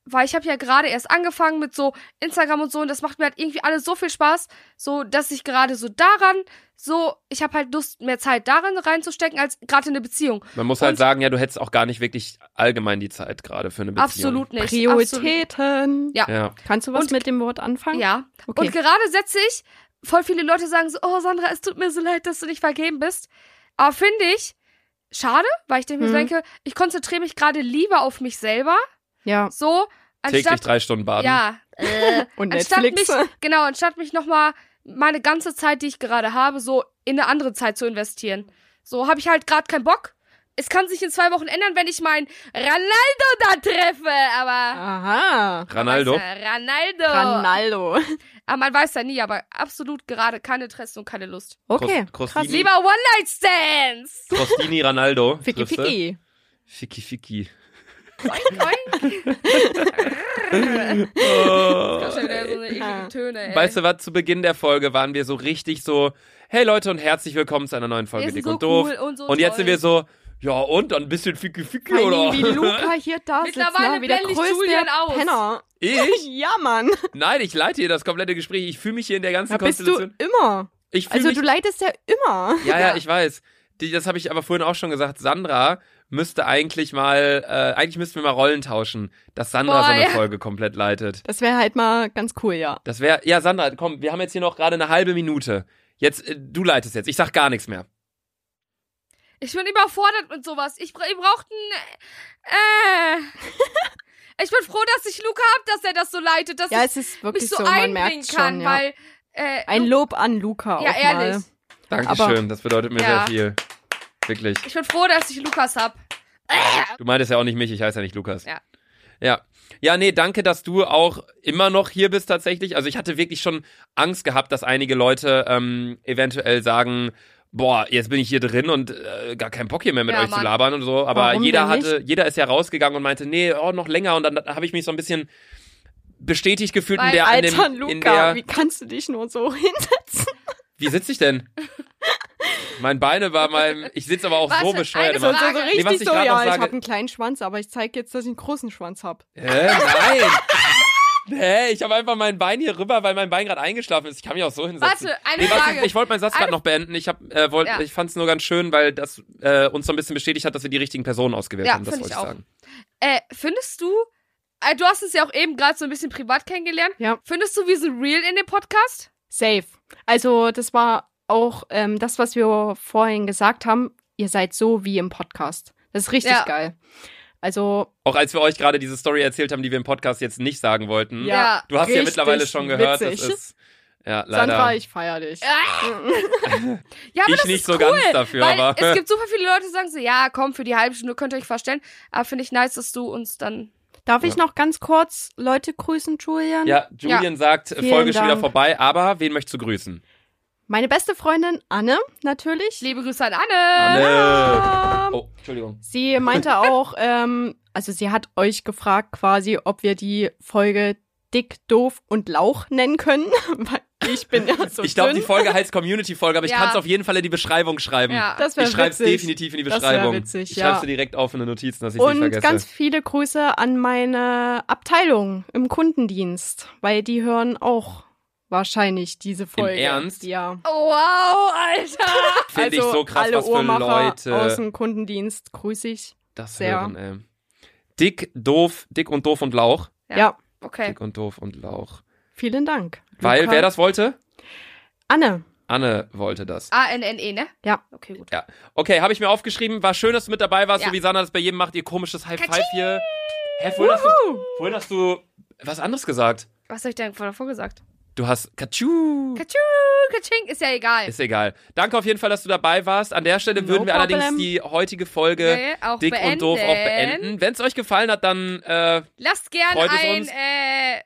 Speaker 1: weil ich habe ja gerade erst angefangen mit so Instagram und so und das macht mir halt irgendwie alles so viel Spaß, so dass ich gerade so daran so ich habe halt Lust mehr Zeit darin reinzustecken als gerade in eine Beziehung.
Speaker 2: Man muss halt
Speaker 1: Und-
Speaker 2: sagen, ja, du hättest auch gar nicht wirklich allgemein die Zeit gerade für eine Beziehung.
Speaker 1: Absolut nicht.
Speaker 8: Prioritäten.
Speaker 1: Ja. Also
Speaker 2: Ja.
Speaker 8: Kannst du was
Speaker 1: Und-
Speaker 8: mit dem Wort
Speaker 1: Absolut,
Speaker 8: anfangen?
Speaker 1: ja.
Speaker 8: Okay.
Speaker 1: Und gerade setze ich, voll viele Leute sagen so, oh Sandra, es tut mir so leid, dass du nicht vergeben bist. Aber finde ich schade, weil ich mir so
Speaker 8: Mhm.
Speaker 1: denke, ich konzentriere mich gerade lieber auf mich selber,
Speaker 8: ja.
Speaker 1: so
Speaker 2: Täglich
Speaker 1: anstatt
Speaker 2: drei Stunden baden.
Speaker 1: ja, äh,
Speaker 8: Und
Speaker 1: anstatt mich
Speaker 8: Netflix.
Speaker 1: genau, anstatt mich noch mal meine ganze Zeit, die ich gerade habe, so in eine andere Zeit zu investieren. So habe ich halt gerade keinen Bock. Es kann sich in zwei Wochen ändern, wenn ich meinen Ronaldo da treffe, aber
Speaker 8: Aha.
Speaker 2: Ronaldo.
Speaker 1: Weißt du, Ronaldo.
Speaker 8: Ronaldo.
Speaker 1: Aber man weiß ja nie, aber absolut gerade kein Interesse und keine Lust.
Speaker 8: Okay.
Speaker 2: Kos-
Speaker 8: krass.
Speaker 2: Kostini,
Speaker 1: Lieber One-Night-Stands!
Speaker 2: Kostini Ronaldo.
Speaker 8: Ficky
Speaker 2: triffst du?
Speaker 8: Ficky.
Speaker 2: Ficky Ficky.
Speaker 1: Das ist schon wieder so eine eklige Töne, ey.
Speaker 2: Oh. Weißt du was, zu Beginn der Folge waren wir so richtig so, hey Leute und herzlich willkommen zu einer neuen Folge
Speaker 1: Wir sind
Speaker 2: Dick
Speaker 1: so
Speaker 2: und Doof.
Speaker 1: cool und so
Speaker 2: und jetzt
Speaker 1: toll.
Speaker 2: sind wir so, ja und, ein bisschen Ficky Ficky
Speaker 8: Vor allen
Speaker 2: oder?
Speaker 8: Dingen, wie Luca hier da sitzt,
Speaker 1: Mittlerweile
Speaker 8: ne? wie der
Speaker 1: bell ich
Speaker 8: größte
Speaker 1: Julian aus.
Speaker 8: Penner.
Speaker 2: Ich?
Speaker 8: Ja, Mann.
Speaker 2: Nein, ich leite hier das komplette Gespräch. Ich fühle mich hier in der ganzen
Speaker 8: Da bist du
Speaker 2: Konstellation.
Speaker 8: immer.
Speaker 2: ich fühle
Speaker 8: Also
Speaker 2: mich,
Speaker 8: du leitest ja immer.
Speaker 2: ja, ja, ich weiß. Die, das habe ich aber vorhin auch schon gesagt. Sandra müsste eigentlich mal, äh, eigentlich müssten wir mal Rollen tauschen, dass Sandra
Speaker 1: Boah,
Speaker 2: so eine
Speaker 1: ja.
Speaker 2: Folge komplett leitet.
Speaker 8: Das wäre halt mal ganz cool, ja.
Speaker 2: Das wäre, ja, Sandra, komm, wir haben jetzt hier noch gerade eine halbe Minute. Jetzt, äh, du leitest jetzt. Ich sag gar nichts mehr.
Speaker 1: Ich bin überfordert mit sowas. Ich, bra- ihr braucht ein. Äh. ich bin froh, dass ich Luca hab, dass er das so leitet, dass
Speaker 8: Ja,
Speaker 1: ich
Speaker 8: es ist wirklich
Speaker 1: mich so,
Speaker 8: so, man
Speaker 1: einbringen
Speaker 8: merkt
Speaker 1: kann,
Speaker 8: schon, ja.
Speaker 1: weil. Äh,
Speaker 8: Ein
Speaker 1: Lu-
Speaker 8: Lob an Luca
Speaker 1: Ja,
Speaker 8: auch
Speaker 1: ehrlich.
Speaker 8: mal.
Speaker 2: Dankeschön, das bedeutet mir
Speaker 1: Ja.
Speaker 2: sehr viel. Wirklich.
Speaker 1: ich bin froh, dass ich Lukas hab.
Speaker 2: Du meintest ja auch nicht mich, ich heiße ja nicht Lukas.
Speaker 1: Ja.
Speaker 2: Ja. Ja, nee, danke, dass du auch immer noch hier bist tatsächlich. Also ich hatte wirklich schon Angst gehabt, dass einige Leute ähm, eventuell sagen, boah, jetzt bin ich hier drin und äh, gar keinen Bock hier mehr mit
Speaker 1: Ja,
Speaker 2: euch zu
Speaker 1: Mann.
Speaker 2: labern und so. Aber
Speaker 8: Warum
Speaker 2: jeder
Speaker 8: denn
Speaker 2: hatte, jeder ist ja rausgegangen und meinte, nee, oh, noch länger. Und dann habe ich mich so ein bisschen bestätigt gefühlt in
Speaker 1: Weil,
Speaker 2: der, in
Speaker 8: Alter,
Speaker 2: dem, in
Speaker 8: Luca,
Speaker 2: der
Speaker 8: wie kannst du dich nur so hinsetzen?
Speaker 2: Wie sitze ich denn? mein Beine war mal. Ich sitze aber auch so
Speaker 1: Warte,
Speaker 2: bescheuert
Speaker 1: eine
Speaker 2: immer.
Speaker 1: Frage.
Speaker 8: Also so
Speaker 1: Nee,
Speaker 8: richtig
Speaker 2: was ich
Speaker 8: so,
Speaker 2: grad noch
Speaker 8: ja, ich
Speaker 2: sage-
Speaker 8: habe einen kleinen Schwanz, aber ich zeige jetzt, dass ich einen großen Schwanz habe.
Speaker 2: Hä? Nein! Hä? Ich habe einfach mein Bein hier rüber, weil mein Bein gerade eingeschlafen ist. Ich kann mich auch so hinsetzen.
Speaker 1: Warte, eine
Speaker 2: Nee, warte,
Speaker 1: Frage.
Speaker 2: ich wollte meinen Satz gerade noch beenden. Ich, hab, äh, wollt,
Speaker 1: Ja.
Speaker 2: ich fand es nur ganz schön, weil das äh, uns so ein bisschen bestätigt hat, dass wir die richtigen Personen ausgewählt
Speaker 1: Ja,
Speaker 2: haben. Das
Speaker 1: find
Speaker 2: wollte
Speaker 1: ich
Speaker 2: ich
Speaker 1: auch.
Speaker 2: sagen.
Speaker 1: Äh, findest du. Äh, du hast uns ja auch eben gerade so ein bisschen privat kennengelernt.
Speaker 8: Ja.
Speaker 1: Findest du, wir sind real in dem Podcast?
Speaker 8: Safe. Also, das war auch ähm, das, was wir vorhin gesagt haben. Ihr seid so wie im Podcast. Das ist richtig
Speaker 1: Ja.
Speaker 8: geil. Also,
Speaker 2: Auch als wir euch gerade diese Story erzählt haben, die wir im Podcast jetzt nicht sagen wollten.
Speaker 8: Ja.
Speaker 2: Du hast ja
Speaker 8: Richtig
Speaker 2: mittlerweile schon gehört, das
Speaker 8: witzig.
Speaker 2: ist. Ja, leider.
Speaker 8: Sandra, ich feier dich.
Speaker 1: Ja, aber
Speaker 2: Ich
Speaker 1: das
Speaker 2: nicht
Speaker 1: ist
Speaker 2: so
Speaker 1: cool,
Speaker 2: ganz dafür,
Speaker 1: weil
Speaker 2: aber-
Speaker 1: es gibt super viele Leute, die sagen so, ja, komm, für die halbe Stunde könnt ihr euch verstellen. Aber finde ich nice, dass du uns dann...
Speaker 8: Darf ich noch ganz kurz Leute grüßen, Julian?
Speaker 2: ja, Julian sagt, äh,
Speaker 8: Vielen
Speaker 2: Folge schon wieder
Speaker 8: Dank.
Speaker 2: vorbei, aber wen möchtest du grüßen?
Speaker 8: Meine beste Freundin Anne, natürlich.
Speaker 1: Liebe Grüße an Anne!
Speaker 2: Anne.
Speaker 8: Ähm,
Speaker 2: Oh, Entschuldigung.
Speaker 8: Sie meinte auch, ähm, also sie hat euch gefragt quasi, ob wir die Folge dick, doof und Lauch nennen können. Weil ich bin ja so
Speaker 2: ich glaube, die
Speaker 8: dünn.
Speaker 2: Folge heißt Community-Folge, aber ich
Speaker 1: Ja.
Speaker 2: kann es auf jeden Fall in die Beschreibung schreiben.
Speaker 1: Ja.
Speaker 8: das
Speaker 2: Ich
Speaker 8: wäre
Speaker 2: schreibe es
Speaker 8: witzig.
Speaker 2: definitiv in die
Speaker 8: Das wär
Speaker 2: Beschreibung.
Speaker 8: witzig,
Speaker 2: ich
Speaker 8: ja.
Speaker 2: schreib's dir direkt auf in den Notizen, dass ich nicht
Speaker 8: Und
Speaker 2: vergesse.
Speaker 8: ganz viele Grüße an meine Abteilung im Kundendienst, weil die hören auch wahrscheinlich diese Folge.
Speaker 2: Ernst?
Speaker 8: Ja.
Speaker 1: Oh, wow, Alter!
Speaker 2: Finde ich
Speaker 8: Also
Speaker 2: so krass,
Speaker 8: alle
Speaker 2: was für
Speaker 8: Ohrmacher aus
Speaker 2: Leute
Speaker 8: dem Kundendienst grüße ich.
Speaker 2: das
Speaker 8: sehr.
Speaker 2: hören, ey. Dick, doof, dick und doof und Lauch.
Speaker 1: Ja.
Speaker 8: Ja,
Speaker 1: Okay.
Speaker 2: Dick und doof und Lauch.
Speaker 8: vielen Dank.
Speaker 2: Weil,
Speaker 8: Luca.
Speaker 2: wer das wollte?
Speaker 8: Anne.
Speaker 2: Anne wollte das.
Speaker 8: Ah.
Speaker 1: A-N-N-E, ne?
Speaker 8: Ja.
Speaker 1: Okay, gut.
Speaker 2: Okay, habe ich mir aufgeschrieben. War schön, dass du mit dabei warst,
Speaker 1: Ja.
Speaker 2: so wie Sandra das bei jedem macht, ihr komisches High Five hier. Hä, vorhin hast, du, vorhin hast du was anderes gesagt.
Speaker 1: Was habe ich denn davor gesagt?
Speaker 2: Du hast Katschu.
Speaker 1: Katschu, Katsching, ist ja egal.
Speaker 2: Ist egal. Danke auf jeden Fall, dass du dabei warst. An der Stelle
Speaker 8: No
Speaker 2: würden wir
Speaker 8: problem.
Speaker 2: allerdings die heutige Folge
Speaker 1: Okay, auch
Speaker 2: dick
Speaker 1: beenden.
Speaker 2: und doof auch beenden. Wenn es euch gefallen hat, dann äh,
Speaker 1: Lasst gern
Speaker 2: Freut es
Speaker 1: ein
Speaker 2: uns.
Speaker 1: äh,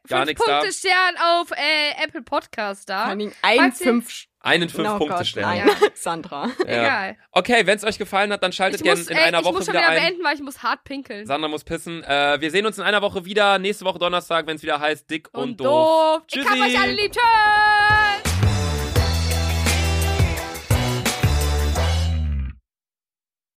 Speaker 2: Gar nix da.
Speaker 1: 5-Punkte-Stern auf äh, Apple Podcast da.
Speaker 8: Vor allen Dingen ein
Speaker 1: Falls ihr-
Speaker 8: fünf
Speaker 2: einen fünf
Speaker 8: oh
Speaker 2: Punkte
Speaker 8: Gott,
Speaker 2: stellen.
Speaker 8: Nein. Sandra.
Speaker 2: Ja.
Speaker 1: Egal.
Speaker 2: Okay, wenn es euch gefallen hat, dann
Speaker 1: Ich
Speaker 2: schaltet gerne
Speaker 1: muss,
Speaker 2: in
Speaker 1: ey,
Speaker 2: einer
Speaker 1: ich
Speaker 2: Woche
Speaker 1: muss schon
Speaker 2: wieder
Speaker 1: wieder
Speaker 2: ein.
Speaker 1: beenden, weil ich muss hart pinkeln.
Speaker 2: Sandra muss pissen. Äh, wir sehen uns in einer Woche wieder. Nächste Woche Donnerstag, wenn es wieder heißt dick und,
Speaker 1: und doof. Ich
Speaker 2: Tschüssi.
Speaker 1: hab euch alle lieb. Tschüss.